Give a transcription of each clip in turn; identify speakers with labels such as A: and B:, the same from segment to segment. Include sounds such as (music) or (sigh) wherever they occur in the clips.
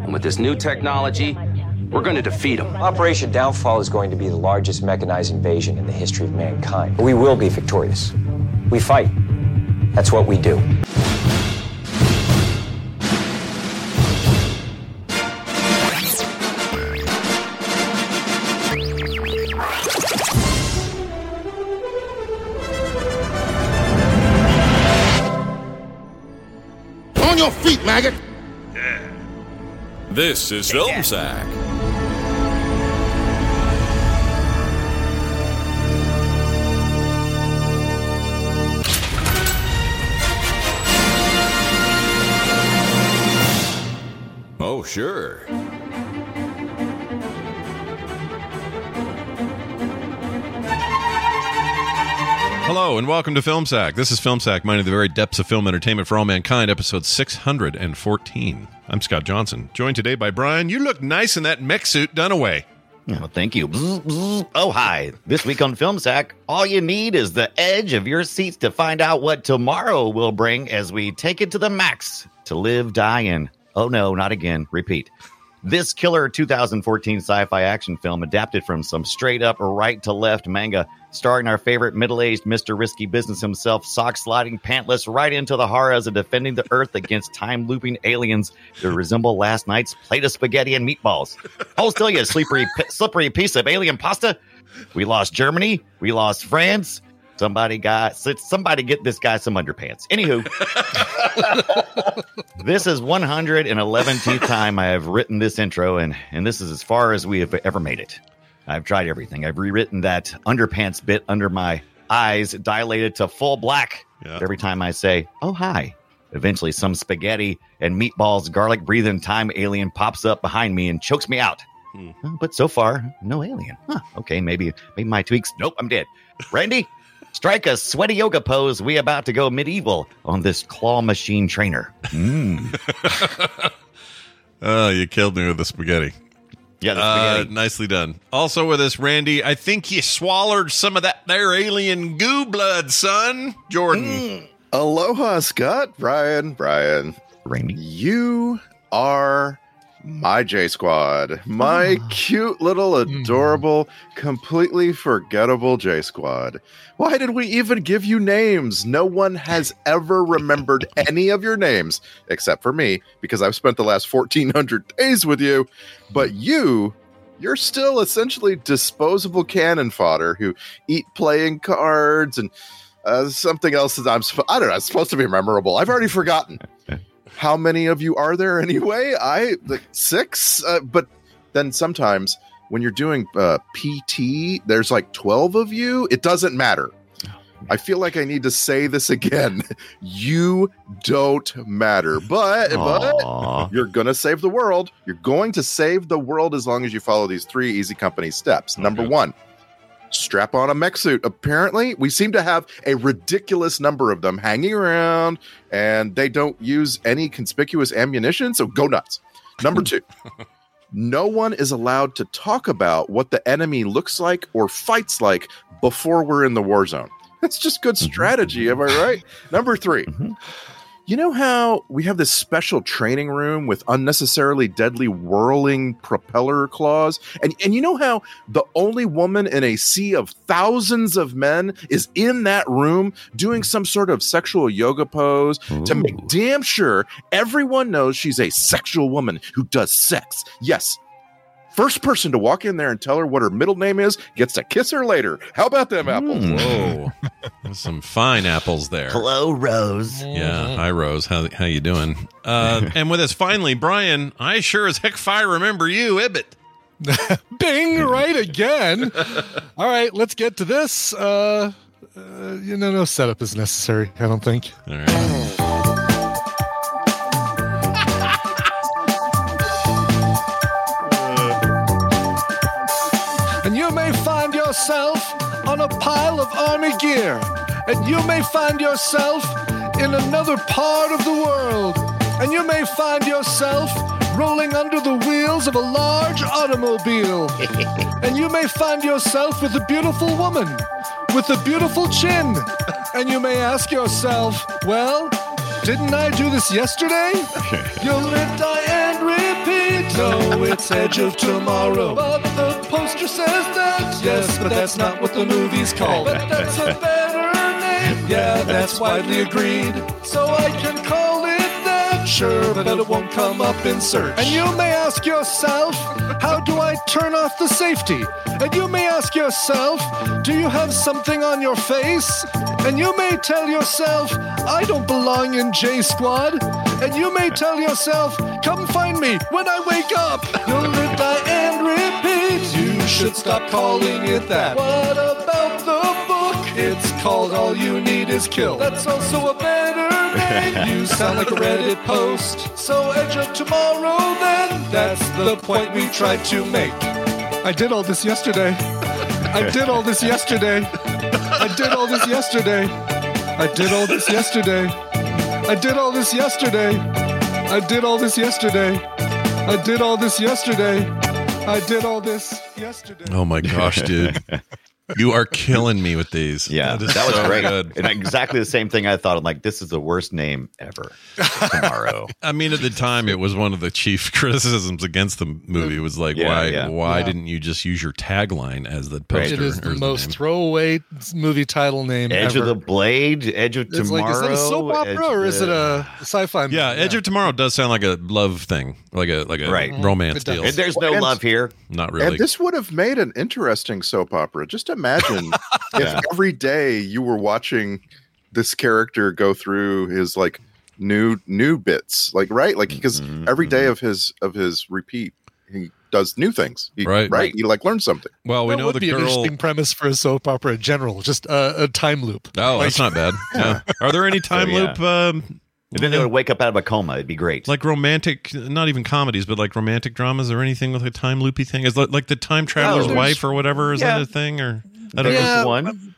A: And with this new technology, we're going to defeat them.
B: Operation Downfall is going to be the largest mechanized invasion in the history of mankind. We will be victorious. We fight. That's what we do.
C: On your feet,
D: (laughs)
C: maggot!
E: This is Film Sack. Oh, sure.
F: Hello and welcome to Film Sack. This is Film Sack, mining the very depths of film entertainment for all mankind, episode 614. I'm Scott Johnson, joined today by Brian. You look nice in that mech suit, Dunaway.
G: Well, thank you. Bzz, bzz. Oh, hi. This week on Film Sack, all you need is the edge of your seats to find out what tomorrow will bring as we take it to the max to live, die, and oh no, not again. Repeat. This killer 2014 sci fi action film, adapted from some straight up right to left manga, starring our favorite middle aged Mr. Risky Business himself, sock sliding pantless right into the horrors of defending the earth against time looping aliens that resemble last night's plate of spaghetti and meatballs. Hold still, you slippery, p- slippery piece of alien pasta. We lost Germany. We lost France. Somebody got somebody get this guy some underpants. Anywho, this is 111th time I have written this intro, and and this is as far as we have ever made it. I've tried everything. I've rewritten that underpants bit under my eyes, dilated to full black.
F: Yeah.
G: Every time I say, "Oh hi," eventually some spaghetti and meatballs, garlic breathing time alien pops up behind me and chokes me out. Oh, But so far, no alien. Huh. Okay, maybe maybe my tweaks. Nope, I'm dead. Randy, strike a sweaty yoga pose. We about to go medieval on this claw machine trainer. Mm.
F: Oh, you killed me with the spaghetti.
G: Yeah, the
F: Uh,
G: spaghetti.
F: nicely done. Also with us, Randy, I think you swallowed some of that there alien goo blood, son. Jordan.
G: Mm.
C: Aloha, Scott, Brian, Brian.
G: Randy.
C: You are my J Squad, my cute little adorable, completely forgettable J Squad. Why did we even give you names? No one has ever remembered any of your names except for me because I've spent the last 1400 days with you. But you, you're still essentially disposable cannon fodder who eat playing cards and uh, something else that I'm, sp- I don't know, it's supposed to be memorable. I've already forgotten how many of you are there anyway? I like six, uh, but then sometimes when you're doing uh, PT, there's like 12 of you. It doesn't matter. I feel like I need to say this again. (laughs) You don't matter, but, but
G: Aw.
C: you're going to save the world. You're going to save the world as long as you follow these three easy company steps. Number
F: Okay.
C: one, strap on a mech suit. Apparently, we seem to have a ridiculous number of them hanging around and they don't use any conspicuous ammunition. So go nuts. Number two, no one is allowed to talk about what the enemy looks like or fights like before we're in the war zone. That's just good strategy, am I right? Number 3
G: Mhm.
C: you know how we have this special training room with unnecessarily deadly whirling propeller claws? And, and you know how the only woman in a sea of thousands of men is in that room doing some sort of sexual yoga pose to make
G: Ooh.
C: damn sure everyone knows she's a sexual woman who does sex. Yes. First person to walk in there and tell her what her middle name is gets to kiss her later. How about them apples?
G: Mm.
F: Whoa. There's some fine apples there.
G: Hello, Rose.
F: Yeah. Hi, Rose. How, how you doing?
G: (laughs)
F: Uh, and with us finally, Brian, I sure as heck fire remember you, Ibbot.
D: Bing, right
C: (laughs)
D: again. All right, let's get to this. Uh, uh, you know, no setup is necessary, I don't think.
F: All right.
H: and you may find yourself in another part of the world, and you may find yourself rolling under the wheels of a large automobile, and you may find yourself with a beautiful woman with a beautiful chin, and you may ask yourself, well, didn't I do this yesterday? You'll live, die, and repeat. No, it's Edge of Tomorrow. But the poster says that. Yes, but that's not what the movie's called. But that's a better name. Yeah, that's widely agreed. So I can call it that. Sure, but it won't come up in search. And you may ask yourself, how do I turn off the safety? And you may ask yourself, do you have something on your face? And you may tell yourself, I don't belong in J Squad. And you may tell yourself, come find me when I wake up. You'll live by and repeat. You should stop calling it that. What about the book? It's called All You Need Is Kill. That's also a better (laughs) name. You sound like a Reddit post. So edge of tomorrow then. That's the point we tried to make. I did all this yesterday. I did all this yesterday. I did all this yesterday. I did all this yesterday. I did all this yesterday. I did all this yesterday. I did all this yesterday. I did all this yesterday.
F: Oh my gosh,
G: (laughs)
F: dude. You are killing me with these.
G: Yeah,
F: is
G: that, was
F: so
G: great.
F: good.
G: And exactly the same thing I thought. I'm like, this is the worst name ever. Tomorrow.
F: I mean, at the time, it was one of the chief (laughs) criticisms against the movie. Was like,
G: Yeah,
F: why,
G: yeah.
F: why
H: Yeah.
F: didn't you just use your tagline as the
G: Right.
F: poster?
H: It is
F: or
H: the
F: the
H: most
F: name?
H: throwaway movie title name
G: Edge
H: ever.
G: of the Blade, Edge of
H: it's like,
G: Tomorrow.
H: is it a soap
G: Edge
H: opera or
G: of
H: is it
G: the-
H: a sci-fi movie?
F: Yeah, Edge of Tomorrow does sound like a love thing, like a like a
G: Right.
F: romance
H: Mm-hmm. It does.
F: deal.
G: And there's no
C: And-
G: love here.
F: Not
C: And
F: really.
C: this would have made an interesting soap opera.
F: (laughs)
C: Just imagine
G: Yeah.
C: if every day you were watching this character go through his like new new bits, like right, like because
F: Mm-hmm,
G: Mhm,
C: every day of his of his repeat, he does new things. He,
F: Right.
C: right. He like learns something.
F: well, we
H: that
F: know
H: would
F: the
H: be an
F: girl.
H: interesting premise for a soap opera in general. Just uh, a time loop.
F: Oh,
H: Like-
F: that's not bad. Yeah. Are there any time
G: yeah.
F: loop? Um,
G: And then they would wake up out of a coma. It'd be great.
F: like romantic, not even comedies, but like romantic dramas or anything with a time loopy thing. Is like, like the time traveler's
G: there's-
F: wife or whatever? Is that
G: yeah.
F: a thing? Or I don't
G: There's
F: know.
H: Oh, Yeah.
G: one.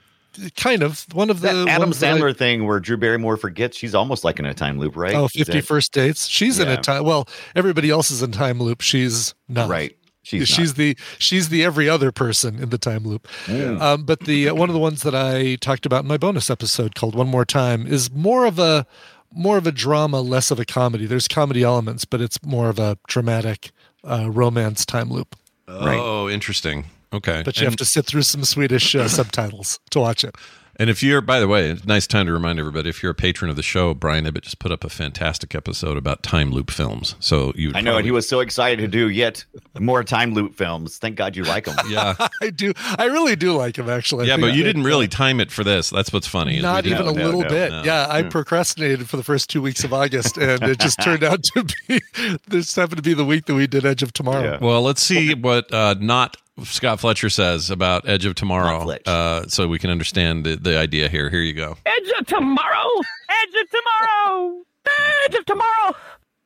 H: Kind of one of the
G: That Adam
H: ones that I-
G: Sandler thing where Drew Barrymore forgets she's almost like in a time loop, right?
H: Oh,
G: Is
H: 50
G: that-
H: first dates. She's in
G: Yeah.
H: a time. Well, everybody else is in time loop. She's not.
G: Right. She's,
H: she's the she's the every other person in the time loop. Um, but the one of the ones that I talked about in my bonus episode called "One More Time" is more of a more of a drama, less of a comedy. There's comedy elements, but it's more of a dramatic uh, romance time loop.
G: Right.
F: Oh, interesting. Okay.
H: But you
F: And-
H: have to sit through some Swedish uh, subtitles to watch it. (laughs)
F: And if you're, by the way, it's a nice time to remind everybody if you're a patron of the show, Brian Ibbett just put up a fantastic episode about time loop films. So you,
G: I know, and he was so excited to do yet more time loop films. Thank God you like them.
F: yeah,
H: I do. I really do like him actually. I
F: yeah,
H: think
F: but you
H: that-
F: didn't really time it for this. That's what's funny. is we
H: Not
F: didn't-
H: even a
G: No, no,
H: little
G: no,
H: bit.
F: no.
H: yeah, I procrastinated for the first two weeks of August, and it just turned out to be (laughs) this happened to be the week that we did Edge of Tomorrow.
G: Yeah.
F: Well, let's see what uh, not Scott Fletcher says about Edge of
G: Not
F: Tomorrow,
G: Fletch.
F: uh, so we can understand the, the idea here. Here you go.
I: Edge of tomorrow! Edge of tomorrow! Edge of tomorrow!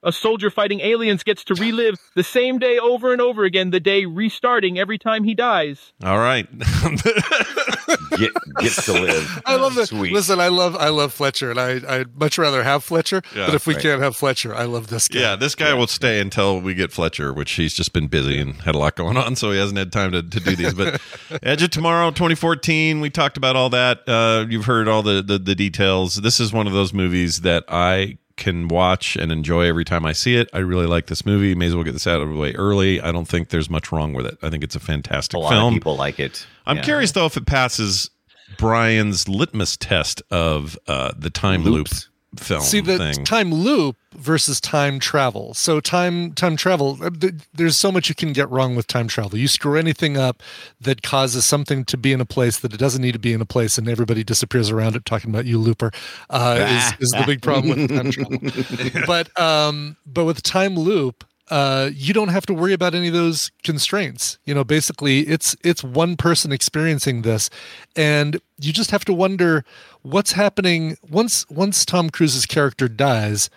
I: A soldier fighting aliens gets to relive the same day over and over again, the day restarting every time he dies.
F: All right, (laughs)
G: Get, gets to live.
H: (laughs) I love that.
G: Sweet.
H: Listen, I love I love Fletcher, and I I'd much rather have Fletcher.
F: Yeah,
H: but if we
G: right.
H: can't have Fletcher, I love this guy.
F: yeah, this guy will stay until we get Fletcher, which he's just been busy and had a lot going on, so he hasn't had time to, to do these.
G: (laughs)
F: But Edge of Tomorrow 2014, we talked about all that. Uh, you've heard all the, the, the details. This is one of those movies that I can watch and enjoy every time I see it. I really like this movie. May as well get this out of the way early. I don't think there's much wrong with it. I think it's a fantastic
G: A lot
F: film.
G: of people like it.
F: I'm
G: Yeah.
F: curious though if it passes Brian's litmus test of uh, the time
G: Loops.
F: loop film
H: See the
F: thing.
H: time loop versus time travel. So time time travel, uh, th- there's so much you can get wrong with time travel. You screw anything up that causes something to be in a place that it doesn't need to be in a place, and everybody disappears around it. Talking about you, Looper, uh, is, is the big problem with time travel. but um, but with time loop. Uh, you don't have to worry about any of those constraints. You know, basically, it's it's one person experiencing this, and you just have to wonder what's happening once once Tom Cruise's character dies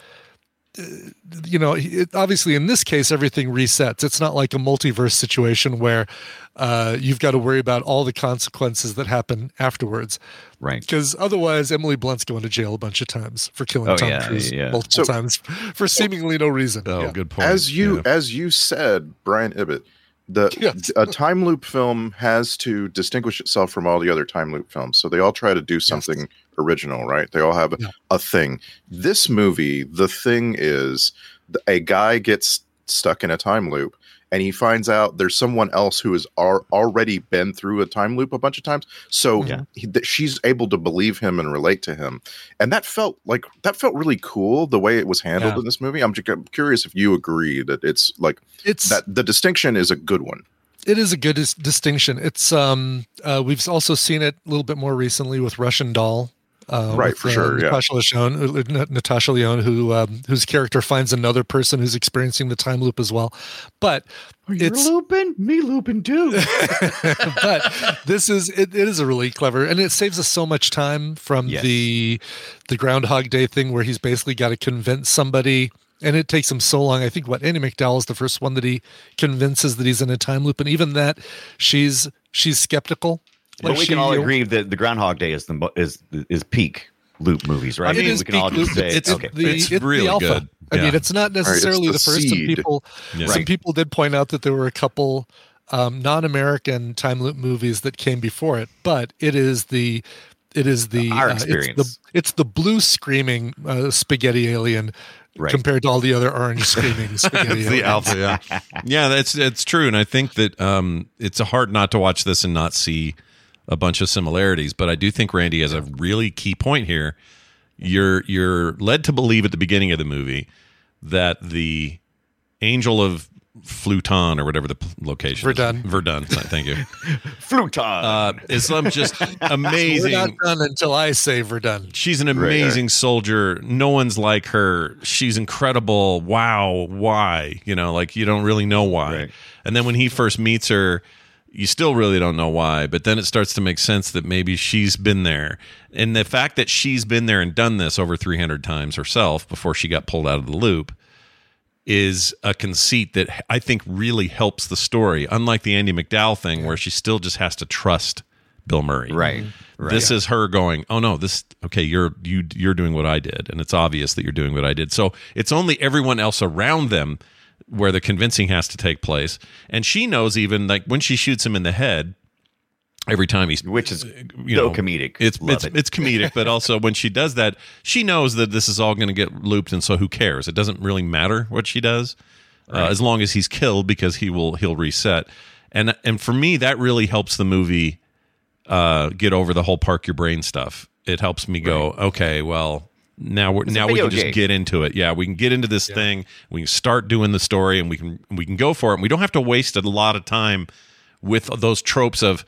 H: uh, you know, it, obviously in this case, everything resets. It's not like a multiverse situation where uh, you've got to worry about all the consequences that happen afterwards.
G: Right.
H: Because otherwise, Emily Blunt's going to jail a bunch of times for killing
G: Oh,
H: Tom
G: yeah,
H: Cruise
G: yeah.
H: multiple
C: So-
H: times (laughs) for seemingly no reason.
F: Oh,
H: Yeah.
F: good point.
C: As you
F: Yeah.
C: as you said, Brian Ibbett, the
H: (laughs) Yes.
C: a time loop film has to distinguish itself from all the other time loop films. So they all try to do something original, right? They all have
H: Yeah.
C: a thing. This movie, the thing is th- a guy gets stuck in a time loop and he finds out there's someone else who has al- already been through a time loop a bunch of times so
G: Yeah.
C: he, that she's able to believe him and relate to him and that felt like that felt really cool the way it was handled
H: Yeah.
C: in this movie i'm just I'm curious if you agree that it's like
H: It's
C: that the distinction is a good one
H: it is a good dis- distinction. It's um uh, we've also seen it a little bit more recently with Russian Doll. Uh,
C: Right,
H: with,
C: for
H: uh,
C: sure, yeah.
H: Natasha Leone, uh, Natasha Leone, who um, whose character finds another person who's experiencing the time loop as well, but
C: Oh,
H: it's
G: looping, me looping too.
H: but this is it, it is a really clever and it saves us so much time from
G: Yes.
H: the the groundhog day thing where he's basically got to convince somebody and it takes him so long i think what annie mcdowell is the first one that he convinces that he's in a time loop and even that she's she's skeptical
G: but we
H: she-
G: can all agree that the Groundhog Day is the mo- is is peak loop movies, right?
H: I mean,
G: we
H: it is
G: can all
H: peak loop.
G: just say
H: it's,
G: okay.
H: the,
F: It's
H: it's, the
F: really
H: alpha.
F: good.
H: I mean,
F: Yeah.
H: it's not necessarily
C: the
H: the, first. Some
C: seed.
H: people,
F: Yeah.
H: some
G: Right.
H: people did point out that there were a couple um, non-American time loop movies that came before it, but it is the it is the uh,
G: Our
H: it's
G: experience.
H: the, it's the blue screaming uh, spaghetti alien
G: Right.
H: compared to all the other orange screaming spaghetti
F: It's the
H: aliens.
F: alpha, yeah, (laughs) yeah. That's that's true, and I think that um, it's hard not to watch this and not see a bunch of similarities. But I do think Randy has a really key point here. You're you're led to believe at the beginning of the movie that the angel of Fluton or whatever the p- location is-
H: Verdun.
F: Verdun, thank you,
G: Fluton.
F: uh, is some (laughs) just
H: We're
F: amazing.
H: not done until I say we're done.
F: She's an amazing soldier. No one's like her. She's incredible. Wow. Why? You know, like you don't really know why.
G: Right.
F: And then when he first meets her, you still really don't know why. But then it starts to make sense that maybe she's been there. And the fact that she's been there and done this over 300 times herself before she got pulled out of the loop is a conceit that I think really helps the story. Unlike the Andy McDowell thing where she still just has to trust Bill Murray.
G: right. Right.
F: This is her going, "Oh no, this okay, you're you you're doing what I did and it's obvious that you're doing what I did." So, it's only everyone else around them where the convincing has to take place. And she knows even like when she shoots him in the head every time he's
G: which is
F: you
G: so
F: know,
G: comedic.
F: Uh, It's
G: Love
F: it's,
G: it.
F: it's comedic, but also when she does that, she knows that this is all going to get looped, and so who cares? It doesn't really matter what she does, uh, as long as he's killed because he will he'll reset. And and for me, that really helps the movie uh, get over the whole park your brain stuff. It helps me go, okay, well. Now we're,
G: a
F: now we
G: video
F: can just
G: game.
F: get into it. Yeah, we can get into this thing. We can start doing the story, and we can we can go for it. And we don't have to waste a lot of time with those tropes of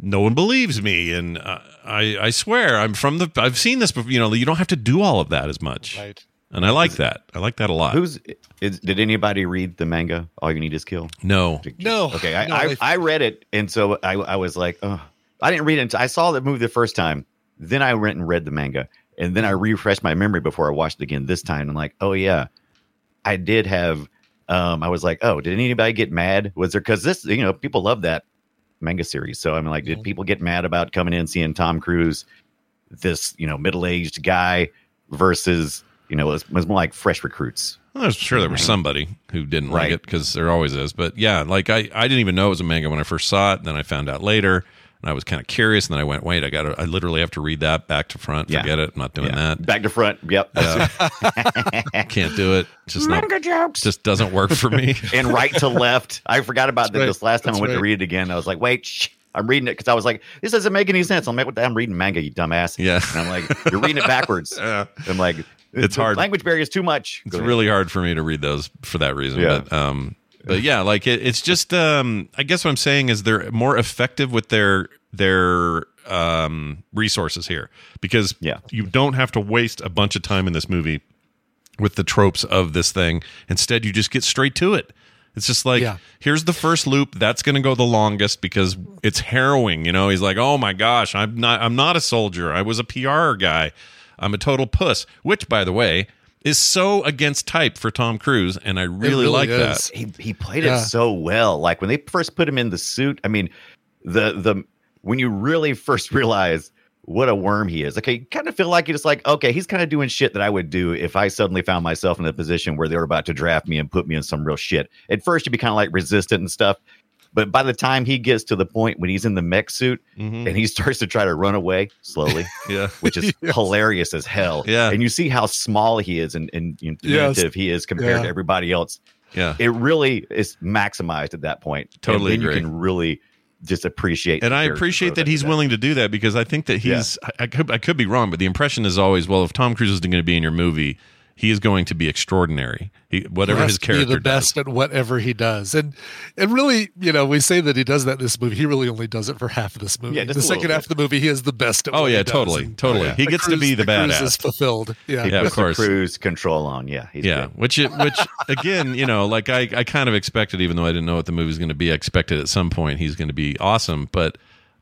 F: no one believes me and uh, I I swear I'm from the I've seen this before you know you don't have to do all of that as much
H: Right.
F: and I like that I like that a lot
G: Who's is, did anybody read the manga? All you need is kill.
F: no
H: No,
G: Okay, I
H: no,
G: I,
H: they-
G: I read it, and so I I was like, oh, I didn't read it. Until, I saw the movie the first time, then I went and read the manga, and then I refreshed my memory before I watched it again this time. I'm like, oh yeah, I did have. Um, I was like, oh, did anybody get mad? Was there because this you know people love that manga series, so I'm like, did people get mad about coming in seeing Tom Cruise, this you know middle aged guy versus you know it was, it was more like fresh recruits.
F: Well, I'm sure there was somebody who didn't like
G: Right.
F: it because there always is but yeah like I I didn't even know it was a manga when I first saw it and then I found out later and I was kind of curious and then I went wait I got to I literally have to read that back to front
G: Yeah.
F: forget it I'm not doing that
G: Back to front. Yep. (laughs)
F: can't do it just not just doesn't work for me
G: (laughs) and right
F: (laughs)
G: to left. I forgot about
H: That's
G: that
H: right.
G: this last time
H: That's
G: I went to
H: right.
G: read it again. I was like, wait, shh. I'm reading it because I was like, this doesn't make any sense. I'm like, what the, I'm reading manga, you dumbass.
F: Yeah.
G: And I'm like, you're reading
F: (laughs)
G: it backwards. I'm like,
F: It's
G: the
F: hard.
G: Language barrier is too much.
F: it's really hard for me to read those for that reason.
G: Yeah.
F: But um but yeah, like it, it's just um I guess what I'm saying is they're more effective with their their um resources here because
G: Yeah.
F: you don't have to waste a bunch of time in this movie with the tropes of this thing. Instead, you just get straight to it. It's just like
H: Yeah.
F: here's the first loop that's going to go the longest because it's harrowing, you know. He's like, "Oh my gosh, I'm not I'm not a soldier. I was a PR guy. I'm a total puss." Which by the way, is so against type for Tom Cruise, and I really,
D: really
F: like
D: is.
F: that.
G: he he played
D: Yeah.
G: it so well. Like when they first put him in the suit, I mean, the the when you really (laughs) first realize what a worm he is, okay, you kind of feel like you're just like, okay, he's kind of doing shit that I would do if I suddenly found myself in a position where they were about to draft me and put me in some real shit. At first, you'd be kind of like resistant and stuff. But by the time he gets to the point when he's in the mech suit
D: Mm-hmm.
F: Mhm.
G: and he (laughs) starts to try to run away slowly,
F: Yeah.
D: (laughs)
G: which is hilarious as hell.
F: Yeah.
G: And you see how small he is and, and you know,
D: Yes.
G: diminutive he is compared
D: Yeah.
G: to everybody else
F: Yeah.
G: it really is maximized at that point.
F: Totally
G: and then
F: agree.
G: You can really just appreciate.
F: And
G: the
F: I
G: character
F: appreciate
G: growth
F: that he's
G: after
F: willing to do that because I think that
G: Yeah.
F: he's I, I could I could be wrong, but the impression is always well if Tom Cruise isn't going to be in your movie, he is going to be extraordinary. He, whatever
D: has
F: his
D: to be
F: character
D: the best at whatever he does, and and really, you know, we say that he does that in this movie. He really only does it for half of this movie.
G: Yeah, just
D: the
G: a little
D: second half of the movie, he is the best. at
F: Oh,
D: what
F: yeah,
D: he does,
F: totally,
D: and
F: totally.
D: yeah.
F: He gets to be the
D: Cruise is
F: badass.
D: fulfilled. Yeah,
G: He
F: Yeah, of
G: puts the
F: course.
G: cruise control on. Yeah, he's
F: yeah,
G: good.
F: which it, which again, you know, like I, I kind of expected, even though I didn't know what the movie was going to be. I expected at some point he's going to be awesome, but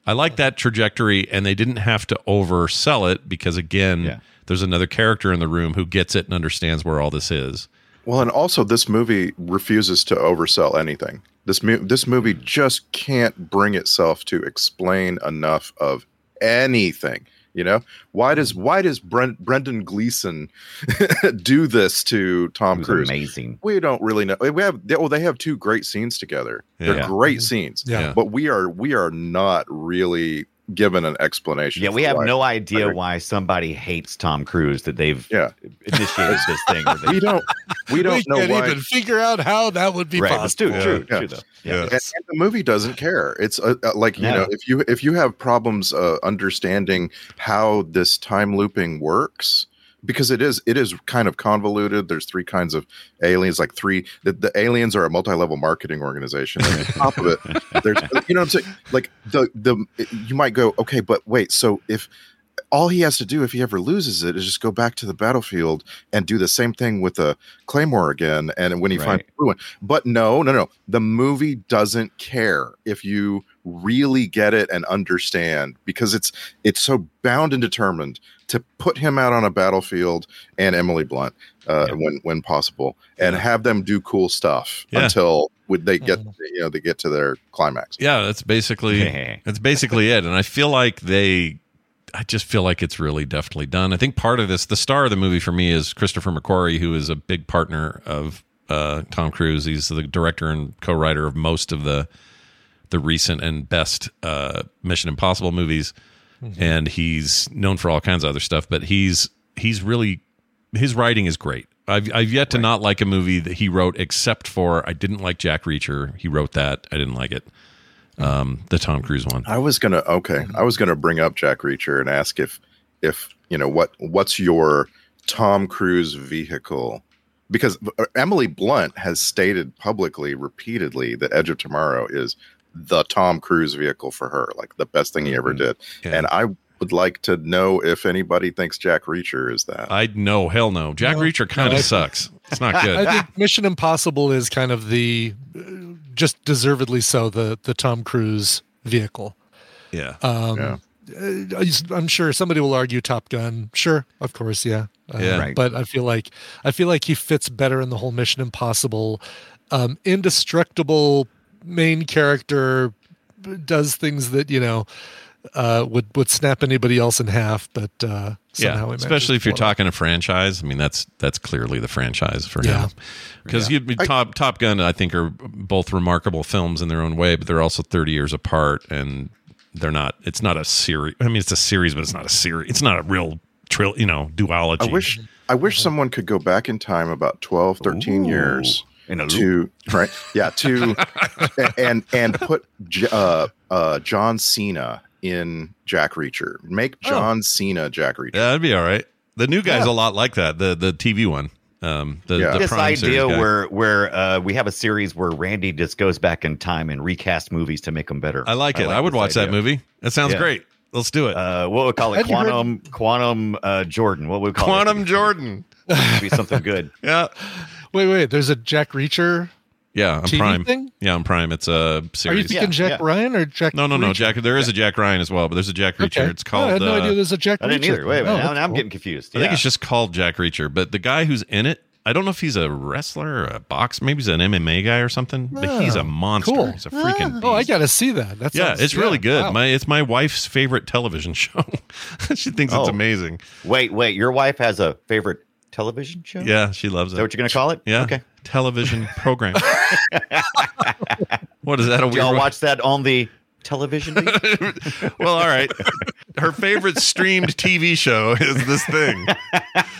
F: I like that trajectory, and they didn't have to oversell it because again,
G: Yeah.
F: there's another character in the room who gets it and understands where all this is.
C: Well, and also this movie refuses to oversell anything. This mu- this movie just can't bring itself to explain enough of anything. You know why does why does Brent, Brendan Gleeson (laughs) do this to
G: He
C: Tom
G: was
C: Cruise?
G: amazing.
C: We don't really know. We have they, well, they have two great scenes together. They're
F: Yeah.
C: great scenes,
D: Yeah.
C: but we are we are not really given an explanation.
G: Yeah, we
C: for
G: have
C: why-
G: no idea
C: Right.
G: why somebody hates Tom Cruise that they've
C: Yeah.
G: initiated this
F: (laughs)
G: thing. Or
C: We
G: they,
C: don't. We
D: we,
C: don't know
D: can't
C: why.
D: even figure out how that would be
G: right, but
D: possible.
G: true, true,
C: Yeah.
G: true though.
F: Yeah.
C: and, and the movie doesn't care it's uh, uh, like you
G: No.
C: know if you if you have problems uh, understanding how this time looping works because it is it is kind of convoluted there's three kinds of aliens like three the, the aliens are a multi-level marketing organization and on top of it there's you know what i'm saying like the the you might go okay but wait so if all he has to do if he ever loses it is just go back to the battlefield and do the same thing with the claymore again and when he
G: Right.
C: finds the blue one but no no no the movie doesn't care if you really get it and understand because it's it's so bound and determined to put him out on a battlefield and emily blunt uh,
G: Yeah.
C: when when possible and
F: Yeah.
C: have them do cool stuff
F: Yeah.
C: until would they get you know they get to their climax
F: Yeah, that's basically (laughs) That's basically it. And I feel like they, I just feel like it's really deftly done. I think part of this, the star of the movie for me is Christopher McQuarrie, who is a big partner of uh, Tom Cruise. He's the director and co-writer of most of the the recent and best uh, Mission Impossible movies, and he's known for all kinds of other stuff. But he's he's really his writing is great. I've I've yet to not like a movie that he wrote, except for I didn't like Jack Reacher. He wrote that. I didn't like it. Um, the Tom Cruise one.
C: I was gonna okay. I was gonna bring up Jack Reacher and ask if if you know what what's your Tom Cruise vehicle because uh, Emily Blunt has stated publicly repeatedly that Edge of Tomorrow is the Tom Cruise vehicle for her, like the best thing he ever did.
F: Yeah.
C: And I would like to know if anybody thinks Jack Reacher is that.
F: I no, hell no. Jack
D: No.
F: Reacher kind
D: No,
F: of
D: I-
F: sucks. It's
D: (laughs)
F: not
D: I
F: good.
G: Ah.
D: think Mission Impossible is kind of the, uh, just deservedly so, the the Tom Cruise vehicle.
F: yeah.
D: Um,
C: Yeah.
D: uh, I just- I'm sure somebody will argue Top Gun. Sure, of course, yeah. Uh,
F: Yeah.
G: Right.
D: But I feel like I feel like he fits better in the whole Mission Impossible, um, indestructible main character, b- does things that you know uh, would would snap anybody else in half. But uh, somehow he
F: yeah,
D: manages
F: especially if
D: to
F: you're
D: pull it off.
F: talking a franchise. I mean, that's that's clearly the franchise for
D: Yeah.
F: him. Because Top Top Gun, I think, are both remarkable films in their own way, but they're also 30 years apart, and they're not. It's not a series. I mean, it's a series, but it's not a series. It's not a real trill. You know, duology.
C: I wish I wish someone could go back in time about 12, 13 years
G: in a loop.
C: to (laughs) right yeah to and and put J- uh uh john cena in jack reacher make john cena jack reacher
F: Yeah, that'd be all right. The new guy's a lot like that. The the TV one. Um, the,
C: Yeah.
F: the
G: this
F: Prime series
G: idea
F: guy.
G: where where uh, we have a series where Randy just goes back in time and recasts movies to make them better.
F: I like it. I, would
G: this
F: watch that
G: idea.
F: movie. That sounds
G: Yeah.
F: great. Let's do it.
G: Uh, what would we call it?
D: Have you heard-
G: Quantum Quantum uh, Jordan. What would we call it?
F: Quantum Jordan.
G: It'd be something good.
F: Yeah.
D: Wait, wait. There's a Jack Reacher
F: Yeah, I'm
D: TV
F: Prime.
D: thing?
F: Yeah, I'm Prime. It's a
D: Are you
F: series.
D: thinking
G: Yeah,
D: Jack
G: yeah.
D: Ryan or Jack?
F: No, no, no.
D: Reacher?
F: Jack. There is a Jack Ryan as well, but there's a Jack Reacher.
D: Okay.
F: It's
D: Oh,
F: called.
D: I had no
F: uh,
D: idea there's a Jack.
G: (laughs) I didn't
D: Reacher.
G: either. Wait a minute.
D: Oh,
G: now,
D: that's
G: now I'm
D: cool.
G: getting confused.
F: I think
G: Yeah.
F: it's just called Jack Reacher, but the guy who's in it, I don't know if he's a wrestler, or a box, maybe he's an MMA guy or something, but he's a monster.
D: Ah, cool.
F: He's a freaking.
D: Oh, I
F: beast.
D: gotta see that. That's
F: Ah. Yeah, it's really good. My it's my wife's favorite television (laughs) show. she thinks
G: Oh.
F: it's amazing.
G: Wait, wait. Your wife has a favorite television show? Is
F: Yeah, she loves it.
G: that what you're going to call it?
F: yeah.
G: Okay.
F: Television
G: (laughs)
F: program. what is that? A
G: Do y'all
F: weird-
G: watch that on the
F: (laughs)
G: television?
F: well, all right. Her favorite streamed TV show is
D: (laughs)
F: this thing.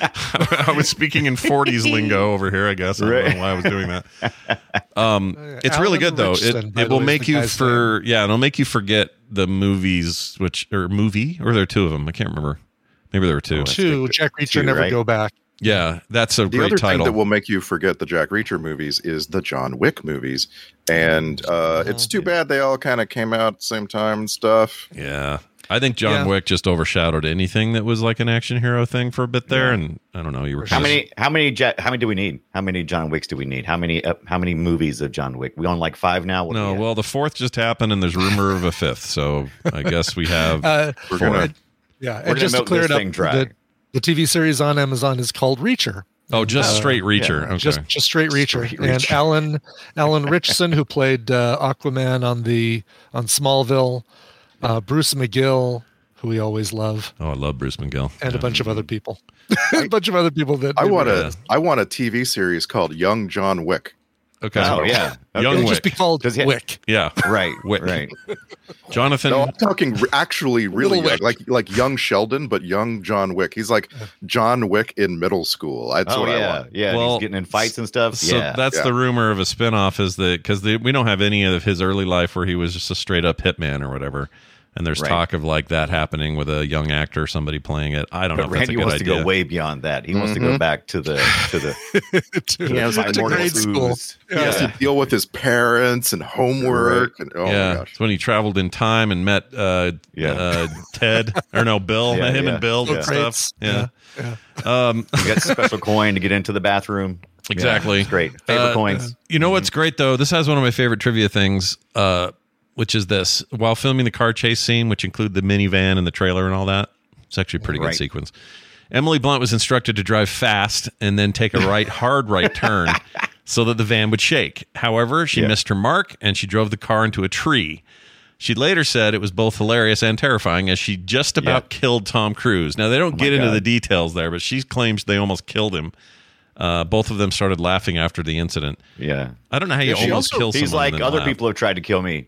F: I was speaking in 40s lingo over here, I guess. I don't
G: Right.
F: know why I was doing that. Um, it's really
D: Uh, Alan
F: good though.
D: Richardson,
F: it
D: by
F: it
D: the
F: will
D: way, is
F: make
D: the
F: you
D: guy's
F: for yeah, it'll make you forget the movies which or movie or there are two of them. I can't remember. Maybe there were two.
D: two Jack Reacher
G: Two,
D: never
G: right?
D: go back.
F: Yeah, that's a
C: The
F: great
C: other
F: title.
C: thing that will make you forget the Jack Reacher movies is the John Wick movies, and uh, it's too bad they all kind of came out at the same time and stuff.
F: yeah. I think John
D: Yeah.
F: Wick just overshadowed anything that was like an action hero thing for a bit there, and I don't know. You were
G: how
F: kinda-
G: many? How many? Ja- How many do we need? How many John Wicks do we need? How many? Uh, how many movies of John Wick? We on like five now. What do
F: No,
G: we have?
F: well, the fourth just happened, and there's rumor of a fifth. So I guess we have.
D: (laughs) Uh,
C: We're
F: Four.
C: gonna
D: yeah, and
G: gonna
D: just to
G: milk
D: clear
G: this
D: it up,
G: thing dry.
D: The, the TV series on Amazon is called Reacher.
F: oh, just
D: uh,
F: straight Reacher. okay.
D: Just just straight Reacher.
G: Straight
D: and
G: Reacher.
D: Alan Alan Richardson, who played uh, Aquaman on the on Smallville, uh, Bruce McGill, who we always love,
F: oh, I love Bruce McGill.
D: and
F: Yeah.
D: a bunch of
G: Mm-hmm.
D: other people, (laughs) a bunch of other people that
C: I want
F: Yeah.
C: a I want a TV series called Young John Wick.
F: Okay.
G: Oh, yeah.
F: (laughs) Young
D: It'll
F: Wick.
D: just be called
G: Does he-
D: Wick. (laughs)
F: yeah.
G: right,
F: Wick. (laughs)
G: right.
F: Jonathan.
C: No, I'm
F: (clears throat)
C: talking re- actually really
D: Little
C: young, like like young Sheldon, but young John Wick. He's like John Wick in middle school. That's
G: oh
C: what I
G: yeah,
C: want.
G: yeah. and
F: Well,
G: he's getting in fights and stuff.
F: so
G: yeah,
F: that's
C: Yeah.
F: the rumor of a spinoff is that because we don't have any of his early life where he was just a straight up hitman or whatever. And there's
G: Right.
F: talk of like that happening with a young actor, somebody playing it. I don't know if
G: but
F: that's a
G: Randy
F: good
G: wants
F: idea. Mm-hmm.
G: to go way beyond that. He wants to go back to the
F: (laughs)
G: to the
D: yeah,
G: my mortal
D: grade school.
G: ooze.
D: Yeah.
C: He has to deal with his parents and homework. And, oh
F: yeah,
C: my gosh.
F: it's when he traveled in time and met uh,
G: Yeah.
F: uh, Ted or no Bill,
G: (laughs) Yeah,
F: met him
G: yeah.
F: and Bill
D: Yeah.
F: and stuff.
D: Crates.
F: Yeah, Um,
G: You got special coin to get into the bathroom. Yeah,
F: Exactly.
G: it's great. Favorite
F: Uh,
G: coins.
F: You know
G: Mm-hmm.
F: what's great though? This has one of my favorite trivia things, uh, which is this: while filming the car chase scene, which include the minivan and the trailer and all that, it's actually a pretty good
G: Right.
F: sequence. Emily Blunt was instructed to drive fast and then take a
G: (laughs)
F: right, hard right turn, so that the van would shake. However, she
G: Yeah.
F: missed her mark and she drove the car into a tree. She later said it was both hilarious and terrifying as she just about killed Tom Cruise. Now, they don't get into
G: Oh God.
F: the details there, but she claims they almost killed him. Uh, both of them started laughing after the incident.
G: Yeah.
F: I don't know how you
C: Yeah, she
F: almost
C: also-
F: kill someone.
G: He's like
F: and then
G: other
F: laugh.
G: people have tried to kill me.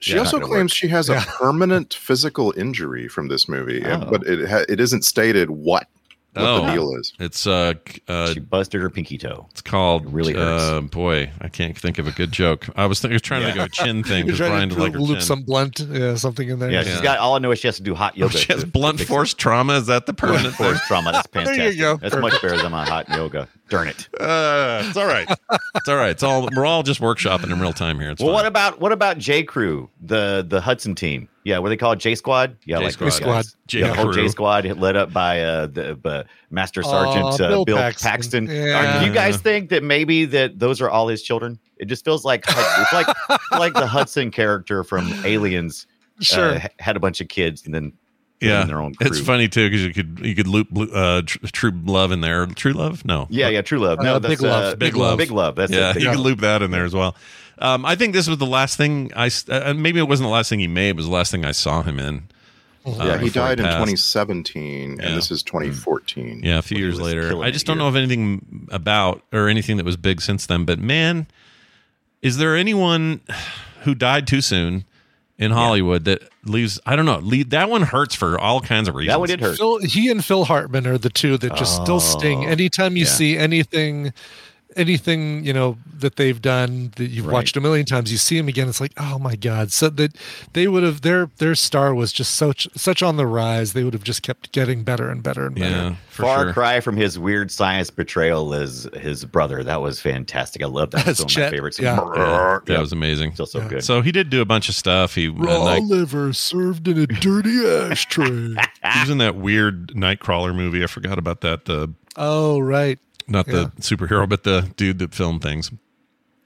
C: She
G: Yeah.
C: also
G: Not gonna
C: claims she has
D: Yeah.
C: a permanent physical injury from this movie, and-
G: Oh.
C: but it ha- it isn't stated what, what
F: Oh.
C: the deal is.
F: It's uh, c- uh,
G: She busted her pinky toe.
F: it's called.
G: It really hurts.
F: Uh, boy, I can't think of a good joke. I was, think, I was trying to think of a
G: (laughs)
F: chin thing
D: You're
F: because
D: trying
F: Brian
D: to
F: like her
D: loop
F: chin.
D: some blunt, yeah, something in there.
G: Yeah,
F: Yeah.
G: she's got all I know is she has to do hot
F: (laughs)
G: yoga.
F: She has
G: to- to
F: blunt
G: fix it.
F: force trauma. Is that the (laughs)
G: Permanent
F: permanent thing?
G: force trauma. That's
D: you
G: fantastic.
D: go.
G: That's much better than my hot yoga. Darn it.
F: Uh, it's all right. It's all right. It's all we're all just workshopping in real time here. It's
G: Well,
F: fine.
G: what about what about J Crew, the the Hudson team? Yeah, what do they call it? J Squad? Yeah,
F: J
G: like
D: Squad.
F: J
G: Yeah, the whole
F: Crew.
G: J Squad led up by uh, the uh, Master Sergeant
D: Aw,
G: uh, Bill,
D: Bill
G: Paxton.
D: Paxton.
G: Are- do you
F: Yeah.
G: guys think that maybe that those are all his children? It just feels like it's like
F: (laughs)
G: like the Hudson character from Aliens.
D: Sure.
G: uh, h- had a bunch of kids and then put
F: Yeah,
G: in their own crew.
F: it's funny too because you could you could loop blu- uh, tr- True Love in there. True Love, no.
G: Yeah, yeah, True Love. No,
D: Uh,
G: that's
D: Big Love.
G: uh,
F: Big Love.
G: Big Love. That's
F: yeah,
G: it. Big
F: you
G: Love.
F: can loop that in there as well. Um, I think this was the last thing I, s- uh, maybe it wasn't the last thing he made, it was the last thing I saw him in. uh,
C: yeah, he
F: before
C: died in
F: passed.
C: 2017,
F: Yeah.
C: and this is 2014.
F: Yeah, a few
G: when he
F: years
G: was
F: later.
G: killing
F: I
G: it
F: just don't
G: here.
F: know of anything about or anything that was big since then. But man, is there anyone who died too soon in Hollywood that leaves? I don't know. Le- that one hurts for all kinds of reasons.
G: That one did hurt.
D: Phil, he and Phil Hartman are the two that just still sting.
F: Oh,
D: Anytime you see anything, anything you know that they've done that you've watched a million times, you see him again. It's like, oh my god! So that they would have their their star was just such such on the rise. They would have just kept getting better and better and better.
F: Yeah, for
G: Far
F: sure.
G: cry from his weird science portrayal as his brother. That was fantastic. I love that.
D: That's
G: That's one of my
D: Chet,
G: favorites.
D: yeah.
F: Yeah, that was amazing.
G: Still so good.
F: So uh, he did do a bunch of stuff. He and,
D: Raw
F: like,
D: liver served in a dirty
F: (laughs)
D: ashtray.
F: he was in that weird Nightcrawler movie. I forgot about that. The
D: oh right.
F: not
D: Yeah.
F: the superhero, but the dude that filmed things.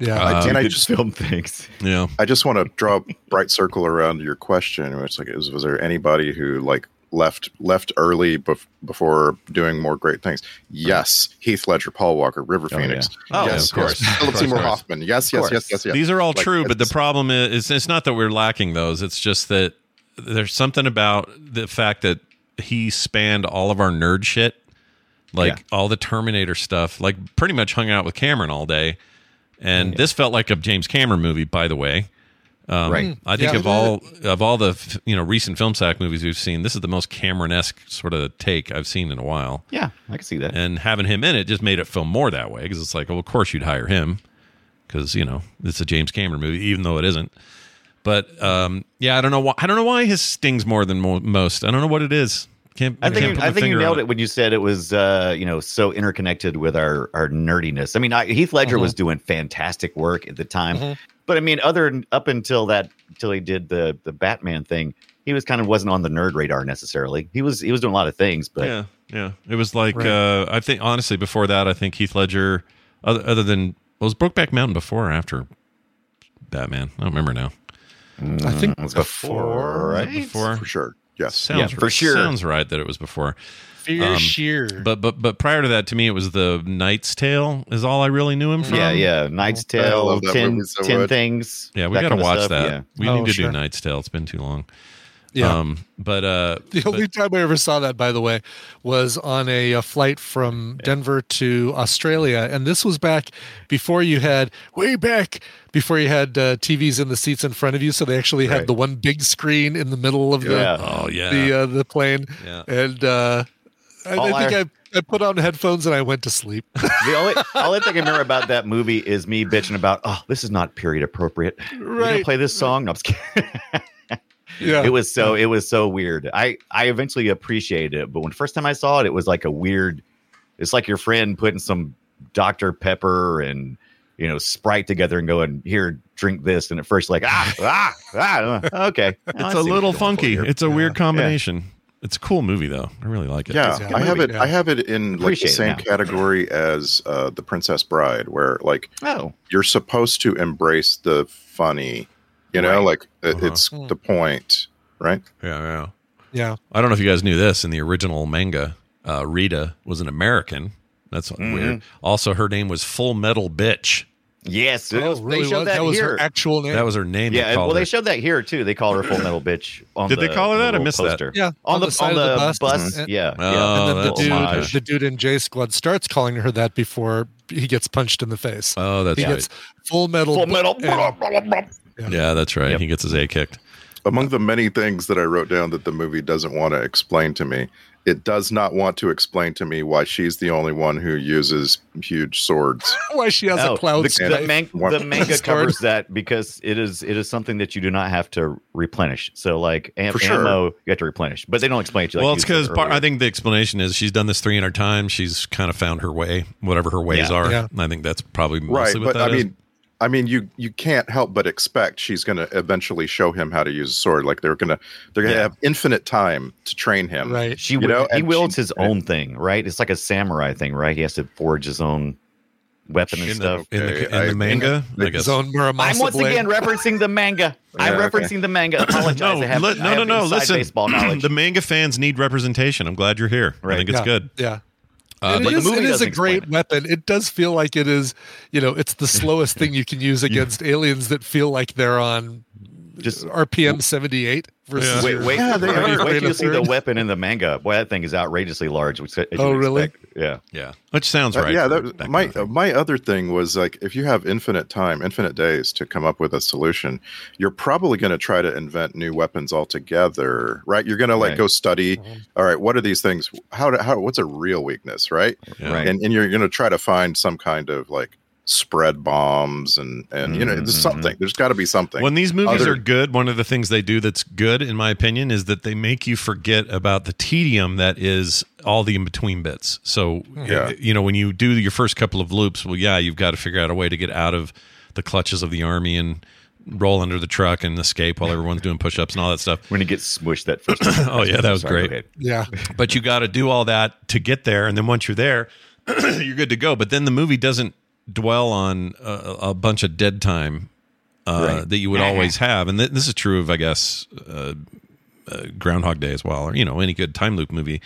D: Yeah.
F: Uh,
G: and I
C: I just-
G: just film things.
F: Yeah.
C: I just want to draw a bright circle around your question. It's like, is, was there anybody who like left left early bef- before doing more great things? Yes, Heath Ledger, Paul Walker, River
G: Oh,
C: Phoenix.
F: yeah. Oh,
C: yes,
F: of course.
C: Yes,
F: Of
C: Philip
F: course,
C: Seymour
F: of course.
C: Hoffman. Yes, yes,
G: course.
C: yes, yes, yes.
F: These are all
C: Like,
F: true, but the
C: it's-
F: problem is it's, it's not that we're lacking those. It's just that there's something about the fact that he spanned all of our nerd shit, like
G: Yeah.
F: all the Terminator stuff, like pretty much hung out with Cameron all day. And this felt like a James Cameron movie, by the way. (laughs) Um,
G: Right.
F: I think
D: Yeah.
F: of all of all the f- you know recent film sack movies we've seen, this is the most Cameron esque sort of take I've seen in a while.
G: Yeah, I can see that.
F: And having him in it just made it feel more that way because it's like, well, of course you'd hire him because you know it's a James Cameron movie, even though it isn't. But um, yeah, I don't know why. I don't know why his stings more than mo- most. I don't know what it is. Can't.
G: I think
F: can't
G: you,
F: put my
G: I think you
F: finger on
G: nailed it when you said it was uh, you know so interconnected with our our nerdiness. I mean, I, Heath Ledger was doing fantastic work at the time, but I mean, other up until that until he did the the Batman thing, he was kind of wasn't on the nerd radar necessarily. He was he was doing a lot of things, but
F: Yeah, yeah. It was like
D: Right.
F: uh, I think honestly before that, I think Heath Ledger. Other, other than well, was Brokeback Mountain before or after Batman? I don't remember now.
D: I think
G: Mm, it was before
F: Was it
G: right
F: Uh, before.
C: for sure. Yes.
F: Sounds
G: Yeah, for sure.
F: Sounds right that it was before.
H: Fear
F: Um,
H: sheer.
F: But but but prior to that, to me, it was the Knight's Tale is all I really knew him from.
G: Yeah, yeah. Knight's
C: I
G: Tale,
C: love that
G: 10,
C: movie so
G: 10
C: much.
G: things.
F: Yeah, we got to
G: kinda
F: watch
G: stuff,
F: that.
G: yeah.
F: We
D: Oh,
F: need to
D: sure.
F: do Knight's Tale. It's been too long.
D: yeah.
F: Um, but
D: (laughs)
F: uh,
D: the only time I ever saw that, by the way, was on a, uh flight from Denver to Australia, and this was back before you had way back before you had uh, TVs in the seats in front of you, so they actually had
G: Right.
D: the one big screen in the middle of
G: Yeah.
D: the
F: oh yeah,
D: the uh, the plane,
F: Yeah.
D: and uh, I,
G: All
D: I
G: I-
D: think I, I put on headphones and I went to
G: (laughs)
D: sleep. (laughs)
G: The only, only thing I remember about that movie is me bitching about, oh, this is not period appropriate. We're gonna
D: Right.
G: play this song. No, I'm just kidding.
D: yeah,
G: It was so it was so weird. I I eventually appreciated it, but when the first time I saw it, it was like a weird. It's like your friend putting some Dr Pepper and you know Sprite together and going here, drink this, and at first like
F: (laughs)
G: ah ah ah okay, Now I
F: it's
G: see
F: a
G: what you're
F: little
G: going for
F: funky.
G: here.
F: It's a weird combination. It's a cool movie though. I really like it.
C: Yeah,
D: It's a good
C: I have it.
D: movie, yeah.
C: I have it in like the
G: Appreciate it
C: same
G: now.
C: category as uh, the Princess Bride, where like
G: Oh
C: you're supposed to embrace the funny, you know, like it,
F: Uh-huh.
C: it's the point, right?
F: yeah, yeah.
D: yeah,
F: I don't know if you guys knew this in the original manga, uh, Rita was an American. That's
G: Mm-hmm.
F: weird. Also, her name was Full Metal Bitch.
G: yes, it
D: Oh,
G: was-
D: really
G: they showed
D: was-
G: that,
D: was
G: here.
D: her actual name.
F: That was her name.
G: yeah,
F: they called
G: well, they
F: her.
G: showed that here too. They call her Full Metal Bitch. On
F: Did they
G: the-
F: call her
G: on the
F: that? I
G: little
F: missed that.
G: poster.
D: yeah
G: on, the, on the, bus,
D: and-
G: yeah,
F: Oh,
G: yeah.
D: and then the
F: that's
G: Little
D: dude,
G: homage.
D: the dude in J Squad starts calling her that before he gets punched in the face.
F: Oh, that's
D: he
F: right.
D: gets full metal.
G: Full metal.
D: and-
F: yeah, that's right.
G: Yep.
F: He gets his A kicked.
C: Among the many things that I wrote down that the movie doesn't want to explain to me, it does not want to explain to me why she's the only one who uses huge swords.
D: why she has
G: Oh,
D: a cloud
G: the,
D: stripe.
G: the, man-
C: Warm-
G: the manga
D: Sword.
G: covers that because it is it is something that you do not have to replenish. So like am-
C: For sure.
G: ammo, you have to replenish, but they don't explain it to you. Like
F: well,
G: you
F: it's
G: said
F: because
G: earlier.
F: I think the explanation is she's done this 300 times. She's kind of found her way, whatever her ways
G: Yeah.
F: are.
D: Yeah.
F: I think that's probably
C: right,
F: mostly what
C: but
F: that
C: I
F: is.
C: mean, I mean, you you can't help but expect she's going to eventually show him how to use a sword. Like they're going to they're going to
G: Yeah.
C: have infinite time to train him.
D: Right.
G: she
C: you
G: wi-
C: know,
G: he
C: and
G: wields
C: she-
G: his own thing, right? It's like a samurai thing, right? He has to forge his own weapon and
C: In the-
G: stuff.
F: in the, in
C: I-
F: the manga, I,
C: I
F: guess.
D: His own Muramasa
G: I'm once
D: blade.
G: again referencing
F: (laughs)
G: the manga. I'm
C: Yeah, okay.
G: referencing
F: (clears throat)
G: the manga. Apologize.
F: no,
G: I have,
F: li- no,
G: I
F: no,
G: have
F: no.
G: inside
F: Listen,
G: baseball
F: (clears throat)
G: knowledge.
F: the manga fans need representation. I'm glad you're here. I
G: Right.
F: think it's
D: yeah,
F: good.
D: Yeah.
F: Uh,
D: And
G: but
D: it
G: the
D: is,
G: movie
D: it is
G: doesn't
D: a great
G: explain it.
D: weapon. It does feel like it is, you know, it's
G: (laughs)
D: the slowest thing you can use against aliens that feel like they're on
G: Just
D: RPM 78 versus
F: Yeah.
G: Wait,
D: your-
G: wait,
C: Yeah, they
G: wait,
C: are.
G: wait,
D: Wait
G: till you
D: a
G: see the
D: third.
G: weapon in the manga. Boy, that thing is outrageously large. Which, as
D: Oh,
G: you'd
D: really?
G: expect. Yeah.
F: Yeah, which sounds
C: Uh,
F: right.
C: yeah,
F: for
C: that,
F: kind
C: my
F: of thing.
C: my other thing was like if you have infinite time, infinite days to come up with a solution, you're probably going to try to invent new weapons altogether, right? You're going to like
G: Right.
C: go study. All right, what are these things? How do, how what's a real weakness, right?
F: Yeah.
G: Right.
C: And and you're going to try to find some kind of like spread bombs and and you know there's something. There's got to be something.
F: Mm-hmm, When these movies
C: Other-
F: are good, one of the things they do that's good, in my opinion, is that they make you forget about the tedium that is all the in between bits. So,
C: Hmm. Yeah.
F: uh, you know, when you do your first couple of loops, well, yeah, you've got to figure out a way to get out of the clutches of the army and roll under the truck and escape while everyone's doing push ups and all that stuff.
G: When he gets smushed that
F: (clears throat)
G: first.
F: Oh, yeah, that was
G: Sorry,
F: great.
G: go ahead.
D: Yeah.
F: (clears throat) but you got to do all that to get there and then once you're there you're good to go but then the movie doesn't dwell on a, a bunch of dead time uh,
G: Right.
F: that you would always have, and th- this is true of, I guess, uh, uh, Groundhog Day as well, or you know, any good time loop movie.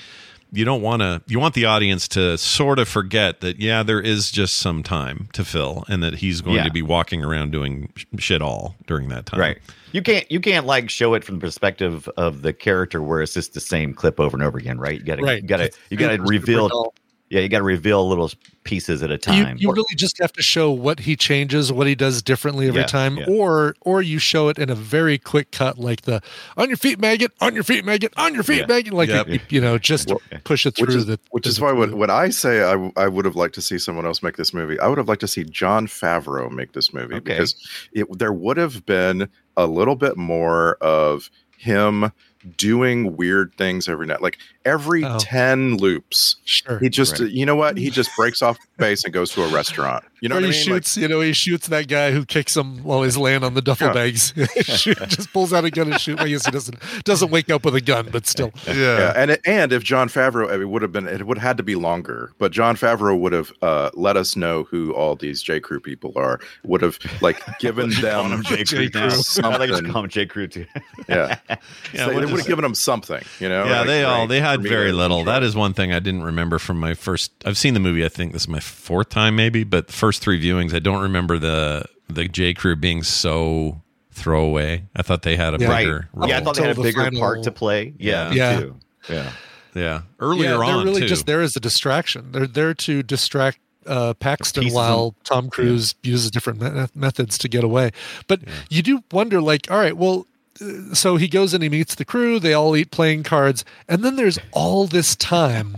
F: You don't want to. You want the audience to sort of forget that, yeah, there is just some time to fill, and that he's going
G: Yeah.
F: to be walking around doing sh- shit all during that time.
G: Right. You can't you can't like show it from the perspective of the character where it's just the same clip over and over again, right? You gotta
H: Right.
G: you gotta you gotta
H: Super
G: reveal
H: dull.
G: yeah, you gotta reveal little pieces at a
H: You,
G: time.
H: you really just have to show what he changes, what he does differently every
G: Yeah,
H: time,
G: yeah.
H: or or you show it in a very quick cut, like the "on your feet, maggot," "on your feet, maggot," "on your feet,
F: Yeah.
H: maggot," like
F: Yep.
H: you, you know, just to push it through
C: which is,
H: the.
C: which is why when, when I say I, w- I would have liked to see someone else make this movie, I would have liked to see John Favreau make this movie
G: Okay.
C: because it, there would have been a little bit more of him doing weird things every night. Like every
H: Oh.
C: 10 loops,
H: sure.
C: he just,
G: Right.
C: you know what? He just breaks off base and goes to a restaurant. You know
H: or
C: what I
H: he
C: mean? Like,
H: shoots, you know, he shoots that guy who kicks him while he's laying on the duffel
C: Yeah.
H: bags. (laughs) Shoot- just pulls out a gun and shoots. I guess he doesn't doesn't wake up with a gun, but still,
C: yeah, and it, and if John Favreau, it would have been it would have had to be longer, but John Favreau would have uh, let us know who all these J Crew people are. Would have
F: (laughs)
C: like given
G: Calling
C: them
G: him J. Crew (laughs) now.
C: (laughs)
G: I like to
C: something.
G: call him J. Crew too.
C: Yeah,
F: (laughs) Yeah,
C: So
F: what
C: they would
F: is-
C: have given them something. You know?
F: yeah,
C: Like,
F: they all
C: right,
F: they had
C: for me,
F: very
C: like,
F: little. That is one thing I didn't remember from my first. I've seen the movie. I think this is my fourth time, maybe, but the first three viewings, I don't remember the the J Crew being so throwaway. I thought they had a
H: Yeah.
G: Right.
F: bigger role.
G: Yeah, I thought they had
H: Until
G: a
H: the
G: bigger
H: final-
G: part to play.
F: Yeah.
G: Yeah, me
H: Yeah.
G: too. Yeah.
F: yeah, earlier
H: yeah,
F: on
H: they're really
F: too.
H: just there as a distraction. They're there to distract uh, Paxton
G: Pieces
H: while Tom Cruise uses different me- methods to get away. But you do wonder, like, all right, well, uh, so he goes and he meets the crew. They all eat playing cards, and then there's all this
F: (laughs)
H: time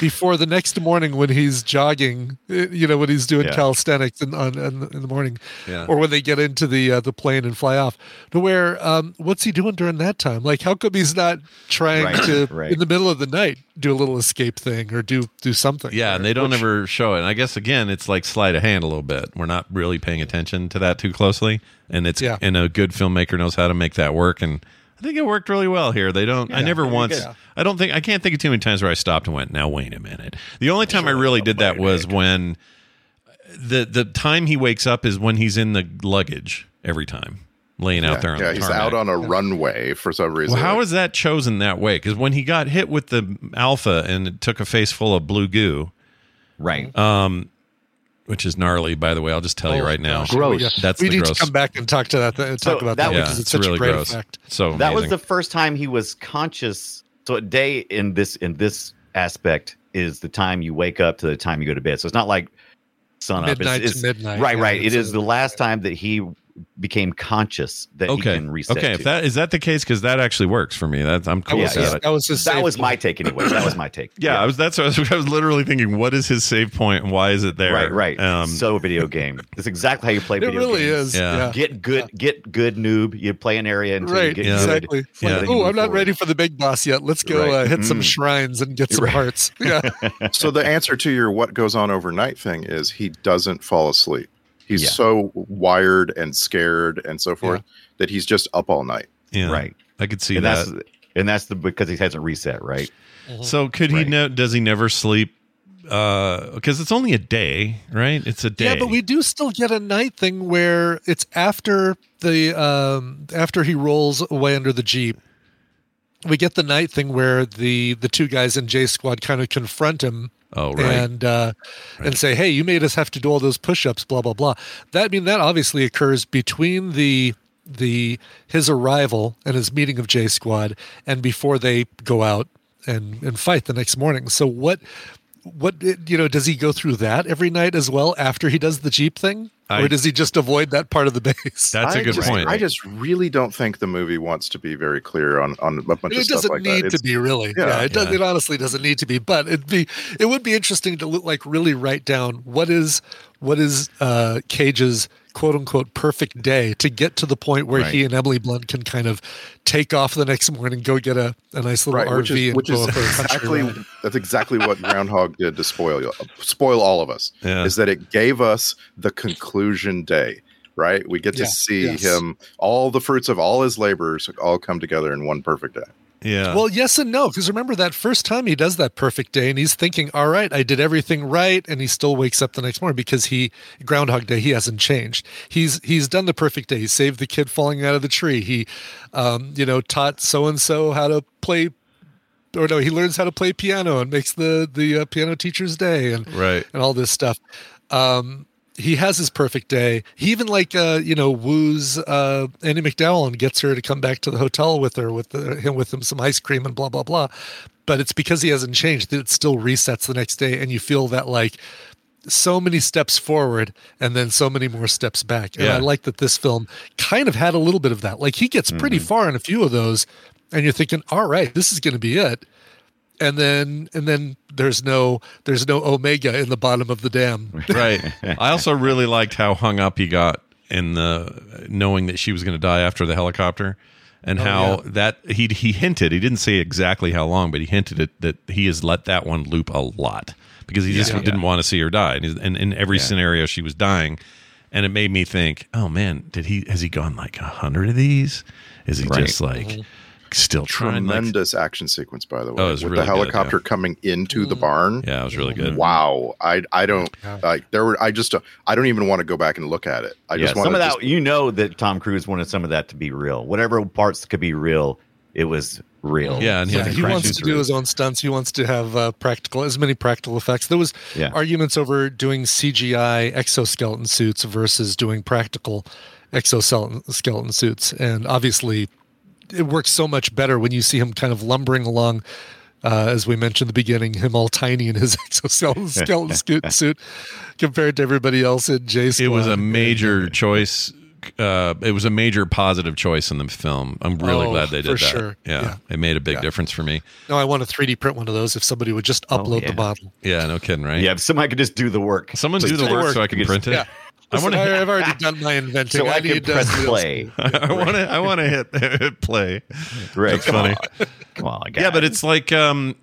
H: before the next morning when he's jogging. uh, You know, when he's doing
G: Yeah.
H: calisthenics in, on, on the- in the morning,
F: Yeah.
H: or when they get into the uh, the plane and fly off. To where, um, what's he doing during that time? Like, how come he's not trying
G: Right,
H: to
G: right.
H: in the middle of the night do a little escape thing or do do something?
F: yeah, and they don't ever show it. And I guess again, it's like sleight of hand a little bit. We're not really paying attention to that too closely, and it's
H: Yeah.
F: and a good filmmaker knows how to make that work. And I think it worked really well here. They don't. I never once.
H: good.
F: I don't think. I can't think of too many times where I stopped and went, "Now wait a minute." The only time I really did that was when the the time he wakes up is when he's in the luggage every time, laying out there on
C: yeah,
F: the
C: he's
F: tarmac.
C: out on a runway for some reason.
F: Well, how is that chosen that way? Because when he got hit with the alpha and it took a face full of blue goo,
G: Right.
F: which is gnarly, by the way. I'll just tell you
H: Oh,
F: right now.
H: gosh, here we go.
F: That's
H: we
F: the
H: need
F: gross.
H: to come back and talk to that. Talk
G: So
H: about
G: that
H: that
G: was-
H: because it's such a great effect.
F: So
G: that was
F: amazing.
G: the first time he was conscious so a day in this in this aspect is the time you wake up to the time you go to bed so it's not like sun up
H: Midnight to
G: it's, it's-
H: midnight,
G: right
H: yeah,
G: right it
H: it's
G: is
H: a-
G: the last time that he became conscious that
F: okay.
G: he can reset
F: okay,
G: to.
F: if that is that the case, because that actually works for me. That's I'm
H: That
F: cool
G: Yeah,
H: was
F: with
H: his,
F: that.
H: that was his.
G: that
H: save
G: was my
H: point.
G: take anyway that
F: (coughs)
G: was my take
F: Yeah, I was. That's what I was, (laughs) I was literally thinking. What is his save point, and why is it there?
G: right right
F: Um,
G: so video game it's exactly how you play
H: It
G: video
H: really is.
G: games.
F: Yeah.
H: Yeah.
G: get good get good noob you play an area until you
H: Right,
G: get
F: Yeah.
G: good.
H: exactly.
F: Yeah.
H: Like,
G: Then you
H: oh,
G: move
H: I'm not
G: forward.
H: ready for the big boss yet. Let's go
G: Right.
H: uh, hit some
C: Mm.
H: shrines and get some
G: Right.
H: hearts. (laughs) Yeah,
C: (laughs)
F: (laughs)
C: so the answer to your what goes on overnight thing is he doesn't fall asleep. He's
G: Yeah.
C: so wired and scared and so forth that he's just up all night.
F: yeah,
G: right
F: I could see
G: and
F: that.
G: that's and that's the because he hasn't reset right
H: Mm-hmm.
F: So could he?
G: Right.
F: know? does he never sleep? Because it's only a day, right? It's a day.
H: yeah, but we do still get a night thing where it's after the um after he rolls away under the jeep. We get the night thing where the the two guys in J Squad kind of confront him
F: Oh, right.
H: and uh, and say, "Hey, you made us have to do all those push-ups, blah blah blah." That I mean that obviously occurs between the the his arrival and his meeting of J Squad, and before they go out and and fight the next morning. So what what you know does he go through that every night as well after he does the jeep thing,
F: I-
H: or does he just avoid that part of the (laughs) base?
F: That's a
C: I
F: good
C: just-
F: point.
C: I just really don't think the movie wants to be very clear on on a bunch of
H: it
C: stuff
H: doesn't
C: like
H: need
C: that.
H: to be really. Yeah,
C: yeah,
H: it does.
F: yeah.
H: It honestly doesn't need to be, but it'd be. It would be interesting to look, like really write down what is what is uh, Cage's quote unquote perfect day to get to the point where he and Emily Blunt can kind of take off the next morning, go get a, a nice little
C: right,
H: RV
C: which is
H: and
C: which
H: go up
C: is
H: a country
C: exactly
H: ride.
C: that's exactly what Groundhog did to spoil you- spoil all of us.
F: Yeah.
C: Is that it gave us the conclusion day, right? We get to
H: Yeah,
C: see
H: yes.
C: him all the fruits of all his labors all come together in one perfect day.
F: Yeah.
H: Well, yes and no, because remember that first time he does that perfect day, and he's thinking, "All right, I did everything right," and he still wakes up the next morning because he Groundhog Day. He hasn't changed. He's he's done the perfect day. He saved the kid falling out of the tree. He, um, you know, taught so and so how to play, or no, he learns how to play piano and makes the the uh, piano teacher's day and
F: Right.
H: and all this stuff. Um, he has his perfect day. He even like uh, you know woos uh, Andy McDowell and gets her to come back to the hotel with her with the, him with him some ice cream and blah blah blah. But it's because he hasn't changed that it still resets the next day, and you feel that like so many steps forward and then so many more steps back. And
F: Yeah.
H: I like that this film kind of had a little bit of that. Like he gets pretty far in a few of those, and you're thinking, all right, this is going to be it and then and then there's no there's no omega in the bottom of the dam (laughs)
F: right. I also really liked how hung up he got in the knowing that she was going to die after the helicopter, and
H: Oh,
F: how
H: yeah.
F: that he he hinted he didn't say exactly how long, but he hinted it that he has let that one loop a lot because he just
H: Yeah.
F: didn't want to see her die, and, he's- and in every scenario she was dying, and it made me think, oh man, did he has he gone like a hundred of these? Is he
G: Right.
F: just
H: Mm-hmm.
F: like still trying? like-
C: Tremendous action sequence, by the way,
F: Oh, it
C: with
F: was really
C: the
F: good, yeah.
C: helicopter coming into the barn.
F: yeah, it was really good.
C: Wow, I I don't like there were I just don't- I don't even want to go back and look at it. I
G: yeah,
C: just want
G: some
C: to
G: of that.
C: just,
G: you know that Tom Cruise wanted some of that to be real. Whatever parts could be real, it was real.
F: Yeah, and he,
H: yeah,
F: had
H: he
F: crashes
H: wants to
F: through.
H: do his own stunts he wants to have uh, practical as many practical effects there was
G: Yeah.
H: arguments over doing cgi exoskeleton suits versus doing practical exoskeleton skeleton suits and obviously it works so much better when you see him kind of lumbering along uh, as we mentioned at the beginning, him all tiny in his (laughs) exoskeleton skeleton scoot- suit compared to everybody else in J Squad.
F: it was a major choice. Uh, it was a major positive choice in the film. I'm really
H: Oh,
F: glad they did
H: for
F: that.
H: sure.
F: Yeah,
H: Yeah.
F: it made a big
H: Yeah.
F: difference for me.
H: No, I want to 3D print one of those if somebody would just upload
G: yeah.
H: the model.
F: Yeah, no kidding, right?
G: yeah. If somebody could just do the work,
F: Someone do
G: Just
F: the
G: do the
F: work,
G: work.
F: so I can
G: You
F: print it.
H: Yeah.
F: I
H: I
F: want to.
H: I've already done my inventing.
G: so I, can
H: need, uh,
G: press play.
F: (laughs)
G: (laughs)
F: I want to. I want to hit, (laughs) hit play.
G: Right.
F: That's
G: come
F: funny.
G: On. Come on,
F: (laughs)
G: guys.
F: Yeah, but it's like um,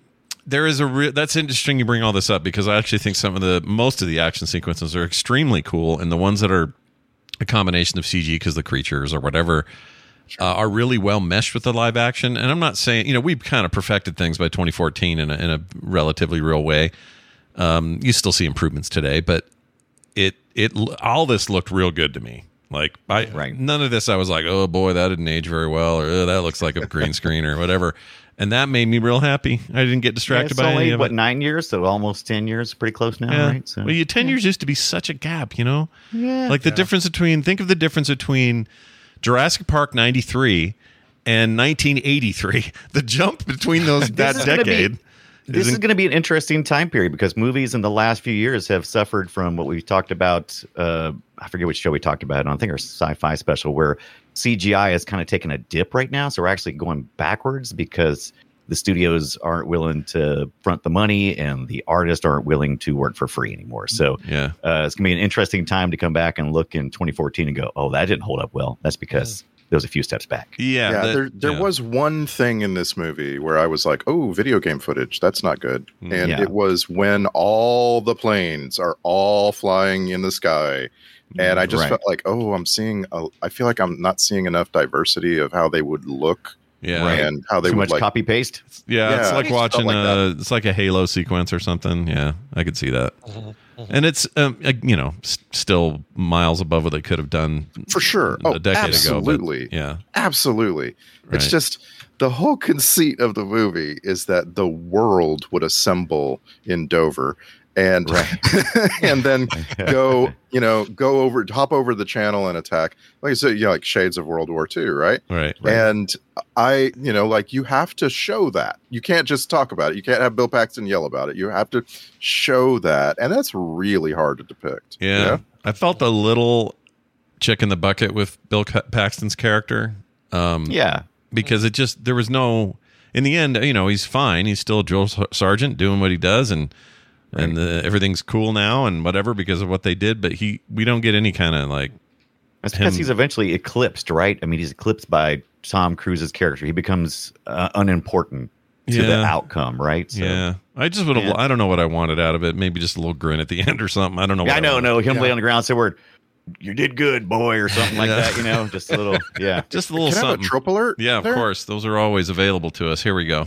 F: there is a real. That's interesting. You bring all this up because I actually think some of the most of the action sequences are extremely cool, and the ones that are a combination of CG because the creatures or whatever uh, are really well meshed with the live action. And I'm not saying you know we've kind of perfected things by 2014 in a, in a relatively real way. Um, you still see improvements today, but it it all this looked real good to me. Like I
G: Right.
F: none of this I was like, oh boy, that didn't age very well, or oh, that looks like a green screen or whatever. And that made me real happy. I didn't get
G: Yeah,
F: distracted
G: it's
F: by any
G: only
F: of
G: what
F: it.
G: nine years, so almost ten years, pretty close now,
F: Yeah.
G: right? So
F: well, you ten years used to be such a gap, you know.
G: Yeah.
F: Like the difference between think of the difference between Jurassic Park '93 and 1983. (laughs) The jump between
G: (laughs)
F: those that
G: is gonna be-
F: decade.
G: this
F: is
G: is going to be an interesting time period because movies in the last few years have suffered from what we've talked about. Uh, I forget which show we talked about it on. I think our sci-fi special where CGI has kind of taken a dip right now. So we're actually going backwards because the studios aren't willing to front the money and the artists aren't willing to work for free anymore. So
F: yeah.
G: uh, it's going to be an interesting time to come back and look in 2014 and go, oh, that didn't hold up well. That's because there was a few steps back.
F: Yeah,
C: yeah,
F: that-
C: there there
F: yeah.
C: was one thing in this movie where I was like, "Oh, video game footage, that's not good."
F: Mm,
C: And
G: Yeah.
C: it was when all the planes are all flying in the sky,
F: Mm,
C: and I just
G: Right.
C: felt like, "Oh, I'm seeing a, I feel like I'm not seeing enough diversity of how they would look
F: yeah.
C: and how they
G: Too
C: would
G: much
C: like
G: copy paste.
F: Yeah, it's
C: Yeah.
F: like
C: Stuff
F: watching
C: like
F: uh it's like a Halo sequence or something. Yeah, I could see that.
C: Mm-hmm,
F: And it's um, uh, you know s- still miles above what they could have done
C: for sure. Oh,
F: a decade
C: absolutely.
F: ago. but Yeah,
C: Absolutely. It's
F: Right.
C: just the whole conceit of the movie is that the world would assemble in Dover and (laughs) and
F: (laughs)
C: then go, you know, go over hop over the channel and attack. Like I said, you know, like shades of World War II, right?
F: right.
C: And I, you know, like you have to show that. You can't just talk about it. You can't have Bill Paxton yell about it. You have to show that. And that's really hard to depict. you
F: Yeah.
C: know?
F: I felt a little chick in the bucket with Bill Ca- Paxton's character.
C: Mm.
F: Um,
G: Yeah.
F: because it just there was no in the end you know he's fine he's still drill ser- sergeant doing what he does and and the, everything's cool now and whatever because of what they did but he we don't get any kind of like
G: That's because
F: him-
G: he's eventually eclipsed, right? I mean, he's eclipsed by Tom Cruise's character. He becomes uh, unimportant to the
F: Yeah.
G: outcome, right? So-
F: yeah i just would have
G: Yeah.
F: i don't know what i wanted out of it maybe just a little grin at the (laughs) end or something i don't know
G: Yeah,
F: what
G: I know,
F: wanted.
G: no, him
H: Yeah.
G: lay on the ground, say word. you did good, boy, or something like
F: Yeah.
G: that. You know, just
F: (laughs)
G: a little, yeah, (laughs)
F: Just a little
C: Can I have a
F: something.
C: trope alert
F: Yeah, of
C: there?
F: course. Those are always available to us. Here we go.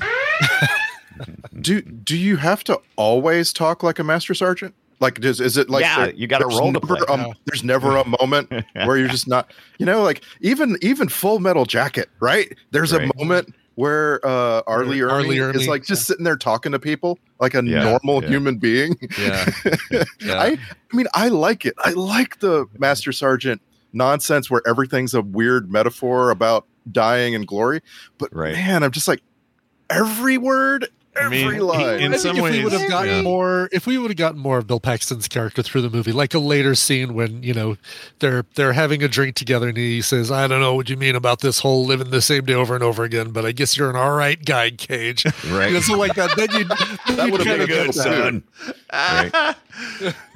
C: Do do you have to always talk like a master sergeant? Like does is it like
G: Yeah, you gotta
C: there's
G: roll to
C: never
G: play.
C: a-
G: No.
C: there's never a
G: (laughs)
C: moment where you're just not you know like even even Full Metal Jacket right? There's
G: Right.
C: a moment where uh Arlie
H: Ar-
C: Ernie,
H: Arlie
C: is
H: Ernie,
C: like just sitting there talking to people like a
G: Yeah,
C: normal
G: yeah.
C: human being. (laughs)
F: Yeah. Yeah.
C: I I mean I like it. I like the master sergeant nonsense where everything's a weird metaphor about dying and glory. But
G: Right.
C: man, I'm just like every word,
F: I
C: every
F: mean,
C: line.
F: in
H: I
F: some
H: think if
F: ways,
H: we would have gotten
F: yeah.
H: more, if we would have gotten more of Bill Paxton's character through the movie, like a later scene when you know they're they're having a drink together, and he says, "I don't know what you mean about this whole living the same day over and over again, but I guess you're an all right guy, Cage."
G: (laughs) Right.
H: You know, something like that. Then
G: (laughs)
H: you
C: That would've
G: Pretty
C: been
G: good, son.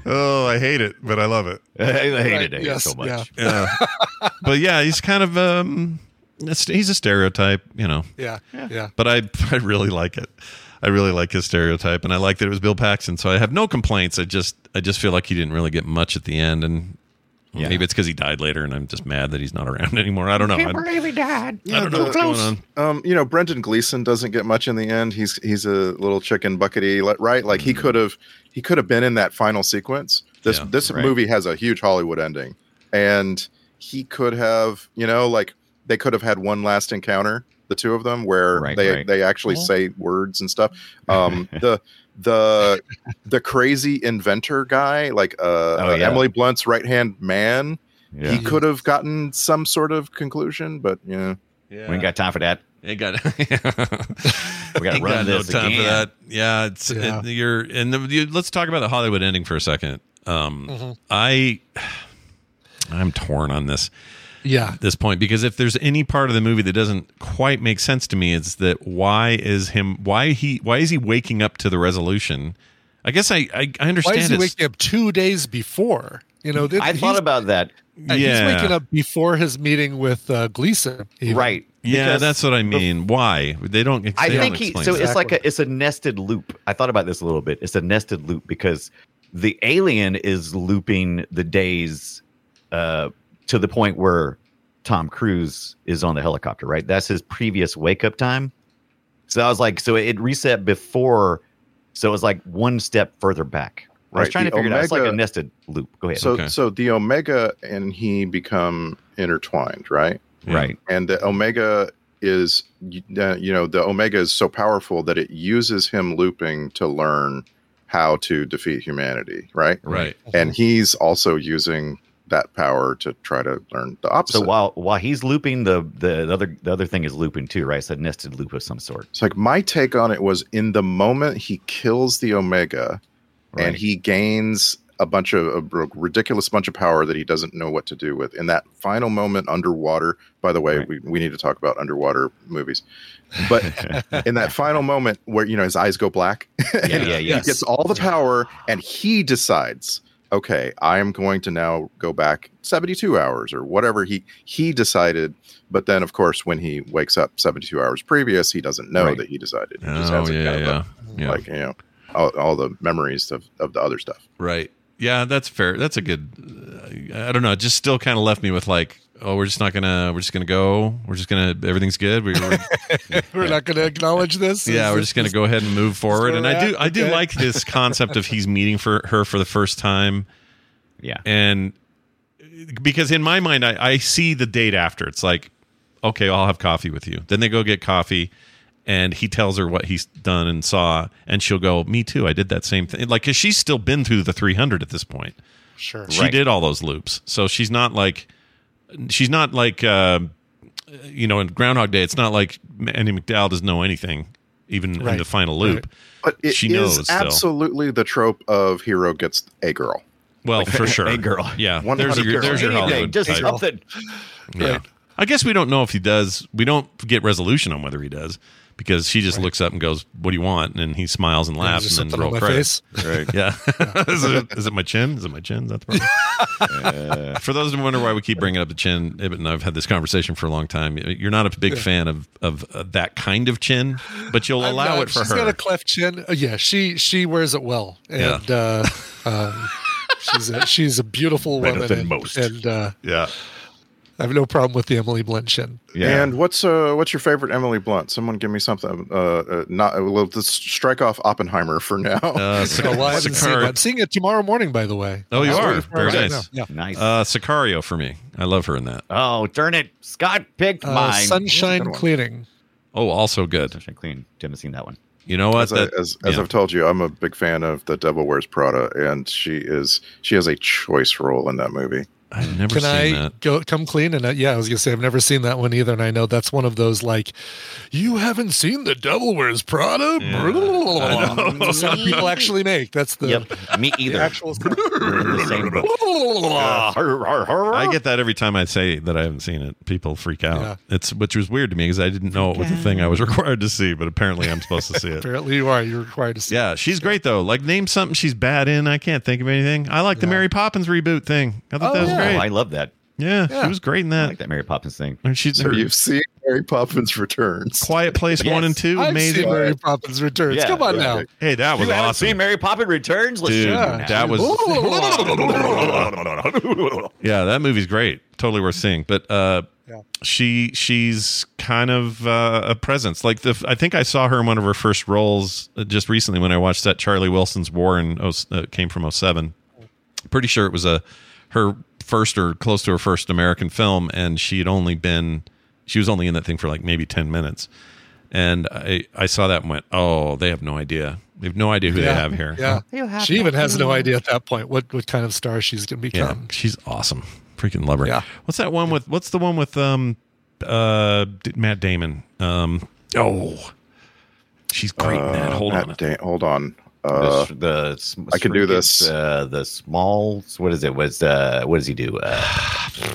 F: oh, I hate it, but I love it.
G: I hated
H: Right,
G: it
H: yes,
G: so much.
H: yeah.
F: Yeah. (laughs) but yeah, he's kind of um, it's- he's a stereotype, you know.
H: yeah, yeah.
F: But I (laughs) I really like it. I really like his stereotype, and I like that it was Bill Paxton. So I have no complaints. I just I just feel like he didn't really get much at the end, and
G: Yeah.
F: maybe it's because he died later, and I'm just mad that he's not around (laughs) anymore. I don't know. I,
G: believe he died.
F: I don't know what's going on.
C: Um, you know, Brendan Gleeson doesn't get much in the end. He's he's a little chicken buckety, li- right? Like
G: Mm-hmm.
C: he could have he could have been in that final sequence. This
F: Yeah,
C: this
G: right.
C: movie has a huge Hollywood ending, and he could have you know like they could have had one last encounter, the two of them, where
G: Right,
C: they
G: right.
C: they actually say words and stuff.
G: (laughs)
C: Um, the the the crazy inventor guy, like uh, uh,
G: Oh, yeah.
C: Emily Blunt's right hand man,
G: Yeah.
C: he could have gotten some sort of conclusion, but you know.
F: Yeah.
G: We ain't got time for that.
F: It got. (laughs) we
G: gotta run this again.
F: Yeah, it's
H: Yeah.
F: It, you're and the, you, let's talk about the Hollywood ending for a second. Um,
H: Mhm.
F: I I'm torn on this
H: Yeah.
F: this point because if there's any part of the movie that doesn't quite make sense to me, it's that why is him why he why is he waking up to the resolution? I guess I I, I
H: Why
F: understand.
H: is he
F: it's-
H: waking up two days before? You know,
G: I thought about that.
H: yeah. he's waking up before his meeting with uh, Gleason. even.
G: Right.
F: Yeah,
G: Because
F: that's what I mean. Why they don't? They
G: I
F: don't
G: think he.
F: explain
G: So
F: that.
G: it's like a it's a nested loop. I thought about this a little bit. It's a nested loop because the alien is looping the days uh, to the point where Tom Cruise is on the helicopter. Right. That's his previous wake up time. So I was like, so it reset before. So it was like one step further back. I was
C: Right,
G: trying to
C: the
G: figure it out. It's like a
C: Omega-
G: nested loop. Go ahead.
C: So
F: Okay.
C: so the omega and he become intertwined, right?
F: Yeah.
G: Right.
C: And the omega is uh, you know the omega is so powerful that it uses him looping to learn how to defeat humanity, right?
F: Right.
G: Mm-hmm.
C: And he's also using that power to try to learn the opposite.
G: So while while he's looping, the, the the other the other thing is looping too, right? It's a nested loop of some sort.
C: it's like my take on it was in the moment he kills the omega
G: Right.
C: and he gains a bunch of a br- ridiculous bunch of power that he doesn't know what to do with in that final moment underwater by the way
G: Right.
C: we, we need to talk about underwater movies
G: (laughs)
C: but in that final moment where you know his eyes go black
G: yeah,
C: and
G: yeah,
C: he
G: yes.
C: gets all the power and he decides okay i am going to now go back 72 hours or whatever he he decided but then of course when he wakes up 72 hours previous he doesn't know
G: Right.
C: that he decided he just
F: Oh
C: has a
F: yeah,
C: kind of a-
F: yeah, yeah.
C: like you know all, all the memories of, of the other stuff
F: Right. Yeah, that's fair. That's a good. Uh, I don't know. It just still kind of left me with like, oh, we're just not gonna. We're just gonna go. We're just gonna. Everything's good. We, (laughs) we're,
H: We're not going to acknowledge this.
F: yeah,
H: Is
F: we're
H: this-
F: just gonna go ahead and move forward.
H: where
F: And
H: we're
F: I do.
H: at?
F: I do
H: Okay.
F: like this concept of he's meeting for her for the first time,
G: yeah.
F: and because in my mind, I, I see the date after. It's like, okay, I'll have coffee with you. Then they go get coffee. And he tells her what he's done and saw, and she'll go, "Me too. I did that same thing." Like, cause she's still been through the three hundred at this point.
H: Sure.
F: she did all those loops so she's not like she's not like uh, you know in groundhog day it's not like andy mcdowell doesn't know anything even in
H: Right.
F: the final loop
C: but it is
F: She knows, though.
C: absolutely the trope of hero gets a girl
F: well for sure
G: Hey, girl.
F: yeah
C: One
F: there's
C: hundred
F: your, there's your
C: percent.
F: hollywood
G: just
F: type.
G: something.
F: Yeah. i guess we don't know if he does we don't get resolution on whether he does because she just looks up and goes what do you want and he smiles and laughs
H: Is there
F: and then
H: something on
F: roll
H: my
F: credits
H: face?
G: (laughs) Right.
F: (laughs) yeah (laughs) is, it, is it my chin is it my chin is that the problem
H: (laughs)
F: for those who wonder why we keep bringing up the chin, Ibit and I've had this conversation for a long time. You're not a big fan of of uh, that kind of chin, but you'll
H: I'm
F: allow
H: not-
F: it for
H: she's
F: her.
H: got a cleft chin. Uh, yeah, she she wears it well, and uh, um, she's a, she's a beautiful
F: Better
H: woman.
F: than
H: and,
F: most.
H: And uh,
F: Yeah.
H: I have no problem with the Emily Blunt chin.
C: And what's uh what's your favorite Emily Blunt? Someone give me something. Uh, uh not well, let's strike off Oppenheimer for
F: (laughs)
C: now.
H: (laughs)
F: Uh, Sic-
H: Oh, well, I haven't seen it. I'm
F: Sicar-
H: seeing it tomorrow morning, by the way.
F: oh, you
H: I'm
F: are
H: waiting for
F: very
H: it right
F: nice.
H: now. Yeah.
G: Nice.
F: Uh, Sicario for me. I love her in that.
G: oh, darn it. Scott picked
H: Uh,
G: mine.
H: sunshine
C: Good one.
H: cleaning.
F: Oh, also good.
G: Sunshine Clean. Tim has seen that one.
F: You know what?
C: as, I,
F: That-
C: as, as
F: yeah.
C: I've told you, I'm a big fan of The Devil Wears Prada, and she is she has a choice role in that movie.
F: I've never
H: Can
F: seen
H: I
F: that.
H: go come clean? And uh, yeah, I was gonna say I've never seen that one either, and I know that's one of those like, you haven't seen the Devil Wears Prada. (laughs) That's the sound people actually make. That's the,
G: Yep. Me
H: the
G: either.
H: actual. sound.
G: (laughs) We're in the same boat. Ah, Oh.
F: I get that every time I say that I haven't seen it. People freak out.
H: Yeah.
F: It's which was weird to me because I didn't know it was a thing I was (laughs) required to see, but apparently I'm supposed to see
H: (laughs)
F: it.
H: Apparently, you are. You're required to see.
F: Yeah, she's great though. Like name something she's bad in. I can't think of anything. I like the Mary Poppins reboot thing. I thought
H: Oh,
F: that was
G: Oh,
H: yeah.
G: I
F: great.
G: love that.
F: Yeah,
H: Yeah.
F: she was great in
G: I
F: that.
G: like that Mary Poppins thing.
F: And she's
C: So
F: her
C: you've seen Mary Poppins Returns.
F: (laughs)
C: (laughs)
F: Quiet Place
G: Yes.
F: one and 2
H: I've
F: amazing.
H: seen Mary Poppins Returns.
G: Yeah,
H: Come on
G: yeah.
H: now.
F: Hey, that was
G: you haven't
F: awesome.
G: seen Mary Poppins Returns? Let's
F: Dude,
G: show you
H: Yeah.
F: that (laughs)
H: was-
F: yeah, that movie's great. Totally worth seeing. But uh
H: Yeah.
F: she she's kind of uh, a presence. Like the I think I saw her in one of her first roles uh, just recently when I watched that Charlie Wilson's War and uh, came from 07. Pretty sure it was a her first or close to her first American film and she had only been she was only in that thing for like maybe 10 minutes. And I I saw that and went, "Oh, they have no idea. They have no idea who they
H: Yeah.
F: have here."
H: Yeah. She even has no idea at that point what what kind of star she's going to
F: Yeah,
H: become.
F: Um, she's awesome. Freaking love her.
H: Yeah.
F: What's that one with? What's the one with um uh D- Matt Damon? Um oh, she's great in that.
C: Uh,
F: Hold
C: Matt
F: on.
C: Da- hold on. Uh,
G: The, sh- the s-
C: I can do this.
G: Uh, the small. What is it? Was uh, what does he do? Uh, (sighs)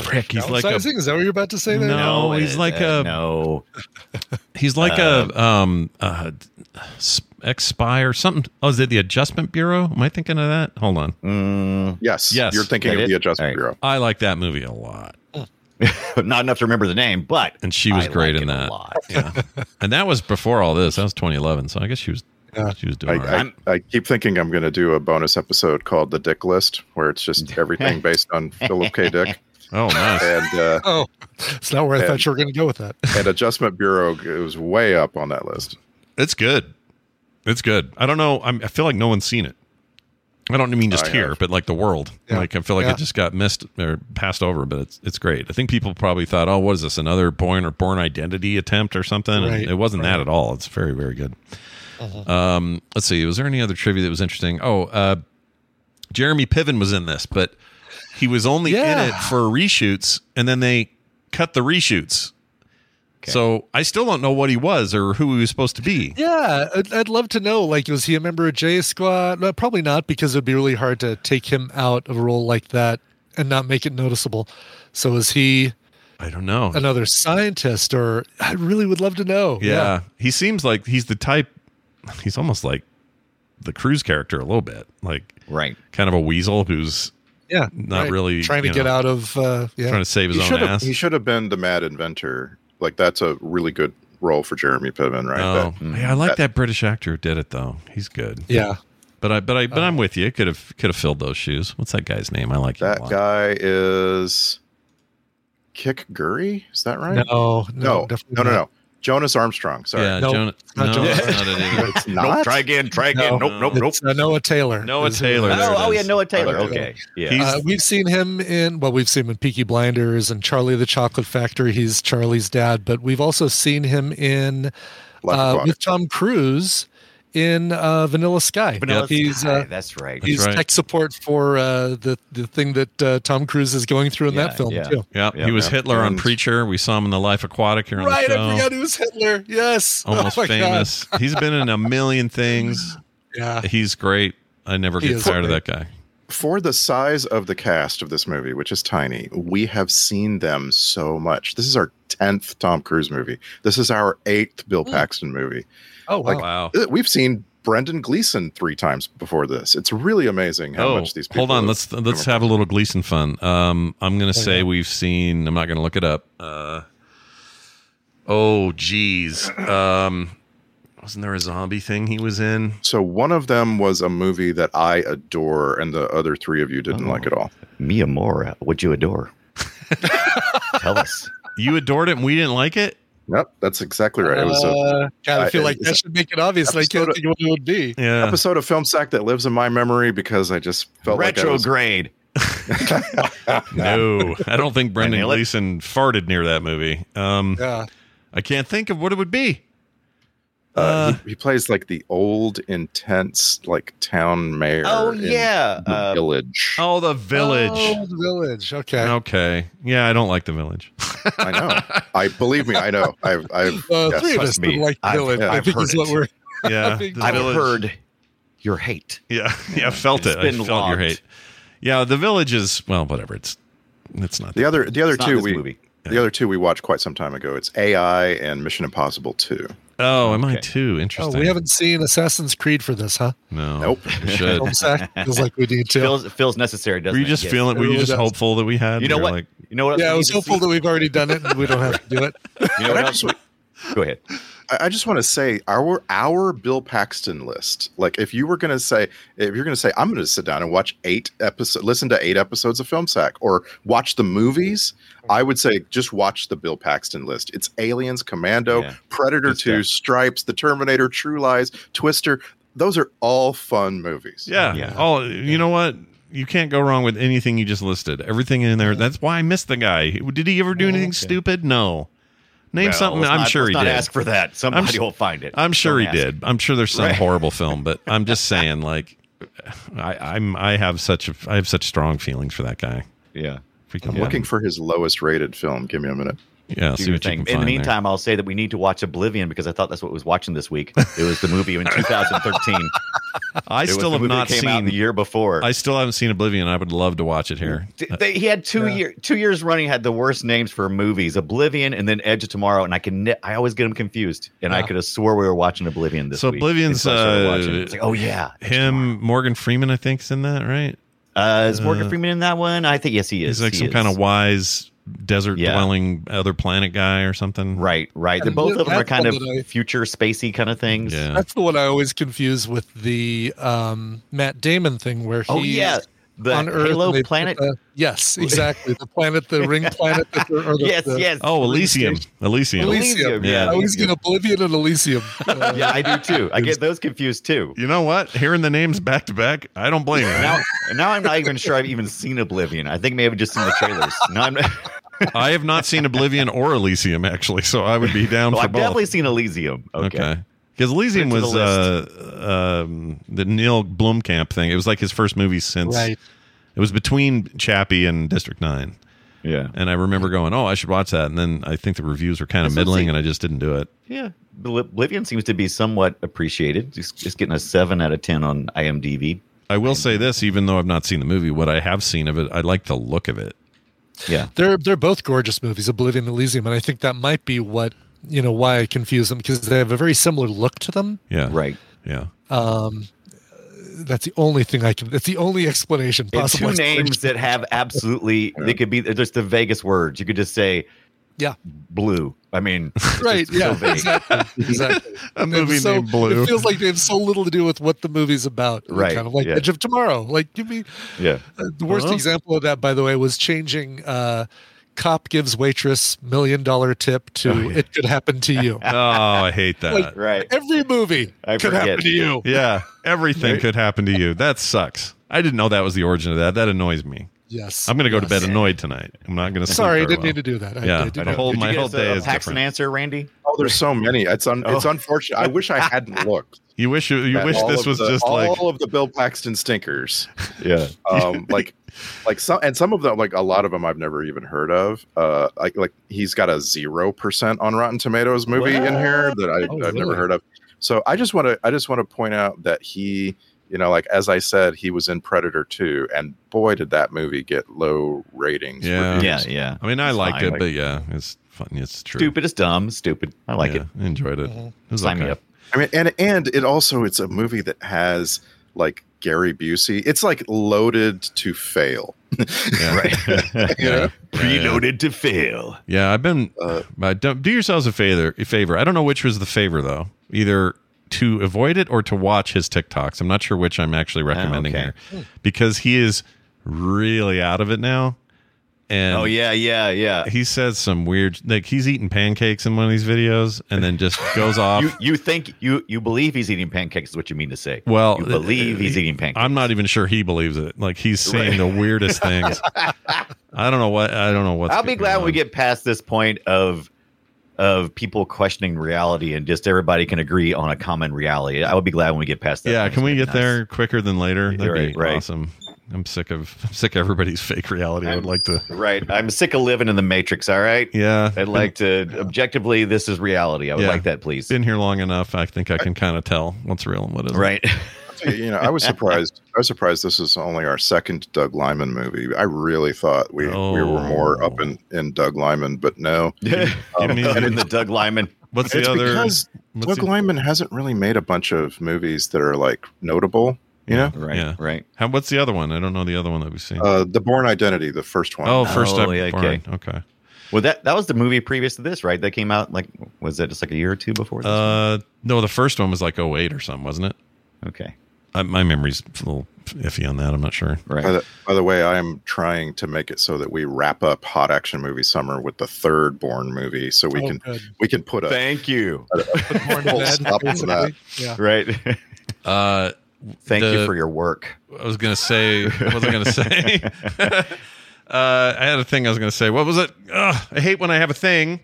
F: Frick, he's like a
H: Downsizing? Is that what you're about to say there?
F: No, he's
G: uh,
F: like
G: uh,
F: a-
G: no.
F: he's like a um uh ex spy or something. Oh, is it the Adjustment Bureau? Am I thinking of that? Hold on.
G: Mm,
C: yes,
F: Yes.
C: You're thinking
G: That
C: of
G: it?
C: the Adjustment
G: All right.
C: Bureau.
F: I like that movie a lot,
G: not enough to remember the name, but
F: and she was
G: I
F: great
G: like
F: in
G: it a
F: that.
G: lot.
F: Yeah, and that was before all this. That was 2011, so I guess she was
H: Yeah.
F: she was doing. all right.
C: I,
G: I'm-
C: I, I keep thinking I'm going to do a bonus episode called The Dick List, where
G: (laughs)
C: it's just everything based on Philip K. Dick.
F: oh, nice.
C: And uh,
H: Oh, it's not where I
C: Yeah.
H: thought you were going to go with
F: (laughs)
H: that.
C: and Adjustment Bureau goes way up on that list.
F: It's good. It's good. I don't know. I'm, I feel like no one's seen it. I don't mean just
C: I
F: here,
C: have.
F: but like the world.
H: Yeah.
F: Like I feel like
H: Yeah.
F: it just got missed or passed over, but it's it's great. I think people probably thought, oh, what is this? Another Born or Born Identity attempt or something? And
H: Right,
F: it wasn't that
H: right. Uh-huh.
F: at all. It's very very good. Um, let's see. Was there any other trivia that was interesting? Oh, uh, Jeremy Piven was in this, but he was only
H: Yeah.
F: in it for reshoots, and then they cut the reshoots. So I still don't know what he was or who he was supposed to be.
H: Yeah, I'd, I'd love to know. Like, was he a member of J Squad? No, probably not, because it'd be really hard to take him out of a role like that and not make it noticeable. So, is he
F: I don't know.
H: another scientist, or I really would love to know.
F: Yeah. He seems like he's the type he's almost like the cruise character a little bit. Like
G: Right.
F: kind of a weasel who's
H: yeah,
F: Not really,
H: trying to
F: you
H: get
F: know,
H: out of. Uh, yeah,
F: trying to save his
C: He
F: own
C: should, have,
F: ass.
C: he should have been the Mad Inventor. Like that's a really good role for Jeremy Piven, right?
F: Oh,
C: That-
F: yeah, I like that British actor who did it though. He's good.
H: yeah,
F: But I but I but I'm with you. Could have could have filled those shoes. What's that guy's name? I like him
C: that
F: a lot.
C: guy is Kick Gurry. Is that right?
H: no, no,
C: no, no, no,
H: definitely
C: no.
H: not.
C: Jonas Armstrong. Sorry,
F: Yeah,
H: Nope,
F: Jonah,
H: not
F: no,
H: Jonah.
F: that's not it either.
C: it's
G: Nope.
C: not.
G: Try again. Try again.
F: No.
G: Nope. Nope. Nope.
H: It's, uh, Noah Taylor.
F: Noah
H: is-
F: Taylor. There
G: Oh,
F: it
G: oh yeah,
F: is.
G: Noah Taylor.
C: There it
G: Okay. Yeah.
F: He's-
H: Uh, we've seen him in well, we've seen him in Peaky Blinders and Charlie the Chocolate Factory. He's Charlie's dad, but we've also seen him in
C: Life
H: uh,
C: Aquatic.
H: with Tom Cruise in uh, Vanilla Sky.
G: Vanilla
H: He's,
G: Sky,
H: uh,
G: that's right.
H: he's
F: right.
H: tech support for uh, the the thing that uh, Tom Cruise is going through in
G: Yeah,
H: that film
G: yeah.
H: too.
F: Yeah,
G: Yeah,
F: he was
G: yeah.
F: Hitler on
C: And-
F: Preacher. We saw him in the Life Aquatic here on
H: Right,
F: the show.
H: I forgot he was Hitler. Yes, (laughs)
F: Almost
H: Oh my God.
F: famous. He's been in a million things.
H: Yeah,
F: He's great. I never
H: He
F: get
H: is
F: tired of
H: great.
F: that guy.
C: For the size of the cast of this movie, which is tiny, we have seen them so much. This is our tenth Tom Cruise movie. This is our eighth
G: Hmm.
C: Bill Paxton movie.
H: oh wow.
C: Like,
F: Wow.
C: Uh, We've seen Brendan Gleeson three times before this. It's really amazing how much these people.
F: Oh, Hold on,
C: have
F: let's
C: come
F: let's
C: up
F: have a little Gleason fun. Um, I'm gonna
H: Oh,
F: say
H: yeah.
F: we've seen. I'm not gonna look it up. Uh, oh, geez. Um, Wasn't there a zombie thing he was in?
C: So one of them was a movie that I adore, and the other three of you didn't like
F: Oh.
C: at all.
G: Miyamura, what you
C: (laughs)
G: adore? Tell us.
F: You adored it and we didn't like it?
C: Yep, that's exactly right. It was a
H: Uh, God, I feel
C: I-
H: like that should make it obvious. and I can't
C: episode-
H: think of what it would be.
F: Yeah.
C: episode of Film Sack that lives in my memory because I just felt like
G: Retrograde.
F: No. I don't think Brendan
G: nail it?
F: Gleeson farted near that movie. Um,
H: Yeah.
F: I can't think of what it would be.
C: I was, uh, he, he plays like the old, intense, like town mayor.
G: Oh,
C: in
G: yeah.
C: the
G: Uh,
C: village.
F: Oh, the village.
H: Oh, the village. Okay.
F: Okay. Yeah, I don't like the village.
C: I know. I believe me. I know. I've, I've
H: Uh,
C: yes.
H: three of us
G: me.
H: didn't like the
G: I've-
H: village.
C: yeah,
H: I
G: I've
H: think
G: heard
H: is what
G: it.
H: we're.
F: Yeah.
H: think
F: the
H: so.
G: I've
F: village.
G: heard your hate.
F: Yeah. (laughs) Yeah. Felt
G: It's
F: it. I
G: been
F: felt your
G: logged.
F: hate. Yeah. The village is, well, whatever. It's, it's not
C: the other the other
G: It's not
C: two
G: this
C: we
G: movie.
C: the other two we watched quite some time ago. It's AI and Mission Impossible Two.
F: Oh, am I
G: Okay.
F: too?
H: Oh,
F: Interesting.
H: we haven't seen Assassin's Creed for this, huh?
F: No.
C: Nope.
F: (laughs) We
H: (laughs)
F: should.
H: Film
G: (laughs)
H: sack feels like we need to.
G: Feels, feels necessary,
F: Were
G: doesn't
F: you
G: it?
F: just
G: Yes.
F: feeling? Were
H: It
F: you
H: really
F: just
H: does.
F: hopeful that we had?
G: You know
F: We were
G: what?
F: Like,
G: you know what?
H: yeah, I
G: else
H: was
G: we need to
H: hopeful that we've already done it and we don't have to
G: (laughs)
H: do it.
G: see? You know what else? Go ahead.
C: I, I just want to say our our Bill Paxton list. Like if you were going to say if you're going to say I'm going to sit down and watch eight episodes, listen to eight episodes of Film Sack or watch the movies, I would say just watch the Bill Paxton list. It's Aliens, Commando,
G: Yeah.
C: Predator
G: Good
C: Two, Stripes, The Terminator, True Lies, Twister. Those are all fun movies.
F: yeah.
G: Yeah.
F: Oh, you know what? You can't go wrong with anything you just listed. Everything in there. That's why I missed the guy. Did he ever do anything stupid? No. Name
G: Well,
F: something.
G: let's
F: I'm
G: not-
F: sure
G: let's
F: he
G: not
F: did.
G: ask for that. Somebody
F: s-
G: will find it.
F: I'm sure
G: Don't
F: he
G: ask.
F: did. I'm sure there's some
G: Right.
F: horrible film, but I'm
G: (laughs)
F: just saying, like, I, I'm I have such a, I have such strong feelings for that guy.
G: Yeah.
F: Freaking
C: I'm looking for his lowest rated film. Give me a minute.
G: (laughs)
F: Yeah.
G: do
F: See
G: your
F: what you
G: thing.
F: can find
G: In the
F: there.
G: meantime, I'll say that we need to watch Oblivion because I thought that's what we was watching this week. It was
F: (laughs)
G: the movie in 2013.
F: I
G: It was
F: still
G: the
F: have
G: movie that
F: not
G: came out the
F: seen.
G: year before.
F: I still haven't seen Oblivion. I would love to watch it here.
G: D- they, he had two year two years running had the worst names for movies: Oblivion and then Edge of Tomorrow. And I can ne- I always get them confused. And I could have swore we were watching Oblivion this
F: So
G: week.
F: Oblivion's,
G: And so I started
F: uh,
G: watching it. It's like, oh yeah, Edge of Tomorrow.
F: Him, Morgan Freeman, I think, is in that, right?
G: Uh, is
F: uh,
G: Morgan Freeman in that one? I think yes, he is.
F: He's like
G: He
F: some
G: is.
F: kind of wise desert
G: Yeah.
F: dwelling other planet guy or something.
G: right, right. The,
H: And
G: both
H: th-
G: of them are
H: that's
G: kind
H: one
G: of
H: that I-
G: future spacey kind of things.
F: Yeah.
H: That's the one I always confuse with the um, Matt Damon thing where he
G: Oh yeah, the
H: on Earth
G: Halo
H: and they put
G: planet.
H: the- yes, exactly. The planet, the
G: (laughs)
H: ring planet. That they're, or the,
G: yes,
H: the-
G: yes.
F: Oh, Elysium.
H: Elysium.
F: Elysium.
G: Elysium, yeah.
H: Yeah. I always get
G: Elysium.
H: Oblivion and
G: (laughs)
H: Elysium. Uh,
G: Yeah, I do too. I get those confused too.
F: You know what? Hearing the names back to back, I don't blame you.
G: Now, now I'm not even sure I've even seen Oblivion. I think maybe just seen the trailers. No, I'm,
F: (laughs)
G: (laughs)
F: I have not seen Oblivion or Elysium actually, so I would be down
G: well,
F: for
G: I've
F: both.
G: definitely seen Elysium. Okay.
F: Because Elysium
G: Put it to
F: was
G: the
F: uh, um, the Neil Blomkamp thing. It was like his first movie since
H: Right.
F: it was between Chappie and District Nine,
G: Yeah.
F: and I remember going, "Oh, I should watch that." And then I think the reviews were kind of
G: That's what I'm
F: middling,
G: saying.
F: and I just didn't do it.
G: Yeah. Obl- Oblivion seems to be somewhat appreciated. Just, just getting a 7 out of 10 on IMDb.
F: I will say this, even though I've not seen the movie, what I have seen of it, I like the look of it.
G: Yeah.
H: they're they're both gorgeous movies, Oblivion and Elysium, and I think that might be what you know why I confuse them because they have a very similar look to them.
F: Yeah.
G: Right.
F: Yeah.
H: That's the only thing I can. That's the only explanation.
G: And
H: possible
G: two names
H: explanation.
G: that have absolutely, they could be they're just the vaguest words. You could just say
H: Yeah.
G: blue.
F: (laughs)
G: I mean, it's just
H: Right.
G: so
H: Yeah.
G: vague.
H: exactly. (laughs)
G: (laughs)
H: Exactly.
F: A
H: They have
F: movie
H: so-
F: named Blue.
H: It feels like they have so little to do with what the movie's about. They're
G: Right,
H: Kind of like
G: yeah. Uh-huh.
H: Edge of Tomorrow. Like, give me
G: Yeah.
H: uh, the worst
F: Huh?
H: example of that. By the way, was changing. uh Cop gives waitress million dollar tip to
G: Oh,
H: it could happen to
G: (laughs)
H: you.
F: Oh, I hate that.
H: Like-
G: Right.
H: Every movie
G: I
H: could happen
G: forget.
H: to you.
F: yeah. Everything could happen to you. That sucks. I didn't know that was the origin of that. That annoys me.
H: Yes.
F: I'm going to go to bed annoyed tonight. I'm not going to.
H: Sorry, I didn't
F: well.
H: mean to do that. I,
F: Yeah,
H: I do
F: I
G: (laughs)
H: know.
F: whole-
G: Did you uh,
F: my
G: get
F: whole
G: us a-
F: day
G: a
F: is
G: Pax and
F: different.
G: answer, Randy?
C: Oh, there's so many. It's un- it's unfortunate. I wish I hadn't looked.
F: You wish Oh. (laughs) you, you
C: at
F: wish
C: all
F: this
C: of
F: was
C: the-
F: just
C: all
F: like
C: of the Bill Paxton stinkers.
G: Yeah.
F: (laughs)
C: um like like some and some of them like a lot of them i've never even heard of uh like, like he's got a zero percent on rotten tomatoes movie in here that I,
H: Oh,
C: i've never
H: really?
C: heard of so i just want to i just want to point out that he you know like as i said he was in predator 2 and boy did that movie get low ratings
F: Yeah.
C: reviews.
G: Yeah. Yeah.
F: I mean, I
G: It's
F: liked
G: fine,
F: it,
G: like-
F: but yeah, it's fun. It's true.
G: Stupid is dumb. Stupid. I like
F: Yeah,
G: it. Mm-hmm.
F: I enjoyed it.
H: Mhm.
F: It was
G: Sign me
F: okay.
G: up.
C: i mean and and it also it's a movie that has like gary busey it's like loaded to fail
F: (laughs) Yeah.
G: (laughs) yeah.
F: Preloaded
G: to fail.
F: Yeah, I've been.
C: Uh,
F: but don't, do yourselves a favor. A favor. I don't know which was the favor though. Either to avoid it or to watch his TikToks. I'm not sure which I'm actually recommending
G: okay.
F: here because he is really out of it now. And
G: Oh yeah, yeah, yeah.
F: he says some weird like he's eating pancakes in one of these videos and then just goes off.
G: You you think you you believe he's eating pancakes is what you mean to say.
F: well,
G: you believe he's eating pancakes.
F: I'm not even sure he believes it. Like he's saying
G: Right.
F: the weirdest
G: (laughs)
F: things. I don't know what I don't know what's
G: I'll be
F: going
G: glad when we
F: on.
G: get past this point of of people questioning reality and just everybody can agree on a common reality. I would be glad when we get past that.
F: Yeah,
G: point.
F: can we
G: It's
F: get
G: gonna be nice.
F: there quicker than later? That'd
G: Right,
F: be
G: right.
F: awesome. I'm sick of I'm sick of everybody's fake reality. I would like to
G: Right. I'm sick of living in the matrix, all right?
F: Yeah.
G: I'd like to objectively this is reality. I would
F: Yeah.
G: like that, please.
F: been here long enough. I think I can kind of tell what's real and what isn't.
G: Right. (laughs)
C: you know, I was surprised. I was surprised this is only our second Doug Lyman movie. I really thought we, we were more
F: Oh.
C: up in, in Doug Lyman, but
F: (laughs)
C: no.
F: Give me-
G: in the Doug Lyman.
F: What's
C: it's
F: the other?
C: because
F: what's
C: Doug
F: the-
C: Lyman hasn't really made a bunch of movies that are like notable. You know,
G: Right.
F: Yeah.
G: Right.
F: How, what's the other one? I don't know the other one that we've seen.
C: uh, the Born Identity, the first one.
F: oh, first
G: Oh,
F: time.
G: yeah,
F: okay.
G: okay.
F: Okay.
G: Well that that was the movie previous to this, right? That came out like was it just like a year or two before this?
F: Uh, no, the first one was like 08 or something, wasn't it?
G: okay.
F: I, my memory's a little iffy on that. I'm not sure.
G: Right.
C: By the, by the way, I am trying to make it so that we wrap up hot action movie summer with the third Born movie, so we
H: Oh,
C: can
H: good.
C: we can put a
G: Thank you.
H: (laughs) Born to
C: Full
H: Bed,
C: stop on that.
H: Yeah.
G: Right. (laughs)
F: Uh,
G: Thank
F: The-
G: you for your work.
F: I was gonna say. What was I gonna say? (laughs) uh, I had a thing I was gonna say. What was it? Ugh, I hate when I have a thing.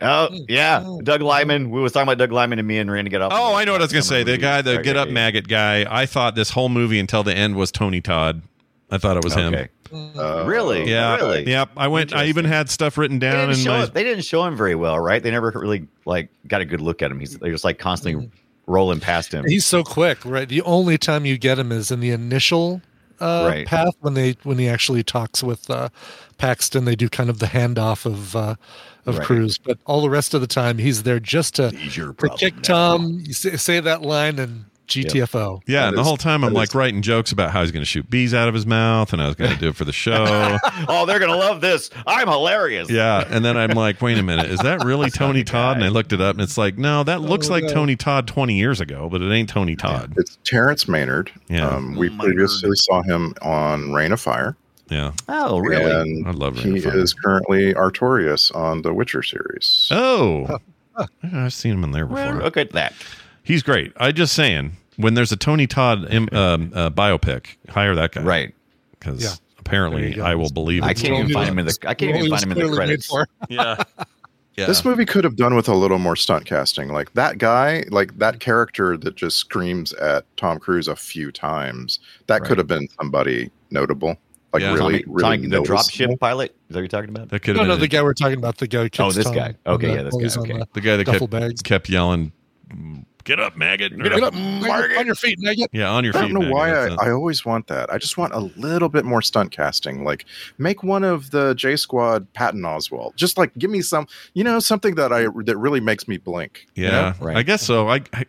G: Oh yeah, Doug Lyman. We was talking about Doug Lyman and me and Randy got off.
F: Oh, I know what I was gonna say. The guy, the
G: Right,
F: get
G: right,
F: up
G: right.
F: maggot guy. I thought this whole movie until the end was Tony Todd. I thought it was him.
G: Okay.
C: Uh,
G: really?
F: Yeah.
G: Really?
F: Yep. I went. I even had stuff written
G: They
F: down
G: didn't,
F: in
G: show
F: my.
G: it- they didn't show him very well, right? They never really like got a good look at him. He's they're just like constantly
F: Mm-hmm.
G: rolling past him.
H: He's so quick, right? The only time you get him is in the initial uh,
G: Right.
H: path when they when he actually talks with uh, Paxton. They do kind of the handoff of uh, of
G: Right.
H: Cruz, but all the rest of the time he's there just to,
G: He's your
H: to
G: problem
H: kick
G: now.
H: Tom, you say, say that line, and GTFO.
F: Yeah, and the
C: is-
F: whole time I'm
C: that
F: like
C: is-
F: writing jokes about how he's going to shoot bees out of his mouth, and I was going to do it for the show.
G: oh, they're gonna love this. I'm hilarious.
F: yeah, and then I'm like, wait a minute, is
H: (laughs)
F: that really Tony Todd? And I looked it up, and it's like, no,
H: Oh,
F: that looks like Tony Todd 20 years ago, but it ain't Tony Todd.
C: It's Terrence Maynard.
F: Yeah.
C: Um, we
G: Maynard.
C: previously saw him on Rain of Fire.
F: Yeah.
G: Oh, really?
C: And
F: I love Reign
C: he
F: of Fire.
C: is currently Artorias on the Witcher series.
H: (laughs)
F: Oh, I've seen him in there
G: Well,
F: before.
G: look at that.
F: He's great. I just saying, when there's a Tony Todd
H: (laughs)
F: um, um, uh, biopic, hire that guy,
G: Right.
F: Because
H: Yeah. There
F: apparently,
H: you go.
F: I will believe
G: I
F: it's
G: can't
F: Tony
G: even
F: Todd.
G: find him in the. I
H: Well,
G: can't even
H: he
G: find
H: was
G: him in the
H: clearly made
G: credits.
H: for it.
F: (laughs) Yeah. yeah.
C: This movie could have done with a little more stunt casting. Like that guy, like that character that just screams at Tom Cruise a few times. That
G: Right.
C: could have been somebody notable. Like
F: Yeah.
C: really,
G: Tommy,
C: really
G: Tommy, the
C: noticeable.
G: dropship pilot. Is that what you're talking about?
F: that could
H: No,
F: have
H: no,
F: been
H: the guy we're talking about, the guy. Who
G: Oh,
H: kicks
G: this
H: Tom
G: guy. Okay,
H: when
G: yeah, this
H: while
G: guy,
H: he's on
G: okay.
F: The guy that
H: duffel
F: kept,
H: bags.
F: kept yelling, "Get up, maggot!
H: Get up, maggot, on your feet, maggot.
F: Yeah, on your
C: I
F: feet.
C: don't know
F: maggot.
C: why I,
F: That's it.
C: I always want that. I just want a little bit more stunt casting. Like make one of the J Squad Patton Oswald. Just like give me some, you know, something that I that really makes me blink. you know?
F: yeah,
G: Right.
F: I guess so. I, I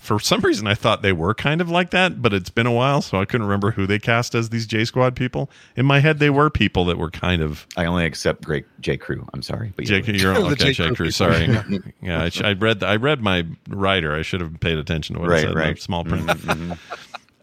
F: for some reason I thought they were kind of like that, but it's been a while, so I couldn't remember who they cast as these J Squad people. In my head, they were people that were kind of
G: I only accept great J Crew. I'm sorry, but
F: J.
G: yeah. (laughs)
F: You're
H: The
F: okay,
H: J.
F: J.
H: Crew
F: Crew.
H: people.
F: Sorry, yeah, I, sh- I read the, I read my writer. I should have paid attention to what I
G: Right,
F: said. in the
G: right. Mm-hmm,
F: Small print. (laughs)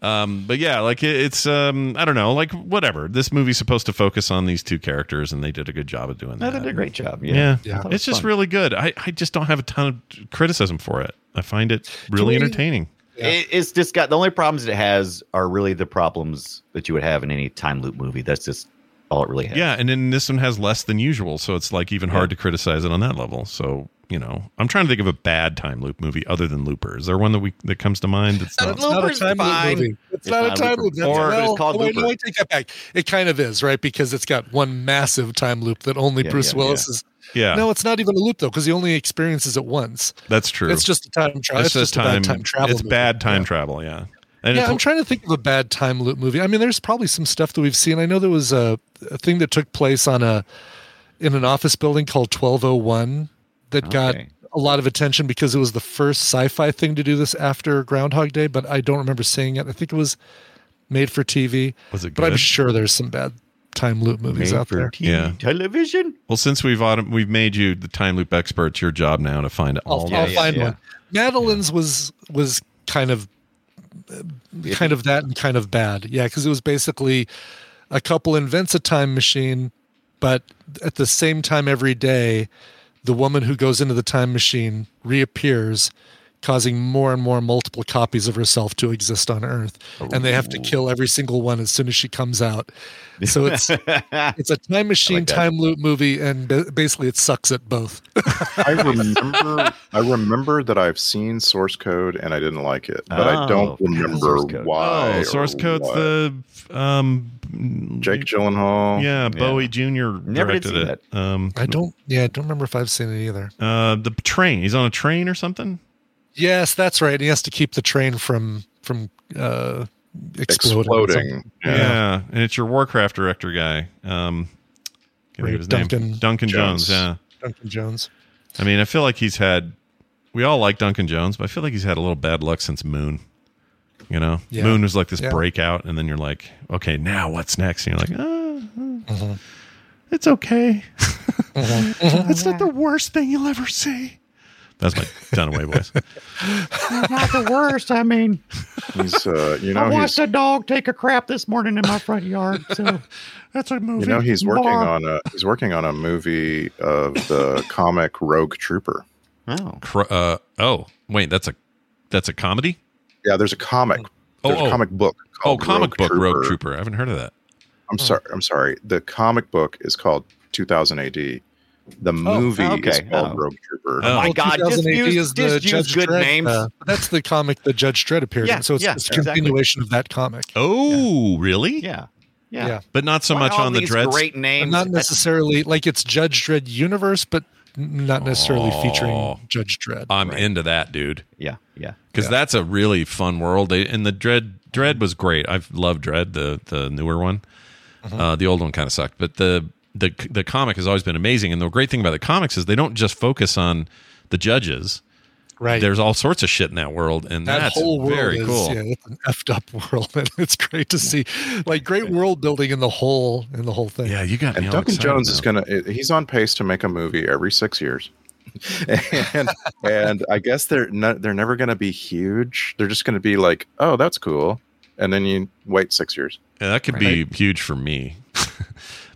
F: Um, but yeah, like it, it's um, I don't know, like whatever. This movie's supposed to focus on these two characters, and they did a good job of doing
G: No,
F: that.
G: they did a great job. Yeah.
F: Yeah.
H: Yeah.
G: That was
F: It's just
G: fun.
F: really good. I, I just don't have a ton of criticism for it. I find it
H: we-
F: really entertaining.
H: Yeah.
G: It, it's just got the only problems it has are really the problems that you would have in any time loop movie. That's just all it really has.
F: Yeah. And then this one has less than usual. So it's like even hard to criticize it on that level. So, you know, I'm trying to think of a bad time loop movie other than Looper. Is there one that we that comes to
H: (laughs)
F: mind? That's
G: Uh,
F: not,
H: It's not a
G: Looper's
H: time
G: fine.
H: loop movie. It's,
G: It's
H: not,
G: not
H: a
G: a
H: time
G: Looper.
H: loop. That's-
G: Or- But it's called
H: oh, wait, no,
G: Looper.
H: I take that back. It kind of is, right? Because it's got one massive time loop that only
G: Yeah,
H: Bruce
G: yeah,
H: Willis is.
F: yeah,
H: No, it's not even a loop though, because he only experiences it once.
F: that's true.
H: It's just a time travel.
F: This
H: It's
F: is
H: just a bad time travel.
F: It's
H: movie.
F: bad time
H: Yeah.
F: travel. Yeah. And
H: yeah, I'm
F: it's,
H: trying to think of a bad time loop movie. I mean, there's probably some stuff that we've seen. I know there was a, a thing that took place on a in an office building called 1201 that got
G: Okay.
H: a lot of attention because it was the first sci-fi thing to do this after Groundhog Day, but I don't remember seeing it. I think it was made for TV.
F: Was it
H: But I'm
F: good?
H: sure there's some bad time loop movies out there.
F: Yeah.
G: Television.
F: well, since we've autom- we've made you the time loop experts, your job now to find
H: I'll,
F: all
H: I'll
F: the
G: Oh, yeah,
H: find
G: yeah.
H: one. Madeline's was was kind of kind of that and kind of bad. Yeah, because it was basically a couple invents a time machine, but at the same time every day, the woman who goes into the time machine reappears, causing more and more multiple copies of herself to exist on Earth, and they have to kill every single one as soon as she comes out. So
G: (laughs)
H: it's it's a time machine,
J: that.
H: time loop movie, and ba- basically it sucks at both.
F: (laughs)
C: I remember I remember that I've seen source code and I didn't like it, but I
F: Oh,
C: don't
F: source
C: remember
F: code.
C: why.
F: Oh,
C: or
F: source code's
C: what.
F: the um
C: Jake Gyllenhaal.
F: Yeah, Bowie Jr.
H: Oh, Never did
F: directed
H: see
F: it. Um,
H: I don't. Yeah, I don't remember if I've seen it either.
F: Uh, the train. He's on a train or something.
H: Yes, that's right. And he has to keep the train from from uh, exploding. or
F: (laughs)
H: something.
F: Yeah. and it's your Warcraft director guy. Um, can't think of his
H: Duncan
F: name. Duncan Jones.
H: Jones.
F: Yeah.
H: Duncan Jones.
F: I mean, I feel like he's had. We all like Duncan Jones, but I feel like he's had a little bad luck since Moon. You know,
H: Yeah.
F: Moon was like this
H: Yeah.
F: breakout, and then you're like, okay, now what's next? And you're like, uh,
H: Mm-hmm.
F: uh, it's okay. (laughs)
J: That's
F: not the worst thing you'll ever see. That's my Dunaway voice.
J: (laughs) not the worst. I mean,
C: He's uh, you
J: I
C: know
J: watched
C: he's
J: a dog take a crap this morning in my front yard. So that's a movie.
C: you know he's working
J: Bar.
C: on a he's working on a movie of the comic Rogue Trooper.
G: Oh,
F: Cr- uh, oh, wait, that's a that's a comedy.
C: Yeah, there's a comic.
F: Oh,
C: There's
F: oh.
C: a comic book.
F: Oh,
C: called
F: comic
C: Rogue
F: book Rogue Oh.
C: Trooper.
F: Trooper. I haven't heard of that.
C: I'm sorry. I'm sorry. The comic book is called 2000 AD. The
F: Oh,
C: movie is
G: okay.
C: called
G: Oh.
C: Rogue Trooper.
G: Oh my God, just
H: 2008
G: use-
H: is the
G: just use
H: Judge
G: good
H: Dredd,
G: names.
H: uh, that's the comic that Judge Dredd appeared
G: Yeah,
H: in. So it's
G: yeah,
H: it's a
G: exactly.
H: continuation of that comic.
F: Oh, really?
G: Yeah.
H: Yeah.
F: But not so
G: Why
F: much
G: all
F: on the
G: these
F: dread.
G: great names?
H: And not necessarily like it's Judge Dredd universe, but not necessarily featuring Judge Dredd.
G: Uh,
F: I'm into that, dude.
G: Yeah, yeah.
F: Because that's a really fun world. They, and the dread dread was great. I've loved dread the the newer one. Uh, the old one kind of sucked, but the the the comic has always been amazing. And the great thing about the comics is they don't just focus on the judges.
H: Right.
F: There's all sorts of shit in that world, and
H: that
F: that's
H: whole world
F: very
H: is
F: cool.
H: yeah, it's an effed up (laughs) world, and it's great to see, like great world building in the whole in the whole thing.
F: Yeah, you got
C: and Duncan Jones is gonna. He's on pace to make a movie every six years. (laughs) and and I guess they're not, they're never gonna be huge. They're just gonna be like, oh, that's cool, and then you wait six years.
F: Yeah, that could be huge for me. (laughs)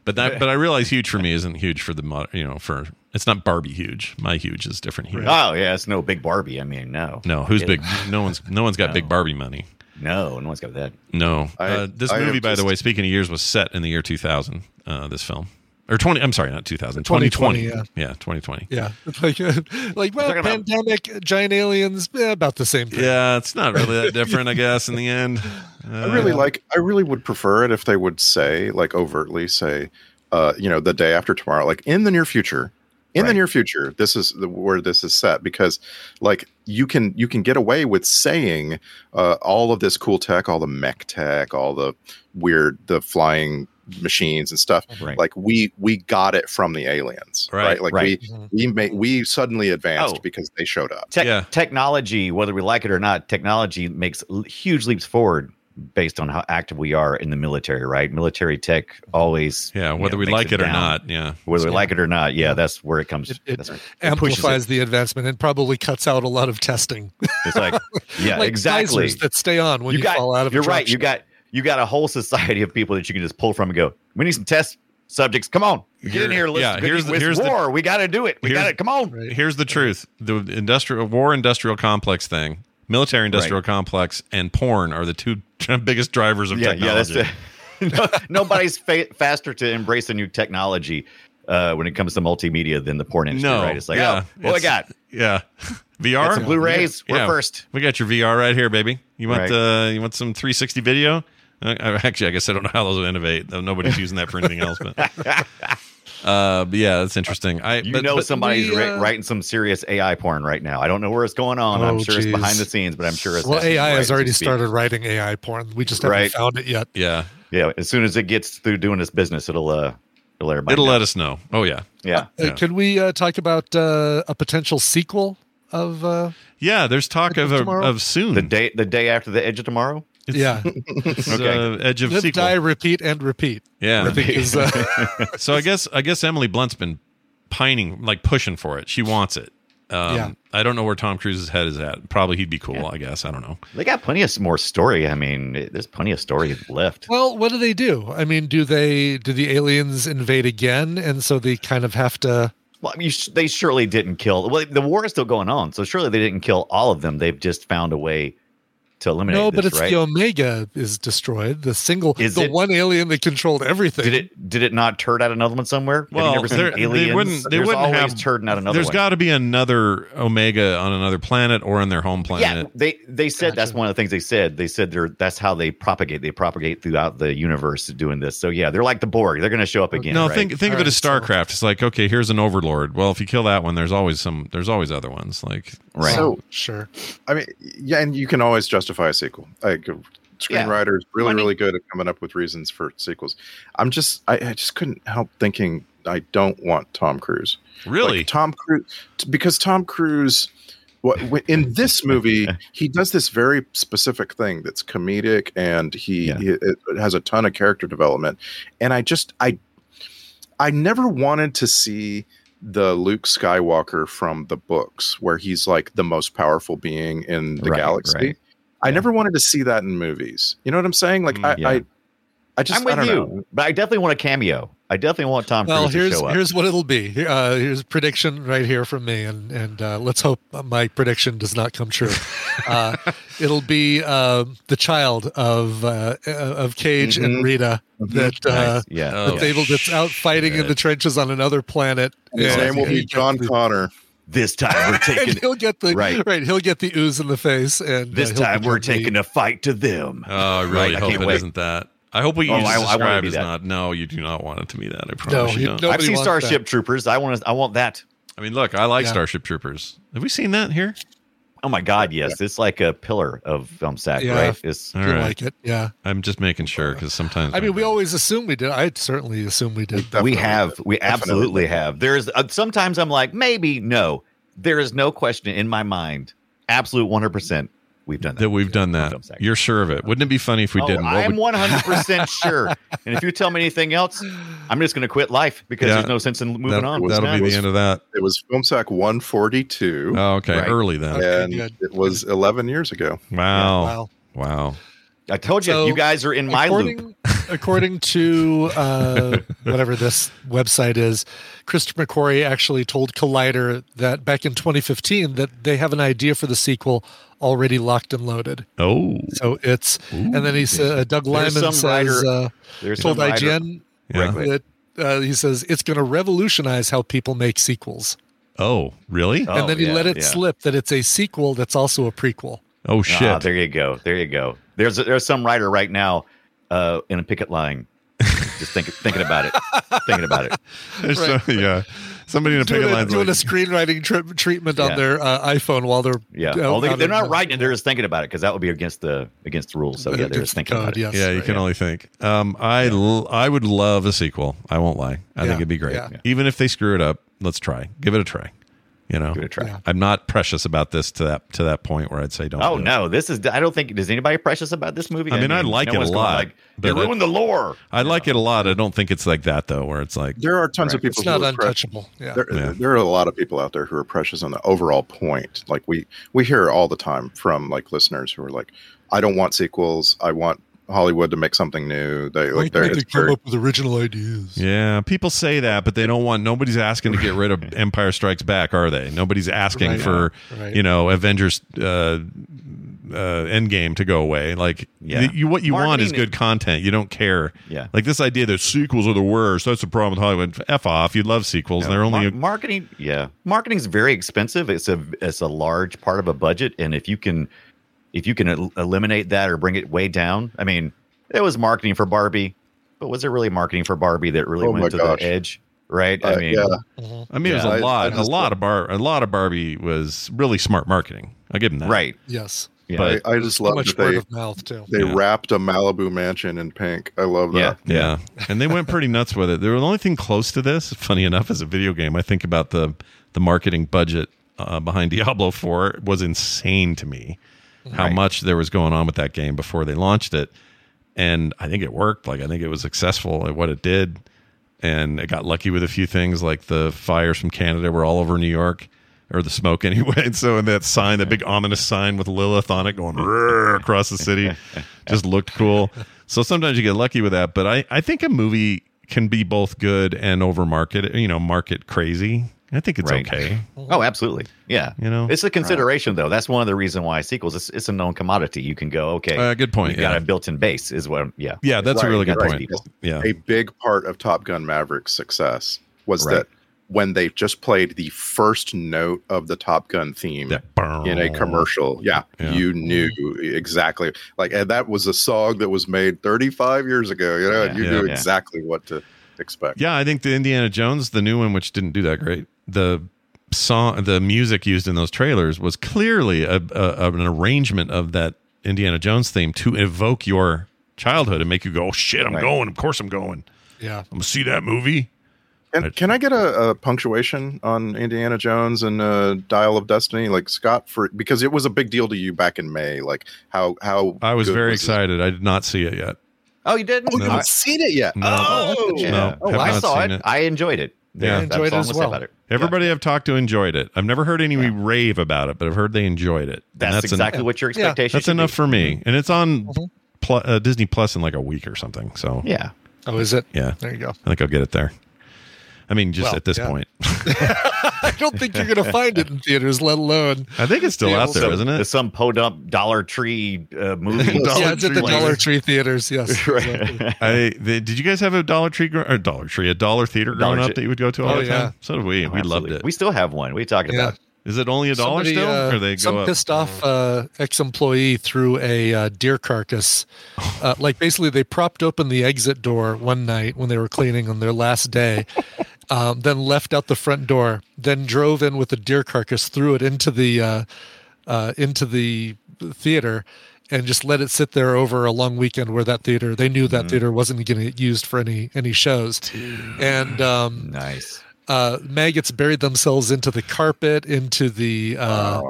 F: but that but I realize huge for me isn't huge for the mod- you know for it's not Barbie huge. My huge is different huge.
G: Oh yeah, it's no big Barbie. I mean, no.
F: No, who's
G: It-
F: big? No one's no one's got big Barbie money.
G: No, no one's got that.
F: No.
G: I-
F: uh, this
G: I have
F: movie by the
G: just-
F: way, speaking of years was set in the year 2000, uh, this film. Or 20 I'm sorry, not 2000. 2020.
H: 2020,
F: yeah. 2020.
H: Yeah, (laughs) like uh, like well,
F: talking about-
H: pandemic, giant aliens, eh, about the same thing.
F: Yeah, it's not really that different I guess in the end.
C: I really
F: Uh,
C: like. I really would prefer it if they would say, like, overtly say, uh, you know, the day after tomorrow, like in the near future. In the near future, this is the, where this is set because, like, you can you can get away with saying uh, all of this cool tech, all the mech tech, all the weird the flying machines and stuff. Like we we got it from the aliens, right?
G: Right,
C: Like
G: right.
C: we we made, we suddenly advanced because they showed up.
G: Tech, Technology, whether we like it or not, technology makes l- huge leaps forward based on how active we are in the military. Right? Military tech always.
F: Yeah, whether we
G: makes
F: like it or
G: down.
F: not, yeah.
G: Whether we
F: Yeah.
G: like it or not, yeah, that's where it comes.
H: it
G: that's where it pushes
H: amplifies
G: it.
H: the advancement and probably cuts out a lot of testing. (laughs)
G: It's like, yeah,
H: Like
G: exactly.
H: geysers that stay on when you,
G: got,
H: fall out of. a
G: You're right.
H: drop
G: You
H: ship.
G: got you got a whole society of people that you can just pull from and go. We need some test subjects. Come on, get in here.
F: Here-
G: Let's,
F: yeah, here's the-
G: it's
F: here's the-
G: war. we got to do it. We
F: here's-
G: got to come on.
F: Here's the truth: the industrial war, industrial complex thing, military industrial complex, and porn are the two (laughs) biggest drivers of
G: Yeah, yeah, that's
F: technology.
G: the- (laughs) No- nobody's fa- faster to embrace a new technology uh, when it comes to multimedia than the porn industry.
F: no,
G: right? It's like,
F: yeah,
G: oh, what we
F: it's-
G: got?
F: Yeah, (laughs) VR,
G: Got some Blu-rays, we're first.
F: We got your VR right here, baby. You want
G: Right.
F: uh, you want some 360 video? Uh, actually, I (laughs) guess I don't know how those will innovate. though Nobody's using that for anything else.
G: (laughs)
F: But, uh, but yeah, that's interesting. I
G: You
F: but-
G: know
F: but
G: somebody's
F: we,
G: wri-
F: uh,
G: writing some serious AI porn right now. I don't know where it's going on. I'm
H: Oh,
G: sure it's behind
H: geez.
G: the scenes, but I'm sure it's
H: well,
G: happening
H: AI
G: right
H: has
G: as we
H: already
G: speak.
H: started writing AI porn. We just
G: Right.
H: haven't found it yet.
F: Yeah,
G: yeah. As soon as it gets through doing this business, it'll uh, it'll everybody
F: It'll
G: know.
F: let us know. Oh yeah,
G: Yeah.
H: Uh, Could we uh, talk about uh, a potential sequel of?
G: (laughs)
H: Uh,
F: Yeah, there's talk of a,
H: Tomorrow?
F: of soon
G: the day the day after the edge of tomorrow.
H: yeah,
F: It's,
G: Okay.
F: uh, Edge of
H: live,
F: Sequel.
H: die, repeat, and repeat.
F: Yeah.
H: I
F: (laughs)
H: think is
G: (laughs)
H: uh, (laughs)
F: so I guess I guess Emily Blunt's been pining like pushing for it. She wants it. Um,
H: Yeah.
F: I don't know where Tom Cruise's head is at. Probably he'd be cool, I guess. I don't know.
G: They got plenty of s- more story. I mean, there's plenty of story left.
H: Well, what do they do? I mean, do they do the aliens invade again, and so they kind of have to?
G: Well, you sh- they surely didn't kill. Well, the war is still going on, so surely they didn't kill all of them. They've just found a way to eliminate.
H: no, but
G: this,
H: it's
G: right?
H: the Omega is destroyed. The single,
G: Is
H: the
G: it-
H: one alien that controlled everything.
G: Did it? Did it not turd out another one somewhere?
F: Well,
G: Have you never
F: there-
G: seen
F: they
G: aliens?
F: wouldn't- they
G: There's
F: wouldn't
G: always
F: have-
G: turding out another
F: There's
G: one.
F: got to be another Omega on another planet or on their home
G: yeah,
F: planet.
G: they they said that's one of the things they said. They said they're that's how they propagate. They propagate throughout the universe doing this. So yeah, they're like the Borg. They're going to show up again.
F: no,
G: right?
F: think think of it as StarCraft. It's like okay, here's an Overlord. Well, if you kill that one, there's always some. There's always other ones. Like
C: So
H: sure.
C: I mean, yeah, and you can always justify a sequel. Like screenwriters, really, really good at coming up with reasons for sequels. I'm just, I, I just couldn't help thinking I don't want Tom Cruise.
F: Really,
C: Tom Cruise, t- because Tom Cruise. What, wh- in
G: (laughs)
C: this movie, he does this very specific thing that's comedic, and he, he- it, it has a ton of character development. And I just I I never wanted to see the Luke Skywalker from the books, where he's like the most powerful being in the
G: Right,
C: galaxy.
G: right.
C: I never wanted to see that in movies. You know what I'm saying? Like I,
G: Mm, yeah.
C: I, I just
G: I'm with
C: I don't
G: you,
C: know.
G: but I definitely want a cameo. I definitely want Tom
H: Well,
G: Cruise to
H: here's
G: show up.
H: here's what it'll be. Here- Uh, here's a prediction right here from me, and and uh, let's hope my prediction does not come
G: (laughs)
H: true. Uh, it'll be um the child of uh, uh, of Cage
C: Mhm.
H: and Rita that uh,
G: Mm-hmm. Nice. Yeah.
H: that
F: Oh,
H: they will that's out fighting in the trenches on another planet.
C: And His
H: and
C: name will
H: he
C: be John Connor.
G: This time we're
H: (laughs)
G: taking.
H: and he'll get the
G: Right.
H: right. He'll get the ooze in the face, and uh,
G: this
H: he'll
G: time we're
H: become the-
G: taking a fight to them.
F: Oh, I really
G: Right, I
F: hope
G: can't
F: it
G: wait.
F: not that. I hope what you
G: Oh, I- I
F: just
G: wanna
F: described
G: be
F: is
G: that.
F: not. No, you do not want it to be that. I promise you
H: you
F: don't.
H: don't.
G: I've
H: Nobody
G: seen
H: wants
G: Starship
H: that.
G: Troopers. I want to. I want that.
F: I mean, look, I like
H: Yeah.
F: Starship Troopers. Have we seen that here?
G: Oh my God! Yes, it's like a pillar of film sack,
H: Yeah.
G: right? It's
F: All
H: You
F: right.
H: like it, yeah.
F: I'm just making sure because sometimes
H: I
F: my
H: mean, we
F: brain-
H: always assume we did. I certainly assume we did.
G: we
C: Definitely.
G: have we absolutely have there's uh, sometimes i'm like maybe no there is no question in my mind absolute 100% we've done that,
F: that we've done that.
G: Film sack.
F: You're sure of it. Wouldn't it be funny if we
G: Oh,
F: didn't? What
G: i'm
F: would-
H: (laughs)
G: 100% sure and if you tell me anything else i'm just going to quit life because
F: Yeah.
G: there's no sense in moving
F: that,
G: on
F: that'll be the end of that.
C: It was FilmSack 142,
F: Oh, okay,
G: Right.
F: early then.
C: and
H: good.
C: it was 11 years ago.
F: Wow.
H: Wow.
F: Wow.
G: i told you
H: So,
G: you guys are in my
H: according,
G: loop
H: according to uh, whatever this website is, Christopher McQuarrie actually told Collider that back in 2015 that they have an idea for the sequel already locked and loaded.
F: Oh.
H: So it's and then he said uh, Doug
G: There's
H: Lyman
G: some
H: says
G: writer-
H: uh,
G: there's
H: told
G: some writer-
H: IGN
F: Yeah.
H: that uh, he says it's going to revolutionize how people make sequels.
F: Oh, really?
G: Oh,
H: and then he
G: yeah,
H: let it
G: yeah.
H: slip that it's a sequel that's also a prequel.
F: Oh shit.
G: Ah, there you go there you go there's there's some writer right now uh, in a picket line just think, thinking about it thinking about it
F: There's (laughs) so- yeah. Somebody in a
H: Doing
F: picket
H: a,
F: line.
H: doing a
F: Like,
H: screenwriting tri- treatment
G: Yeah.
H: on their uh, iPhone while they're
G: Yeah.
H: uh,
G: Well, they,
H: out
G: they're
H: in
G: not
H: the-
G: writing. They're just thinking about it because that would be against the against the rules. So yeah, they're
H: against
G: just thinking
H: God,
G: about it.
H: yes.
F: yeah, you can only think. Um, I l- I would love a sequel. I won't lie. I think
H: Yeah,
F: it'd be great.
H: yeah.
F: Even if they screw it up, let's try. Give it a try. You know,
G: Give it a try. Yeah.
F: I'm not precious about this to that to that point where I'd say don't.
G: Oh
F: do it.
G: no, this is. I don't think. Does anybody precious about this movie?
F: I mean, I like it
G: one's
F: a
G: going
F: lot,
G: Like,
F: but
G: they
F: I-
G: ruined the lore.
F: I like it a lot. I don't think it's like that though, where it's like
C: There are tons of
H: It's
C: people. who
H: not
C: are precious-
H: untouchable. Yeah.
C: There,
F: Yeah.
C: there are a lot of people out there who are precious on the overall point. Like we we hear all the time from like listeners who are like, I don't want sequels. I want Hollywood to make something new. They like
H: Why
C: they're
H: can't they come up with original ideas.
F: Yeah, people say that, but they don't want. Nobody's asking to get rid of Empire Strikes Back, are they? Nobody's asking
H: Right.
F: for
H: Right.
F: you know Avengers uh, uh, Endgame to go away. Like,
G: Yeah.
F: the- you what you want is
G: Marketing-
F: good content. You don't care.
G: Yeah.
F: like this idea that sequels are the worst. That's the problem with Hollywood. F off. You love sequels. They're
G: Mar-
F: only.
G: marketing. Yeah, marketing's very expensive. It's a it's a large part of a budget, and if you can if you can el- eliminate that or bring it way down, I mean, it was marketing for Barbie, but was it really marketing for Barbie that really
C: Oh my
G: went to
C: gosh.
G: the edge? Right.
C: Uh,
G: I mean,
C: yeah.
H: Mm-hmm.
F: I mean, it was
G: Yeah,
F: a
C: I-
F: lot.
C: I
F: a
C: just-
F: lot of bar. A lot of Barbie was really smart marketing. I give them that.
G: right.
H: Yes.
G: Yeah.
F: But-
C: I, I just
H: So
C: love
H: much
C: that
H: word
C: they
H: of mouth too.
C: they
F: Yeah.
C: wrapped a Malibu mansion in pink. I love
G: Yeah.
C: that.
F: Yeah. and they went pretty nuts with it. The only thing close to this, funny enough, is a video game. I think about the the marketing budget uh, behind (laughs) Diablo 4 was insane to me. How
G: Right.
F: much there was going on with that game before they launched it. And I think it worked. Like I think it was successful at what it did. And it got lucky with a few things like the fires from Canada were all over New York. or the smoke (laughs) anyway. And so, in that sign, that big ominous sign with Lilith on it going "Rrrr" across the
G: (laughs)
F: city, just looked cool. So sometimes you get lucky with that. But I, I think a movie can be both good and over market, you know, market crazy. I think it's
G: Right.
F: okay.
G: Oh, absolutely. Yeah.
F: You know?
G: it's a consideration though. That's one of the reason why sequels. It's, it's a known commodity. You can go, okay.
F: Uh, good point,
G: You got
F: yeah.
G: a built-in base, is what. Yeah.
F: Yeah, that's a
G: Right,
F: really
G: you
F: good
G: got these
F: point.
G: people.
F: Yeah.
C: a big part of Top Gun Maverick's success was
G: Right.
C: that when they just played the first note of the Top Gun theme in a commercial, yeah,
F: Oh. Yeah.
C: you knew exactly. Like, and that was a song that was made 35 years ago. You know, and you
F: Yeah.
C: knew
F: Yeah.
C: exactly what to expect.
F: Yeah, I think the Indiana Jones, the new one, which didn't do that great, the song, the music used in those trailers was clearly a, a, an arrangement of that Indiana Jones theme to evoke your childhood and make you go, oh, "Shit, I'm
C: Right.
F: going! Of course, I'm going!
H: Yeah.
F: I'm gonna see that movie."
C: And can I get a, a punctuation on Indiana Jones and uh, Dial of Destiny, like Scott, for because it was a big deal to you back in May. Like how how
F: I was
C: good
F: very
C: was it?
F: excited. I did not see it yet.
G: Oh, you didn't?
C: Oh, you
F: No.
C: haven't seen it yet.
F: No.
C: Oh,
G: Yeah.
F: No,
G: oh,
F: have
G: I
F: not
G: saw
F: seen
G: it.
F: it.
G: I enjoyed it.
F: Yeah.
G: that's
F: Enjoyed
H: it
G: all I'm
H: as
G: gonna say
H: well.
G: about it.
F: Everybody I've talked to enjoyed it. I've never heard any rave about it, but I've heard they enjoyed it. And
G: That's,
F: en-
G: exactly what your
H: Yeah.
G: expectation.
F: That's
G: should Mm-hmm.
F: enough
G: be.
F: for me, and it's on Plu- uh, Disney Plus in like a week or something. So
G: Yeah.
H: Oh, is it?
F: yeah,
H: There you go. (laughs)
F: I think I'll get it there. I mean, just
H: Well,
F: at this
H: yeah.
F: point, (laughs)
H: I don't think you're going to find it in theaters, let alone.
F: I think it's still
H: Yeah,
F: out there,
G: Some-
F: not it?
G: It's some podunk Dollar Tree
F: (laughs)
G: uh, movie.
C: Dollar
H: yeah, it's at the
C: Tree
H: Dollar
C: later.
H: Tree theaters. Yes. exactly.
F: I the, did you guys have a Dollar Tree gr- or Dollar Tree a Dollar Theater
G: Dollar
F: growing up
G: Tree.
F: that you would go to all
H: Oh,
F: the
H: yeah.
F: time? So did we.
G: Oh,
F: we loved
G: absolutely.
F: it.
G: We still have one. We talking
H: Yeah.
G: about.
F: Is it only a dollar
H: Somebody,
F: still,
H: uh,
F: or they
H: some
F: go up? Oh.
H: pissed off uh, ex-employee threw a uh, deer
F: (laughs)
H: carcass. Uh, like basically, they propped open the exit door one night when they were cleaning on their last
F: (laughs)
H: day, um, then left out the front door, then drove in with the deer carcass, threw it into the uh, uh, into the theater. And just let it sit there over a long weekend where that theater they knew
F: Mm-hmm.
H: that theater wasn't going to get used for any any shows, and um,
G: Nice.
H: uh, maggots buried themselves into the carpet, into the uh,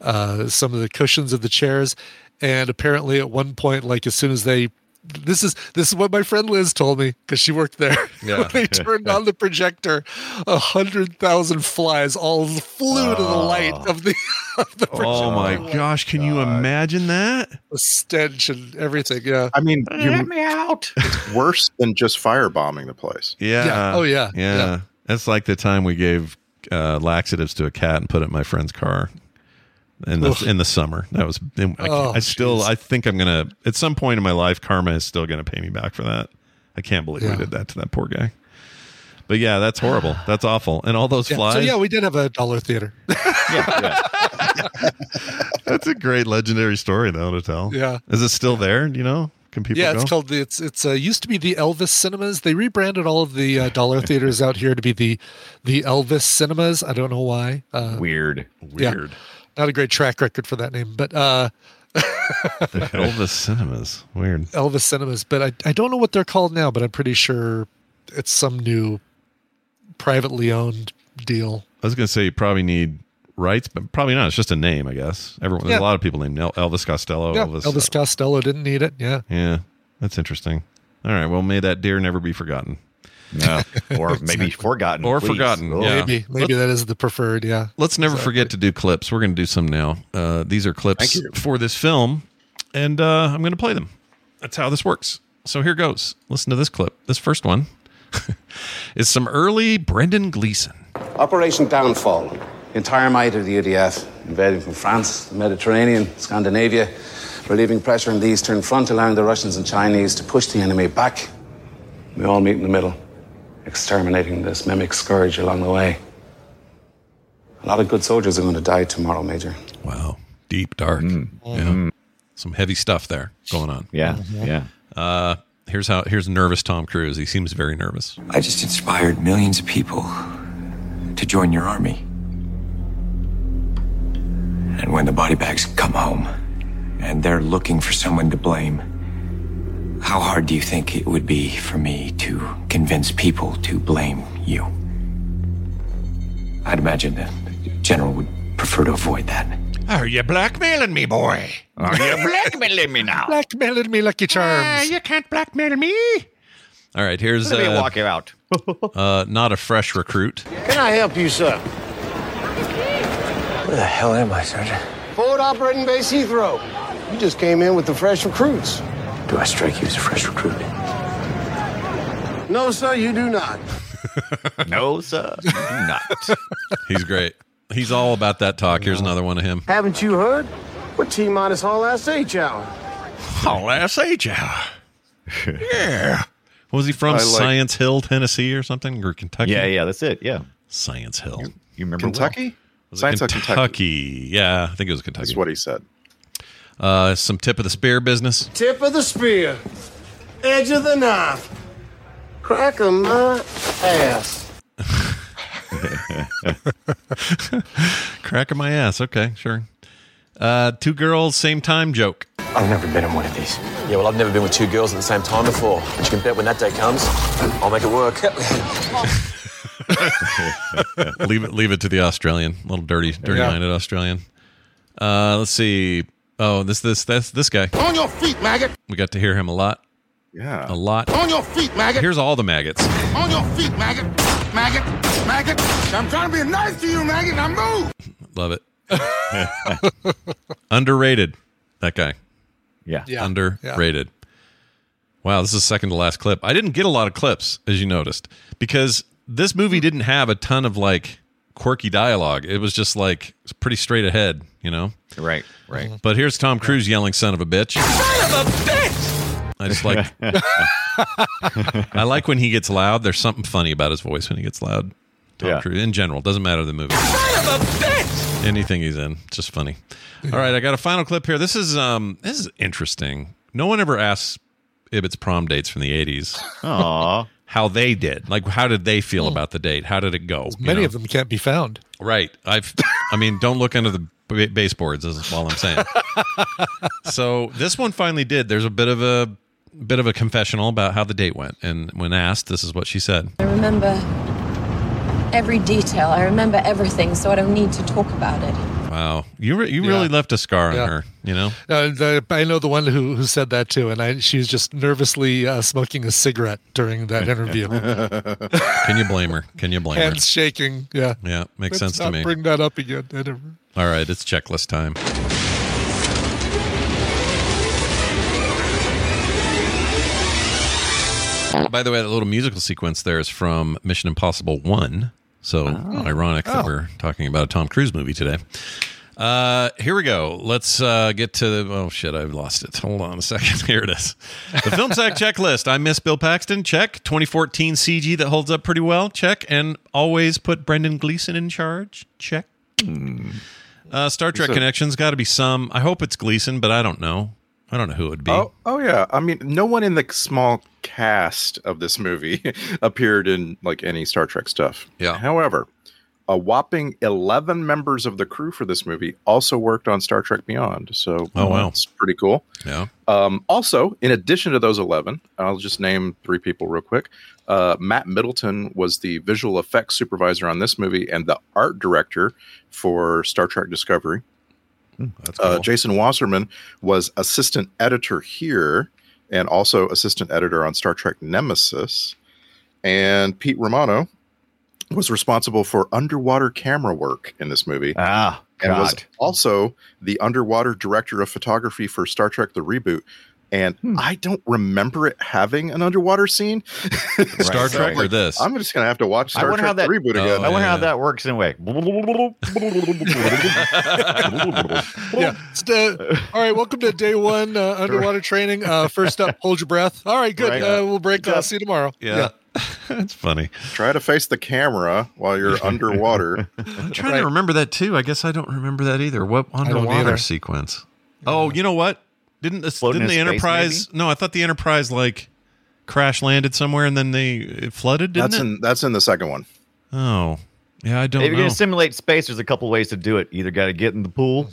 H: uh, some of the cushions of the chairs, and apparently at one point, like as soon as they this is this is what my friend Liz told me because she worked there. (laughs)
F: Yeah.
H: when they turned on the projector, a hundred thousand flies all flew to the light of the, (laughs) of the projector.
F: Oh my
H: Like,
F: gosh! Can you imagine that?
H: The stench and everything. Yeah.
C: I mean, you,
G: me
C: (laughs)
G: out.
C: worse than just firebombing the place.
F: Yeah.
H: Yeah. Oh, yeah.
F: Yeah.
H: Yeah.
F: That's like the time we gave uh, laxatives to a cat and put it in my friend's car in the
H: Ugh.
F: in the summer. That was. I, can't-
H: Oh,
F: I still.
H: jeez.
F: I think I'm gonna. At some point in my life, karma is still gonna pay me back for that. I can't believe
H: Yeah.
F: we did that to that poor guy. But yeah, that's horrible. That's awful. And all those
H: Yeah.
F: flies.
H: So yeah, we did have a dollar theater.
G: Yeah. yeah.
F: that's a great legendary story though to tell.
H: Yeah.
F: Is it still there? Do You know, can people?
H: yeah,
F: go?
H: it's called the it's it's uh, used to be the Elvis Cinemas. They rebranded all of the uh, dollar theaters out here to be the the Elvis Cinemas. I don't know why. Uh,
G: Weird.
H: yeah.
F: Weird.
H: not a great track record for that name, but uh,
F: The Elvis Cinemas. Weird.
H: Elvis Cinemas. But I I don't know what they're called now, but I'm pretty sure it's some new privately owned deal.
F: I was going to say you probably need rights, but probably not. It's just a name, I guess. Everyone, there's
H: Yeah.
F: a lot of people named El- Elvis Costello.
H: yeah,
F: Elvis.
H: Elvis Costello didn't need it. Yeah,
F: yeah, that's interesting. All right. Well, may that deer never be forgotten
C: (laughs)
G: No. Or maybe forgotten.
F: or
G: please.
F: forgotten. Yeah.
H: maybe maybe that is the preferred. Yeah,
F: Let's never forget to do clips. We're going to do some now. Uh, these are clips for this film, and uh, I'm going to play them. That's how this works. So here goes. Listen to this clip. This first one (laughs) is some early Brendan Gleeson.
K: Operation Downfall. The entire might of the UDF invading from France, the Mediterranean, Scandinavia, relieving pressure on the eastern front, allowing the Russians and Chinese to push the enemy back. We all meet in the middle, exterminating this mimic scourge along the way. A lot of good soldiers are going to die tomorrow, Major.
F: Wow, deep dark.
H: Mm.
F: Yeah. Some heavy stuff there going on.
G: Yeah.
H: Mm-hmm.
G: Yeah.
F: Uh, here's how. Here's nervous Tom Cruise. He seems very nervous.
I: I just inspired millions of people to join your army. And when the body bags come home and they're looking for someone to blame, how hard do you think it would be for me to convince people to blame you? I'd imagine the general would prefer to avoid that.
F: Are you blackmailing me, boy?
G: Are you blackmailing me now?
H: blackmailing me Lucky Charms.
F: you can't blackmail me. All right. Here's
G: Let me
F: uh,
G: walk you out.
F: uh, not a fresh recruit.
K: Can I help you, sir?
I: Where the hell am I, Sergeant?
L: Forward operating base Heathrow. You just came in with the fresh recruits.
I: Do I strike you as a fresh recruit?
L: No, sir, you do not.
G: no, sir.
H: (laughs)
G: Not.
F: He's great. He's all about that talk. Here's another one of him.
L: Haven't you heard? We're T minus all last H hour.
F: Oh, last age hour. Yeah. Was he from
C: I like-
F: Science Hill, Tennessee, or something, or Kentucky?
G: Yeah, yeah, that's it. Yeah.
F: Science Hill. You,
G: remember
C: Kentucky?
F: Was it
C: Science Hill,
F: Kentucky?
C: Kentucky.
F: Yeah, I think it was Kentucky.
C: That's what he said.
F: Uh, some tip of the spear business.
L: Tip of the spear, edge of the knife, crack of my ass.
F: (laughs) Crack of my ass. Okay, sure. Uh, two girls, same time joke.
I: I've never been in one of these. Yeah, well, I've never been with two girls at the same time before. But you can bet when that day comes, I'll make it work. (laughs)
F: leave it. Leave it to the Australian. Little dirty, dirty
M: Yeah.
F: minded Australian. Uh, let's see. Oh, this, this, this, this guy.
M: On your feet, maggot.
F: We got to hear him a lot.
C: Yeah,
F: a lot.
M: On your feet, maggot.
F: Here's all the maggots.
M: On your feet, maggot. Maggot. Maggot. I'm trying to be nice to you, maggot. Now move.
F: Love it. (laughs) Underrated. That guy.
G: Yeah.
H: Yeah.
F: Underrated. Wow, this is second to last clip. I didn't get a lot of clips, as you noticed, because this
M: Hmm.
F: movie didn't have a ton of like quirky dialogue. It was just like pretty straight ahead, you know?
G: Right, right.
F: But here's Tom Cruise yelling, son of a bitch.
M: Son of a bitch.
F: I
M: (laughs)
F: just like I like when he gets loud. There's something funny about his voice when he gets loud. Tom Cruise in general. Doesn't matter the movie.
M: Son of a bitch.
F: Anything he's in, it's just funny. All right, I got a final clip here. This is um this is interesting. No one ever asks Ibbott's prom dates from the eighties.
H: Mm-hmm.
F: (laughs)
G: Aww.
F: how they did. Like how did they
M: Hmm.
F: feel about the date? How did it go? you
H: Many
F: know?
H: of them can't be found.
F: Right. I've I mean, don't look under the b- baseboards is all I'm saying. (laughs) so this one finally did. There's a bit of a bit of a confessional about how the date went. And when asked, this is what she said.
N: I remember every detail. I remember everything, so I don't need to talk about it.
F: Wow. You re- you really left a scar on
H: Yeah.
F: her, you know?
H: Uh, the, I know the one who, who said that too, and I, she was just nervously uh, smoking a cigarette during
G: (laughs)
H: that interview.
F: Can you blame her? Can you blame
H: Hands shaking. Yeah.
F: her? Yeah, makes
H: Let's
F: sense to
H: not
F: me.
H: Bring that up again. I never-
F: all right, it's checklist time. By the way, that little musical sequence there is from Mission Impossible 1. So ironic
M: Oh.
F: that we're talking about a Tom Cruise movie today. Uh, here we go. Let's uh, get to. Oh, shit, I've lost it. Hold on a second. (laughs) Here it is. The
M: (laughs)
F: Film Sack Checklist. I miss Bill Paxton. Check. 2014 CG that holds up pretty well. Check. And always put Brendan Gleeson in charge. Check. Uh, Star Trek
C: a-
F: Connections. Got to be some. I hope it's Gleeson, but I don't know. I don't know who it would be.
C: Oh, oh yeah. I mean, no one in the small cast of this movie appeared in like any Star Trek stuff.
F: Yeah.
C: However, a whopping eleven members of the crew for this movie also worked on Star Trek Beyond. So,
F: Oh, wow.
C: that's pretty cool.
F: Yeah.
C: Um, also, in addition to those 11, I'll just name three people real quick. Uh, Matt Middleton was the visual effects supervisor on this movie and the art director for Star Trek Discovery. uh, Jason Wasserman was assistant editor here and also assistant editor on Star Trek Nemesis. And Pete Romano was responsible for underwater camera work in this movie.
G: Ah,
C: and was
G: God.
C: also the underwater director of photography for Star Trek the reboot. And I don't remember it having an underwater scene.
F: Star
C: So,
F: Trek or
C: like,
F: this? Oh,
C: I'm just gonna have to watch
G: I
C: Star
G: wonder
C: Trek
G: how that
C: the reboot again.
G: I wonder how that works in
F: (laughs)
G: a way. (laughs)
H: yeah. It's, uh, all right. Welcome to day one (laughs) uh, underwater training. Uh, first up, hold your breath. All right. Good.
C: Right.
H: Uh, we'll break.
C: Yeah.
H: Uh, see you tomorrow.
F: Yeah. (laughs) That's funny.
C: Try to face the camera while you're underwater.
F: (laughs) I'm trying to remember that too. I guess I don't remember that either. What
C: don't
F: underwater
C: either.
F: sequence? Oh, you know what? Didn't this,
G: Floating
F: didn't the
G: in space,
F: Enterprise? No, I thought the Enterprise like crash landed somewhere and then they it flooded. Didn't
C: That's
F: it?
C: in that's in the second one.
F: oh, yeah. I don't
G: If you're
F: know.
G: gonna simulate space, there's a couple ways to do it. Either got to get in the pool,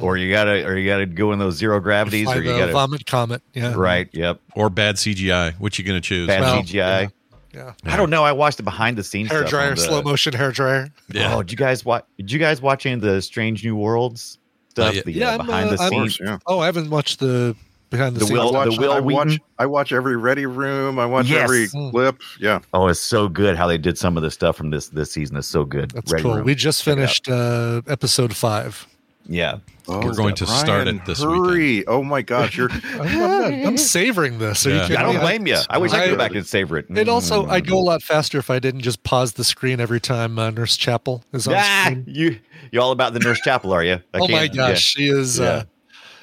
G: or you gotta, or you gotta go in those zero gravities,
H: Fly
G: or you
H: Mm-hmm. the
G: gotta
H: vomit comet. Yeah.
G: right. Yep.
F: or bad CGI. Which you gonna choose?
G: Bad
H: Well,
G: CGI. Yeah.
H: yeah.
G: I don't know. I watched the behind the scenes.
H: Hair
G: stuff on
H: dryer,
G: the-
H: slow motion hair dryer.
F: Yeah.
G: Oh, did you guys watch? Did you guys watch any of the Strange New Worlds
F: Not
G: stuff?
F: yet.
G: The uh,
H: I'm,
G: behind
H: uh,
G: the
H: I'm-
G: scenes.
H: Oh, I haven't watched the behind the,
G: The
H: scenes.
G: Will- the Will
C: I watch,
G: Wheaton?
C: I watch every Ready Room. I watch
G: Yes.
C: every
H: Mm.
C: clip. Yeah.
G: Oh, it's so good how they did some of the stuff from this this season is so good.
H: That's
G: Ready
H: cool.
G: Room.
H: We just
G: Check it out.
H: finished uh, episode five.
G: Yeah.
F: We're going to start it this weekend.
C: hurry. Oh my gosh. You're
H: I'm, not- I'm savoring this. Are you
F: Yeah.
H: kidding
G: I
H: me?
G: don't blame Mm. you. I wish I could go
H: I-
G: back and savor it.
H: And also, I'd go a lot faster if I didn't just pause the screen every time uh, Nurse Chapel is on
G: Ah,
H: screen.
G: you you all about the Nurse Chapel, are you? I
H: (laughs) Oh my
G: can't-
H: gosh, she is.
G: yeah.
H: Uh,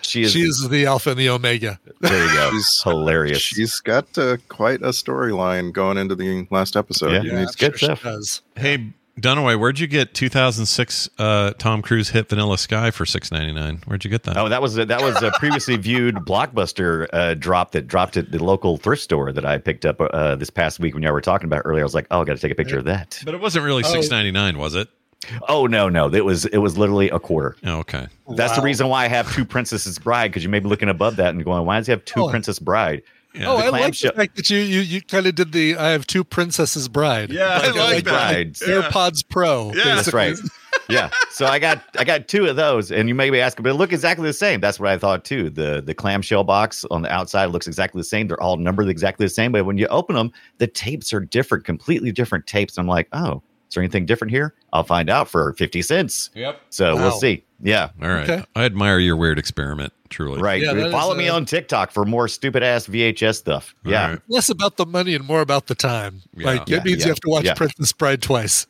G: she is.
H: she is the alpha and the omega. (laughs)
G: There you go. Hilarious.
C: She's got uh, quite a storyline going into the last episode.
G: Yeah.
C: You
G: Yeah.
C: need-
G: It's good
H: Sure she
G: stuff.
H: does.
F: Hey, Dunaway, where'd you get 2006 uh, Tom Cruise hit Vanilla Sky for 6.99? Where'd you get that?
G: Oh, that was a, that was a previously viewed blockbuster uh, drop that dropped at the local thrift store that I picked up uh, this past week when y'all were talking about it earlier. I was like, oh, I got to take a picture of that.
H: (laughs)
F: But it wasn't really
H: Oh.
F: 6.99, was it?
G: Oh no, no, it was it was literally a quarter.
F: Oh, okay.
G: That's the
H: Wow.
G: reason why I have two Princesses Bride because you may be looking above that and going, why does he have two
H: Oh.
G: Princess Bride?
F: Yeah.
H: oh,
G: The
H: I like
G: clamshell-
H: the fact that you you you kind of did the I have two princesses bride.
F: Yeah, I like
G: that. Brides.
H: AirPods Pro.
F: Yeah.
G: That's right. yeah. So I got I got two of those, and you may be asking, but they look exactly the same. That's what I thought too. The the clamshell box on the outside looks exactly the same. They're all numbered exactly the same, but when you open them, the tapes are different, completely different tapes. I'm like, oh, is there anything different here? I'll find out for fifty cents.
F: Yep.
G: So we'll
H: Wow.
G: see. Yeah.
F: All right.
H: Okay.
F: I admire your weird experiment, truly.
G: Right.
H: Yeah, that
G: Follow
H: is,
G: me
H: uh,
G: on TikTok for more stupid ass VHS stuff.
F: All
G: yeah.
F: right.
H: Less about the money and more about the time.
F: Yeah.
H: like
G: Yeah,
H: it means
G: yeah,
H: you have to watch
G: yeah.
H: Princess Bride twice.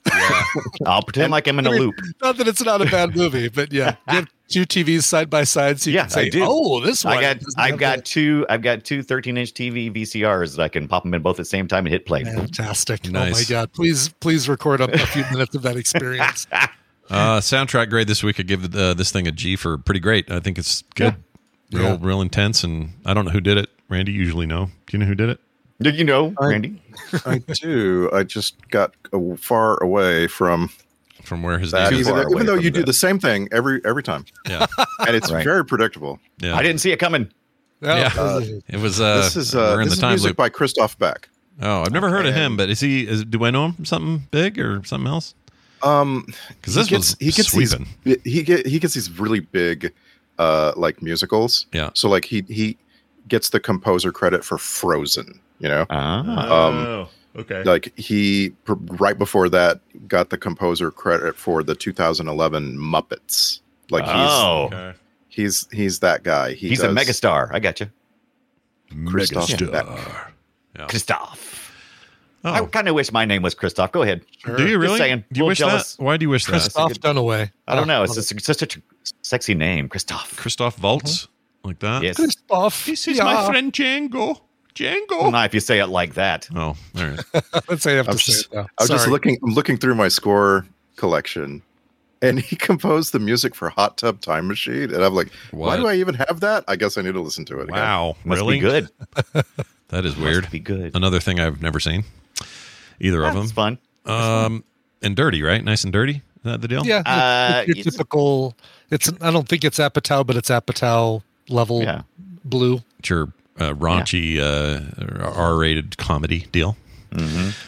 G: I'll pretend like I'm in a
H: I mean,
G: loop.
H: Not that it's not a bad movie, but
G: (laughs)
H: yeah, you have two TVs side by side, so you
G: Yeah,
H: can say,
G: I do.
H: "Oh, this one."
G: I got
H: doesn't
G: I've
H: have
G: got
H: that."
G: two I've got two 13 inch TV VCRs that I can pop them in both at the same time and hit play.
H: fantastic. Oh my
F: Nice.
H: god! Please, please record a, a
G: (laughs)
H: few minutes of that experience.
F: Uh, soundtrack grade this week. I give uh, this thing a G for pretty great. I think it's good. Real,
H: Yeah.
F: real intense. And I don't know who did it. Randy, you usually know. Do you know who did it?
G: Did you know, Randy?
C: I do. I just got uh, far away from
F: From where his name
C: that.
G: Too
F: is?
C: Even,
G: far
C: though- even
G: away
C: though
G: from
C: you do
G: that.
C: the same thing every every time,
F: Yeah.
C: and it's
G: Right.
C: very predictable.
F: Yeah.
G: I didn't see it coming.
H: Oh,
F: Yeah.
H: uh,
F: It was. Uh,
C: this is uh,
F: we're in
C: this
F: the
C: is
F: time
C: music
F: loop.
C: by Christoph Beck.
F: oh, I've never heard of him.
C: And-
F: But is he? Is, do I know him from something big or something else?
C: Um,
F: Because this
C: he gets,
F: was
C: he gets these
F: sweeping.
C: bi- he get he gets these really big, uh, like musicals.
F: Yeah.
C: So like he he gets the composer credit for Frozen. You know,
G: Ah.
C: Oh,
O: okay.
C: like he pr- right before that got the composer credit for the 2011 Muppets. Like
G: oh,
C: he's he's he's that guy. He
G: he's a
C: does- Oh.
G: megastar. I got you,
C: Christoph Beck.
F: Yeah.
G: Christoph. I
F: Oh,
G: kind of wish my name was Christoph. Go ahead.
F: do you
G: Just
F: really?
G: saying.
F: do you
G: Little
F: wish
G: jealous.
F: that? Why do you wish that?
H: Christoph Dunaway.
G: I don't
H: Oh,
G: know. It's just, it's just such a sexy name, Christoph.
F: Christoph Waltz,
G: Mm-hmm.
F: like that.
G: Yes.
H: Christoph. yeah. (laughs)
F: friend Django.
G: Well,
F: Django.
G: not Oh, if you say it like that.
F: Oh, all right.
H: Let's say I have
C: I'm
H: to say
C: just-
H: it now.
C: I was just
H: Sorry.
C: looking I'm looking through my score collection and he composed the music for Hot Tub Time Machine and I'm like, (laughs) why
F: What?
C: do I even have that? I guess I need to listen to it again.
F: Wow,
G: Must
F: really
G: be good.
F: That is
G: Must
F: weird.
G: be good.
F: Another thing I've never seen. Either of
G: That's
F: them.
G: fun.
F: Um, and dirty, right? Nice and dirty. Is that the deal?
H: Yeah,
G: Uh,
H: it's, it's your
G: it's-
H: typical. It's I don't think it's Apatow, but it's Apatow level
G: Yeah.
H: blue.
F: It's your uh, raunchy uh, R-rated comedy deal.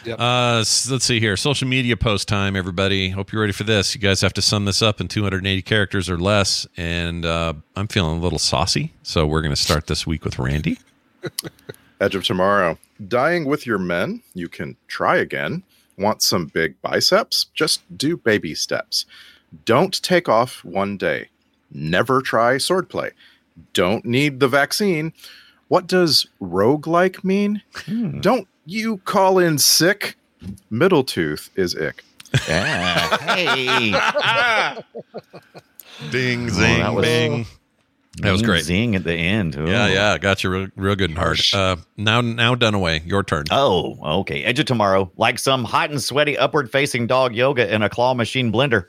H: Yep.
F: Uh, s- let's see here. Social media post time, everybody. Hope you're ready for this. You guys have to sum this up in 280 characters or less. And uh, I'm feeling a little saucy, so we're going to start this week with Randy.
C: Edge of Tomorrow. Dying with your men, you can try again. Want some big biceps? Just do baby steps. Don't take off one day. Never try swordplay. Don't need the vaccine. What does roguelike mean? Don't you call in sick? Middle tooth is ick.
F: (laughs)
G: Yeah. hey,
F: Ding,
G: zing, that was- bing.
F: That was great.
G: Zing at the end. Ooh.
F: Yeah, yeah, got you real, real good and hard. Uh, now, now Dunaway, your turn.
G: Oh, okay. Edge of tomorrow, like some hot and sweaty upward facing dog yoga in a claw machine blender.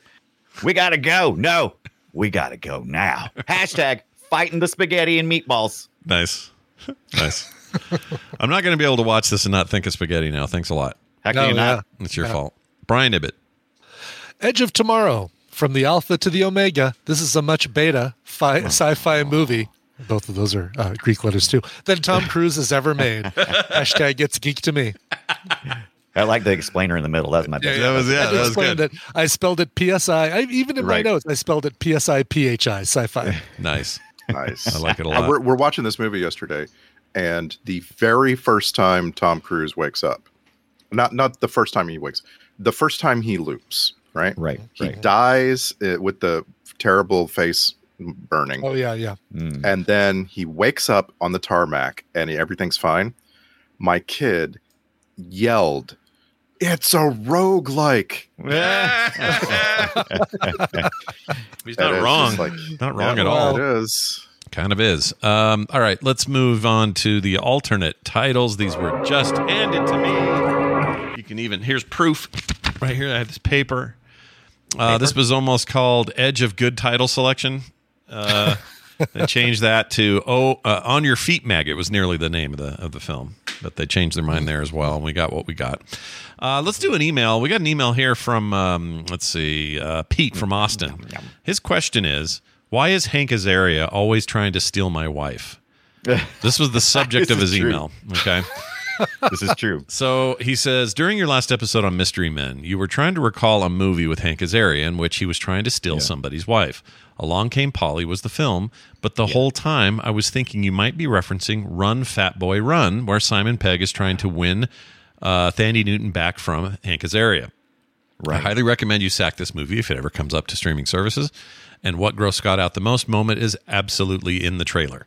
G: We gotta go. No, we gotta go now. Hashtag fighting the spaghetti and meatballs.
F: (laughs) Nice, nice. I'm not going to be able to watch this and not think of spaghetti now. Thanks a lot.
G: How can
H: No,
G: you not?
F: It's your fault, Brian Ibbett.
H: Edge of Tomorrow, from the Alpha to the Omega. This is a much beta fi- sci-fi movie. Both of those are uh, Greek letters too. Than Tom (laughs) Cruise has ever made. Hashtag gets geek to me.
G: I like the explainer in the middle. That's my best.
F: That was yeah,
H: I
F: that was
H: explained
F: good.
H: it. I spelled it psi. I, even in
G: Right.
H: (laughs) my notes, I spelled it psi phi sci-fi.
F: Nice.
C: Nice.
F: I like it a
C: Uh,
F: lot.
C: We're, we're watching this movie yesterday, and the very first time Tom Cruise wakes up, not not the first time he wakes, the first time he loops, right?
G: Right.
C: He dies uh, with the terrible face burning.
H: Oh yeah, yeah.
C: And then he wakes up on the tarmac and everything's fine. My kid yelled, It's a roguelike.
F: He's
C: And
F: not
C: it's
F: wrong.
C: just
F: not wrong
C: yeah,
F: at all.
C: It is.
F: Kind of is. Um, all right, let's move on to the alternate titles. These were just handed to me. You can even here's proof right here. I have this paper. Uh, this was almost called Edge of Good Title Selection. Uh, they changed that to Oh uh, On Your Feet, Maggot was nearly the name of the of the film, but they changed their mind there as well, and we got what we got. Uh, let's do an email. We got an email here from um, let's see, uh, Pete from Austin. His question is, why is Hank Azaria always trying to steal my wife? This was the subject
G: This
F: of
G: is
F: his
G: true.
F: email. Okay.
G: this is true.
F: So he says during your last episode on Mystery Men, you were trying to recall a movie with Hank Azaria in which he was trying to steal somebody's wife. Along Came Polly was the film, but the whole time I was thinking you might be referencing Run Fat Boy Run, where Simon Pegg is trying to win uh, Thandi Newton back from Hank Azaria. I highly recommend you sack this movie if it ever comes up to streaming services. And what grossed Scott out the most moment is absolutely in the trailer.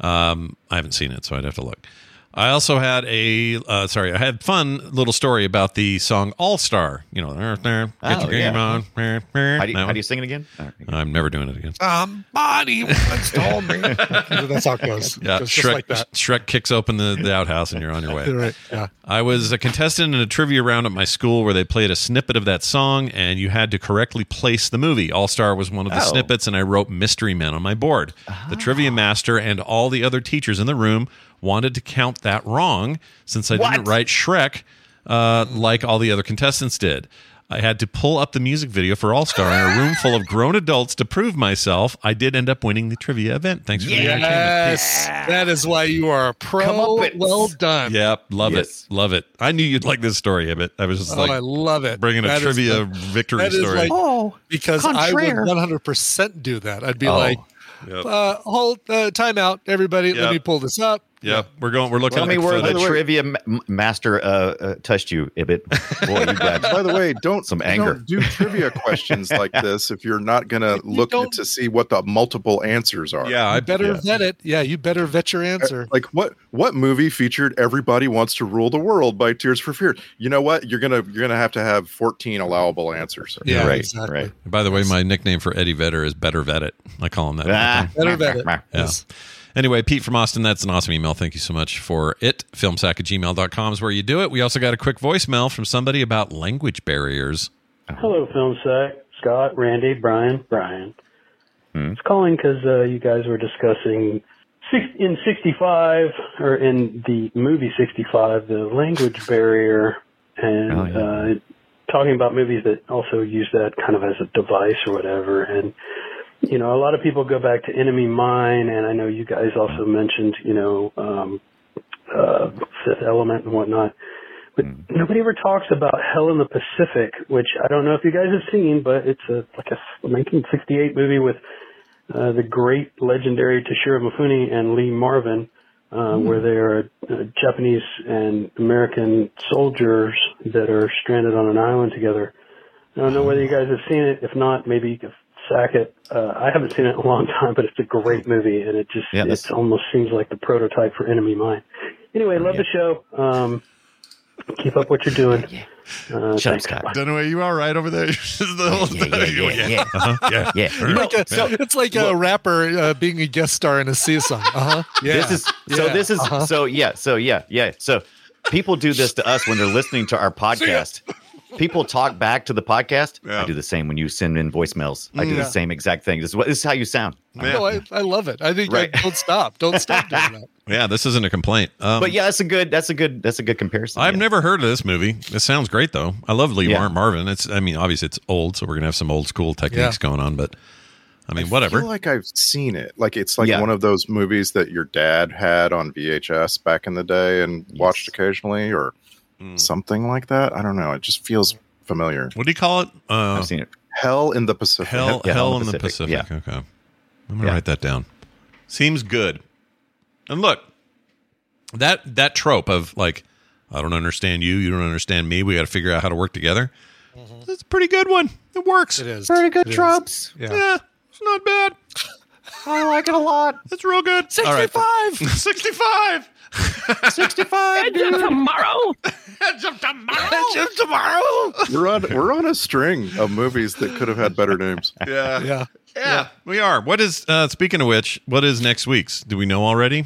F: Um, I haven't seen it, so I'd have to look. I also had a uh, sorry, I had fun little story about the song All Star. You know, get
G: Oh,
F: your game
G: yeah.
F: on.
G: How do you, how do you Oh, sing it again?
F: I'm never doing it again.
H: Somebody once told me. (laughs) That's how it goes.
F: Yeah,
H: Goes
F: Shrek,
H: just like that.
F: Shrek kicks open the, the outhouse and you're
G: (laughs)
F: on your way.
H: Right, yeah.
F: I was a contestant in a trivia round at my school where they played a snippet of that song, and you had to correctly place the movie. All Star was one of the
G: Oh. Ah.
F: snippets, and I wrote Mystery Men on my board. The trivia master and all the other teachers in the room wanted to count that wrong since I didn't
G: What?
F: write Shrek uh, like all the other contestants did. I had to pull up the music video for All Star in a room full of grown adults to prove myself. I did end up winning the trivia event. Thanks for the entertainment.
H: Yes, that is why you are a pro. Well done.
F: Yep, love
H: Yes.
F: it, love it. I knew you'd like this story, Emmett. I was just
H: Oh,
F: like,
H: I love it.
F: Bringing a
H: That is
F: trivia
H: the-
F: victory
H: that is
F: story.
H: like-
J: Oh,
H: because I
J: contraire.
H: would 100 percent do that. I'd be
F: Oh.
H: like,
F: Yep.
H: uh, hold uh, time out, everybody.
F: Yep.
H: Let me pull this up.
F: yep, we're going. We're looking.
G: Tell
F: at
G: me
F: the
G: where the
F: footage.
G: trivia ma- master uh, uh, touched you, Ibit. Boy, you got
C: By the way, don't
G: some
C: don't
G: anger.
C: do trivia questions like this if you're not going to look to see what the multiple answers are.
F: Yeah, I
H: Better vet it. Yeah, you better vet your answer.
C: Like what what movie featured "Everybody Wants to Rule the World" by Tears for Fears? You know what? You're gonna you're gonna have to have 14 allowable answers.
H: Yeah,
G: right,
H: exactly.
G: right.
F: By the way, my nickname for Eddie Vedder is Better Vet It. I call him that.
G: Ah.
H: Better vet it.
F: Yeah. Anyway, Pete from Austin, that's an awesome email. Thank you so much for it. Filmsack at gmail.com is where you do it. We also got a quick voicemail from somebody about language barriers.
P: Hello, Film Sack. Scott, Randy, Brian, Brian. I was calling because uh, you guys were discussing six, in 65, or in the movie 65, the language barrier, and
Q: Oh, yeah.
P: uh, talking about movies that also use that kind of as a device or whatever. And, you know, a lot of people go back to Enemy Mine, and I know you guys also mentioned, you know, um, uh, Fifth Element and whatnot. But
G: Hmm.
P: nobody ever talks about Hell in the Pacific, which I don't know if you guys have seen, but it's a like a 1968 movie with uh, the great legendary Toshiro Mifune and Lee Marvin, uh,
G: Hmm.
P: where they are uh, Japanese and American soldiers that are stranded on an island together. I don't know whether you guys have seen it. If not, maybe you could sack it. Uh, I haven't seen it in a long (laughs) time, but it's a great movie, and it just
G: Yeah,
P: it
G: that's-
P: almost seems like the prototype for Enemy Mine. Anyway, love the show. Um, keep up what you're doing. Uh,
G: Shut up,
P: thanks.
G: Scott.
P: Bye.
F: Dunaway, you all right over
H: (laughs)
F: there? the
H: Oh,
F: whole
G: Yeah, yeah, yeah, yeah, yeah.
F: yeah.
G: yeah.
H: You like a- it's like a rapper uh, being a guest star in a sea song. Uh huh. Yeah.
G: This is so.
H: Yeah.
G: This is
H: Uh-huh.
G: so. Yeah. So yeah. Yeah. So people do this to us when they're listening to our podcast. People talk back to the podcast. I do the same when you send in voicemails. I do
H: Yeah.
G: the same exact thing. This is what. This is how you sound.
H: No, I, I love it. I think
G: Right.
H: I, don't stop. Don't stop doing that.
F: Yeah, this isn't a complaint. Um,
G: but yeah, that's a good. That's a good. That's a good comparison.
F: I've never heard of this movie. It sounds great though. I love Lee
G: Yeah.
F: Mar- Marvin. It's I mean, obviously it's old, so we're gonna have some old school techniques going on, but I mean,
C: I
F: whatever.
C: feel like I've seen it. Like it's like
F: Yeah.
C: one of those movies that your dad had on VHS back in the day and watched occasionally, or something like that. I don't know. It just feels familiar.
F: What do you call it? Uh,
G: I've seen it.
C: Hell in the Pacific.
F: Hell, Hell in the Pacific. Okay, I'm gonna
G: Yeah.
F: write that down. Seems good. And look, that that trope of like, I don't understand you, you don't understand me. We got to figure out how to work together. That's a pretty good one. It works. Mm-hmm. It is
J: Pretty good tropes.
F: Yeah. it's not bad.
J: I like it a lot.
F: It's real good. All right.
J: (laughs)
F: 65. (laughs)
J: 65. Edge
O: of tomorrow.
J: (laughs) Edge of tomorrow.
F: Edge of tomorrow.
C: We're on we're on a string of movies that could have had better names.
F: Yeah.
H: Yeah.
F: Yeah, we are. What is uh speaking of which, what is next week's? Do we know already?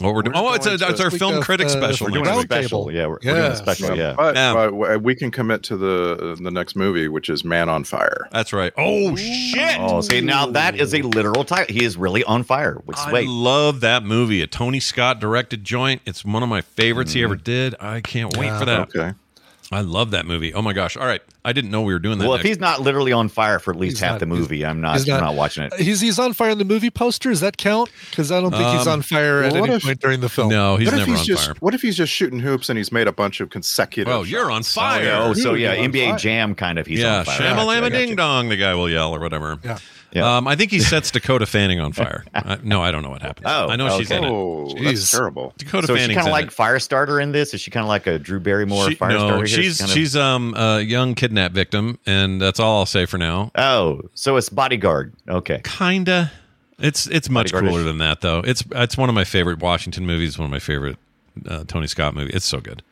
F: What we're, doing? Oh, it's, a, it's our film critic special.
G: We're doing
F: next
G: a
F: week.
G: special. Yeah, we're, we're doing a special. Yeah.
C: But,
F: Yeah.
C: but w- we can commit to the the next movie, which is Man on Fire.
F: That's right. Oh shit!
G: Oh, see now that is a literal title. He is really on fire. Which
F: I
G: wait,
F: love that movie. A Tony Scott directed joint. It's one of my favorites he
G: Mm-hmm.
F: ever did. I can't wait
H: Yeah.
F: for that.
C: Okay.
F: I love that movie. Oh my gosh! All right, I didn't know we were doing that.
G: well, if
F: next-
G: he's not literally on fire for at least
H: He's
G: half
H: not.
G: the movie, I'm not.
H: he's not.
G: I'm not watching it.
H: He's he's on fire in the movie poster. Does that count? Because I don't think he's
F: Um,
H: on fire at
C: well, what
H: any
C: if-
H: point during the film.
F: no, he's
C: what if
F: never
C: he's
F: on
C: just
F: fire.
C: what if he's just shooting hoops and he's made a bunch of consecutive?
F: Well, you're on fire.
G: Oh, so
C: Dude,
G: yeah,
C: he's on
G: NBA
C: fire.
G: Jam kind of. He's
F: yeah,
G: on fire.
F: shamalama
G: Gotcha, I
F: ding
G: gotcha.
F: dong. The guy will yell or whatever.
H: Yeah.
G: Yeah.
F: Um, I think he sets Dakota Fanning on fire. I, no, I don't know what happens.
G: (laughs) Oh,
F: I know she's
G: okay.
F: in it.
C: Oh,
H: Jeez.
C: that's terrible.
F: Dakota
G: So is she
F: Fanning's
G: kind
F: in
G: of like
F: it.
G: Firestarter in this? Is she kind of like a Drew Barrymore
F: She-
G: Firestarter?
F: no,
G: here?
F: she's
G: kind of-
F: she's um a young kidnap victim, and that's all I'll say for now.
G: oh, so it's bodyguard. Okay,
F: Kinda. It's it's much
G: Bodyguard-ish.
F: cooler than that though. It's it's one of my favorite Washington movies. One of my favorite uh, Tony Scott movies. It's so good.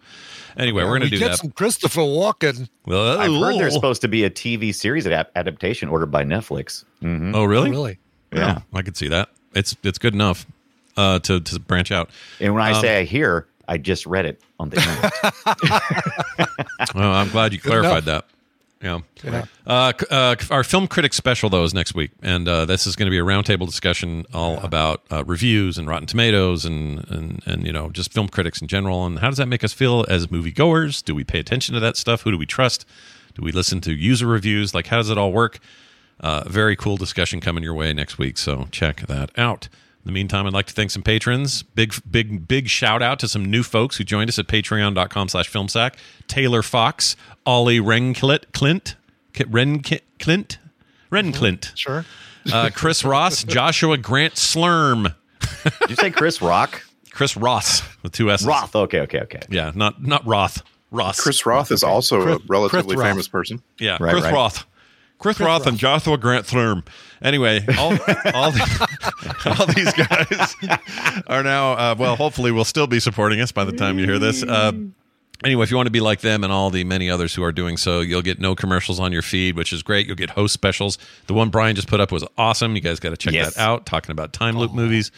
F: Anyway, we're gonna
H: we
F: do
H: get
F: that.
H: some Christopher Walken.
F: Well,
G: I've heard
F: oh.
G: there's supposed to be a TV series adap- adaptation ordered by Netflix. Mhm.
F: Oh really?
H: Really?
G: Yeah.
F: Oh, I could see that. It's it's good enough uh, to to branch out.
G: And when I
F: Um,
G: say I hear, I just read it on the internet.
F: Oh, I'm glad you clarified that. Yeah.
H: Yeah.
F: Uh, c- uh, c- our film critic special though is next week, and uh, this is going to be a roundtable discussion all about uh, reviews and Rotten Tomatoes and, and and you know just film critics in general. And how does that make us feel as moviegoers? Do we pay attention to that stuff? Who do we trust? Do we listen to user reviews? Like how does it all work? Uh, very cool discussion coming your way next week, so check that out. In the meantime, I'd like to thank some patrons. Big, big, big shout out to some new folks who joined us at patreon.com slash filmsack. Taylor Fox, Ollie Renklit, Clint, K- Renki- Clint, Renclint,
H: Sure.
F: uh, Chris Ross, Joshua Grant Slurm,
G: Did you say Chris
F: (laughs)
G: Rock?
F: Chris Ross with two S's.
G: Roth. Okay, okay, okay.
F: Yeah, not, not Roth. Ross.
C: Chris Roth is also
H: Chris-
C: a relatively
H: Chris Roth.
C: famous person.
F: Yeah,
G: Right,
F: Chris
G: right.
F: Roth. Chris, Roth, and Joshua Grant Thurm. Anyway, all, all, (laughs) the, all these guys (laughs) are now, uh, well, hopefully will still be supporting us by the time you hear this. Uh, anyway, if you want to be like them and all the many others who are doing so, you'll get no commercials on your feed, which is great. You'll get host specials. The one Brian just put up was awesome. You guys got to check
G: Yes.
F: that
G: Oh.
F: out. Talking about time loop movies.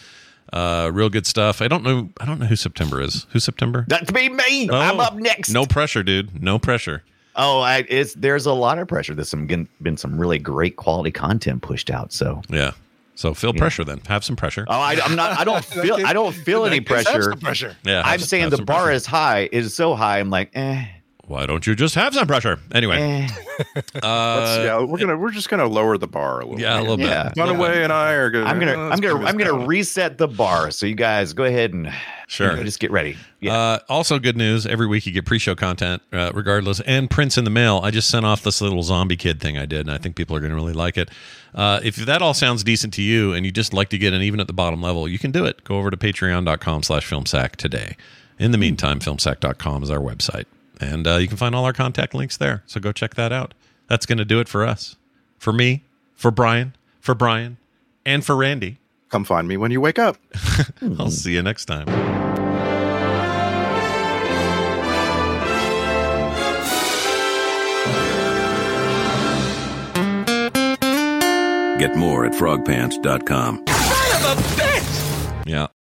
F: Uh, real good stuff. I don't know. I don't know who September is. Who's September?
G: That's be me. I'm
F: Oh,
G: up next.
F: No pressure, dude. No pressure.
G: Oh, I, it's there's a lot of pressure. There's some been been some really great quality content pushed out. So,
F: Yeah. So feel pressure then. Have some pressure.
G: oh, I, I'm not. I
F: (laughs)
G: don't feel. I don't feel any pressure.
H: pressure.
F: Yeah,
G: I'm
F: have-
G: saying
F: have
G: the
F: some
G: bar
F: pressure.
G: is high. It is so high. I'm like, eh.
F: Why don't you just have some pressure? Anyway,
G: eh.
F: uh,
C: yeah, we're gonna we're just gonna lower the bar a little.
F: yeah, a
C: bit.
F: little bit.
G: Yeah.
F: A little bit.
C: Dunaway and I are gonna.
G: I'm gonna.
C: uh,
G: I'm
C: let's bring
G: gonna.
C: this
G: I'm gonna
C: down.
G: reset the bar. So you guys go ahead and
F: Sure.
G: you know, just get ready. Yeah.
F: Uh, also, good news every week you get pre show content, uh, regardless, and prints in the mail. I just sent off this little zombie kid thing I did, and I think people are going to really like it. Uh, if that all sounds decent to you and you just like to get in even at the bottom level, you can do it. Go over to patreon.com slash filmsack today. In the meantime, filmsack.com is our website, and uh, you can find all our contact links there. So go check that out. That's going to do it for us, for me, for Brian, for Brian, and for Randy.
C: Come find me when you wake up.
F: (laughs) I'll see you next time.
E: Get more at frogpants.com.
M: Son of a bitch!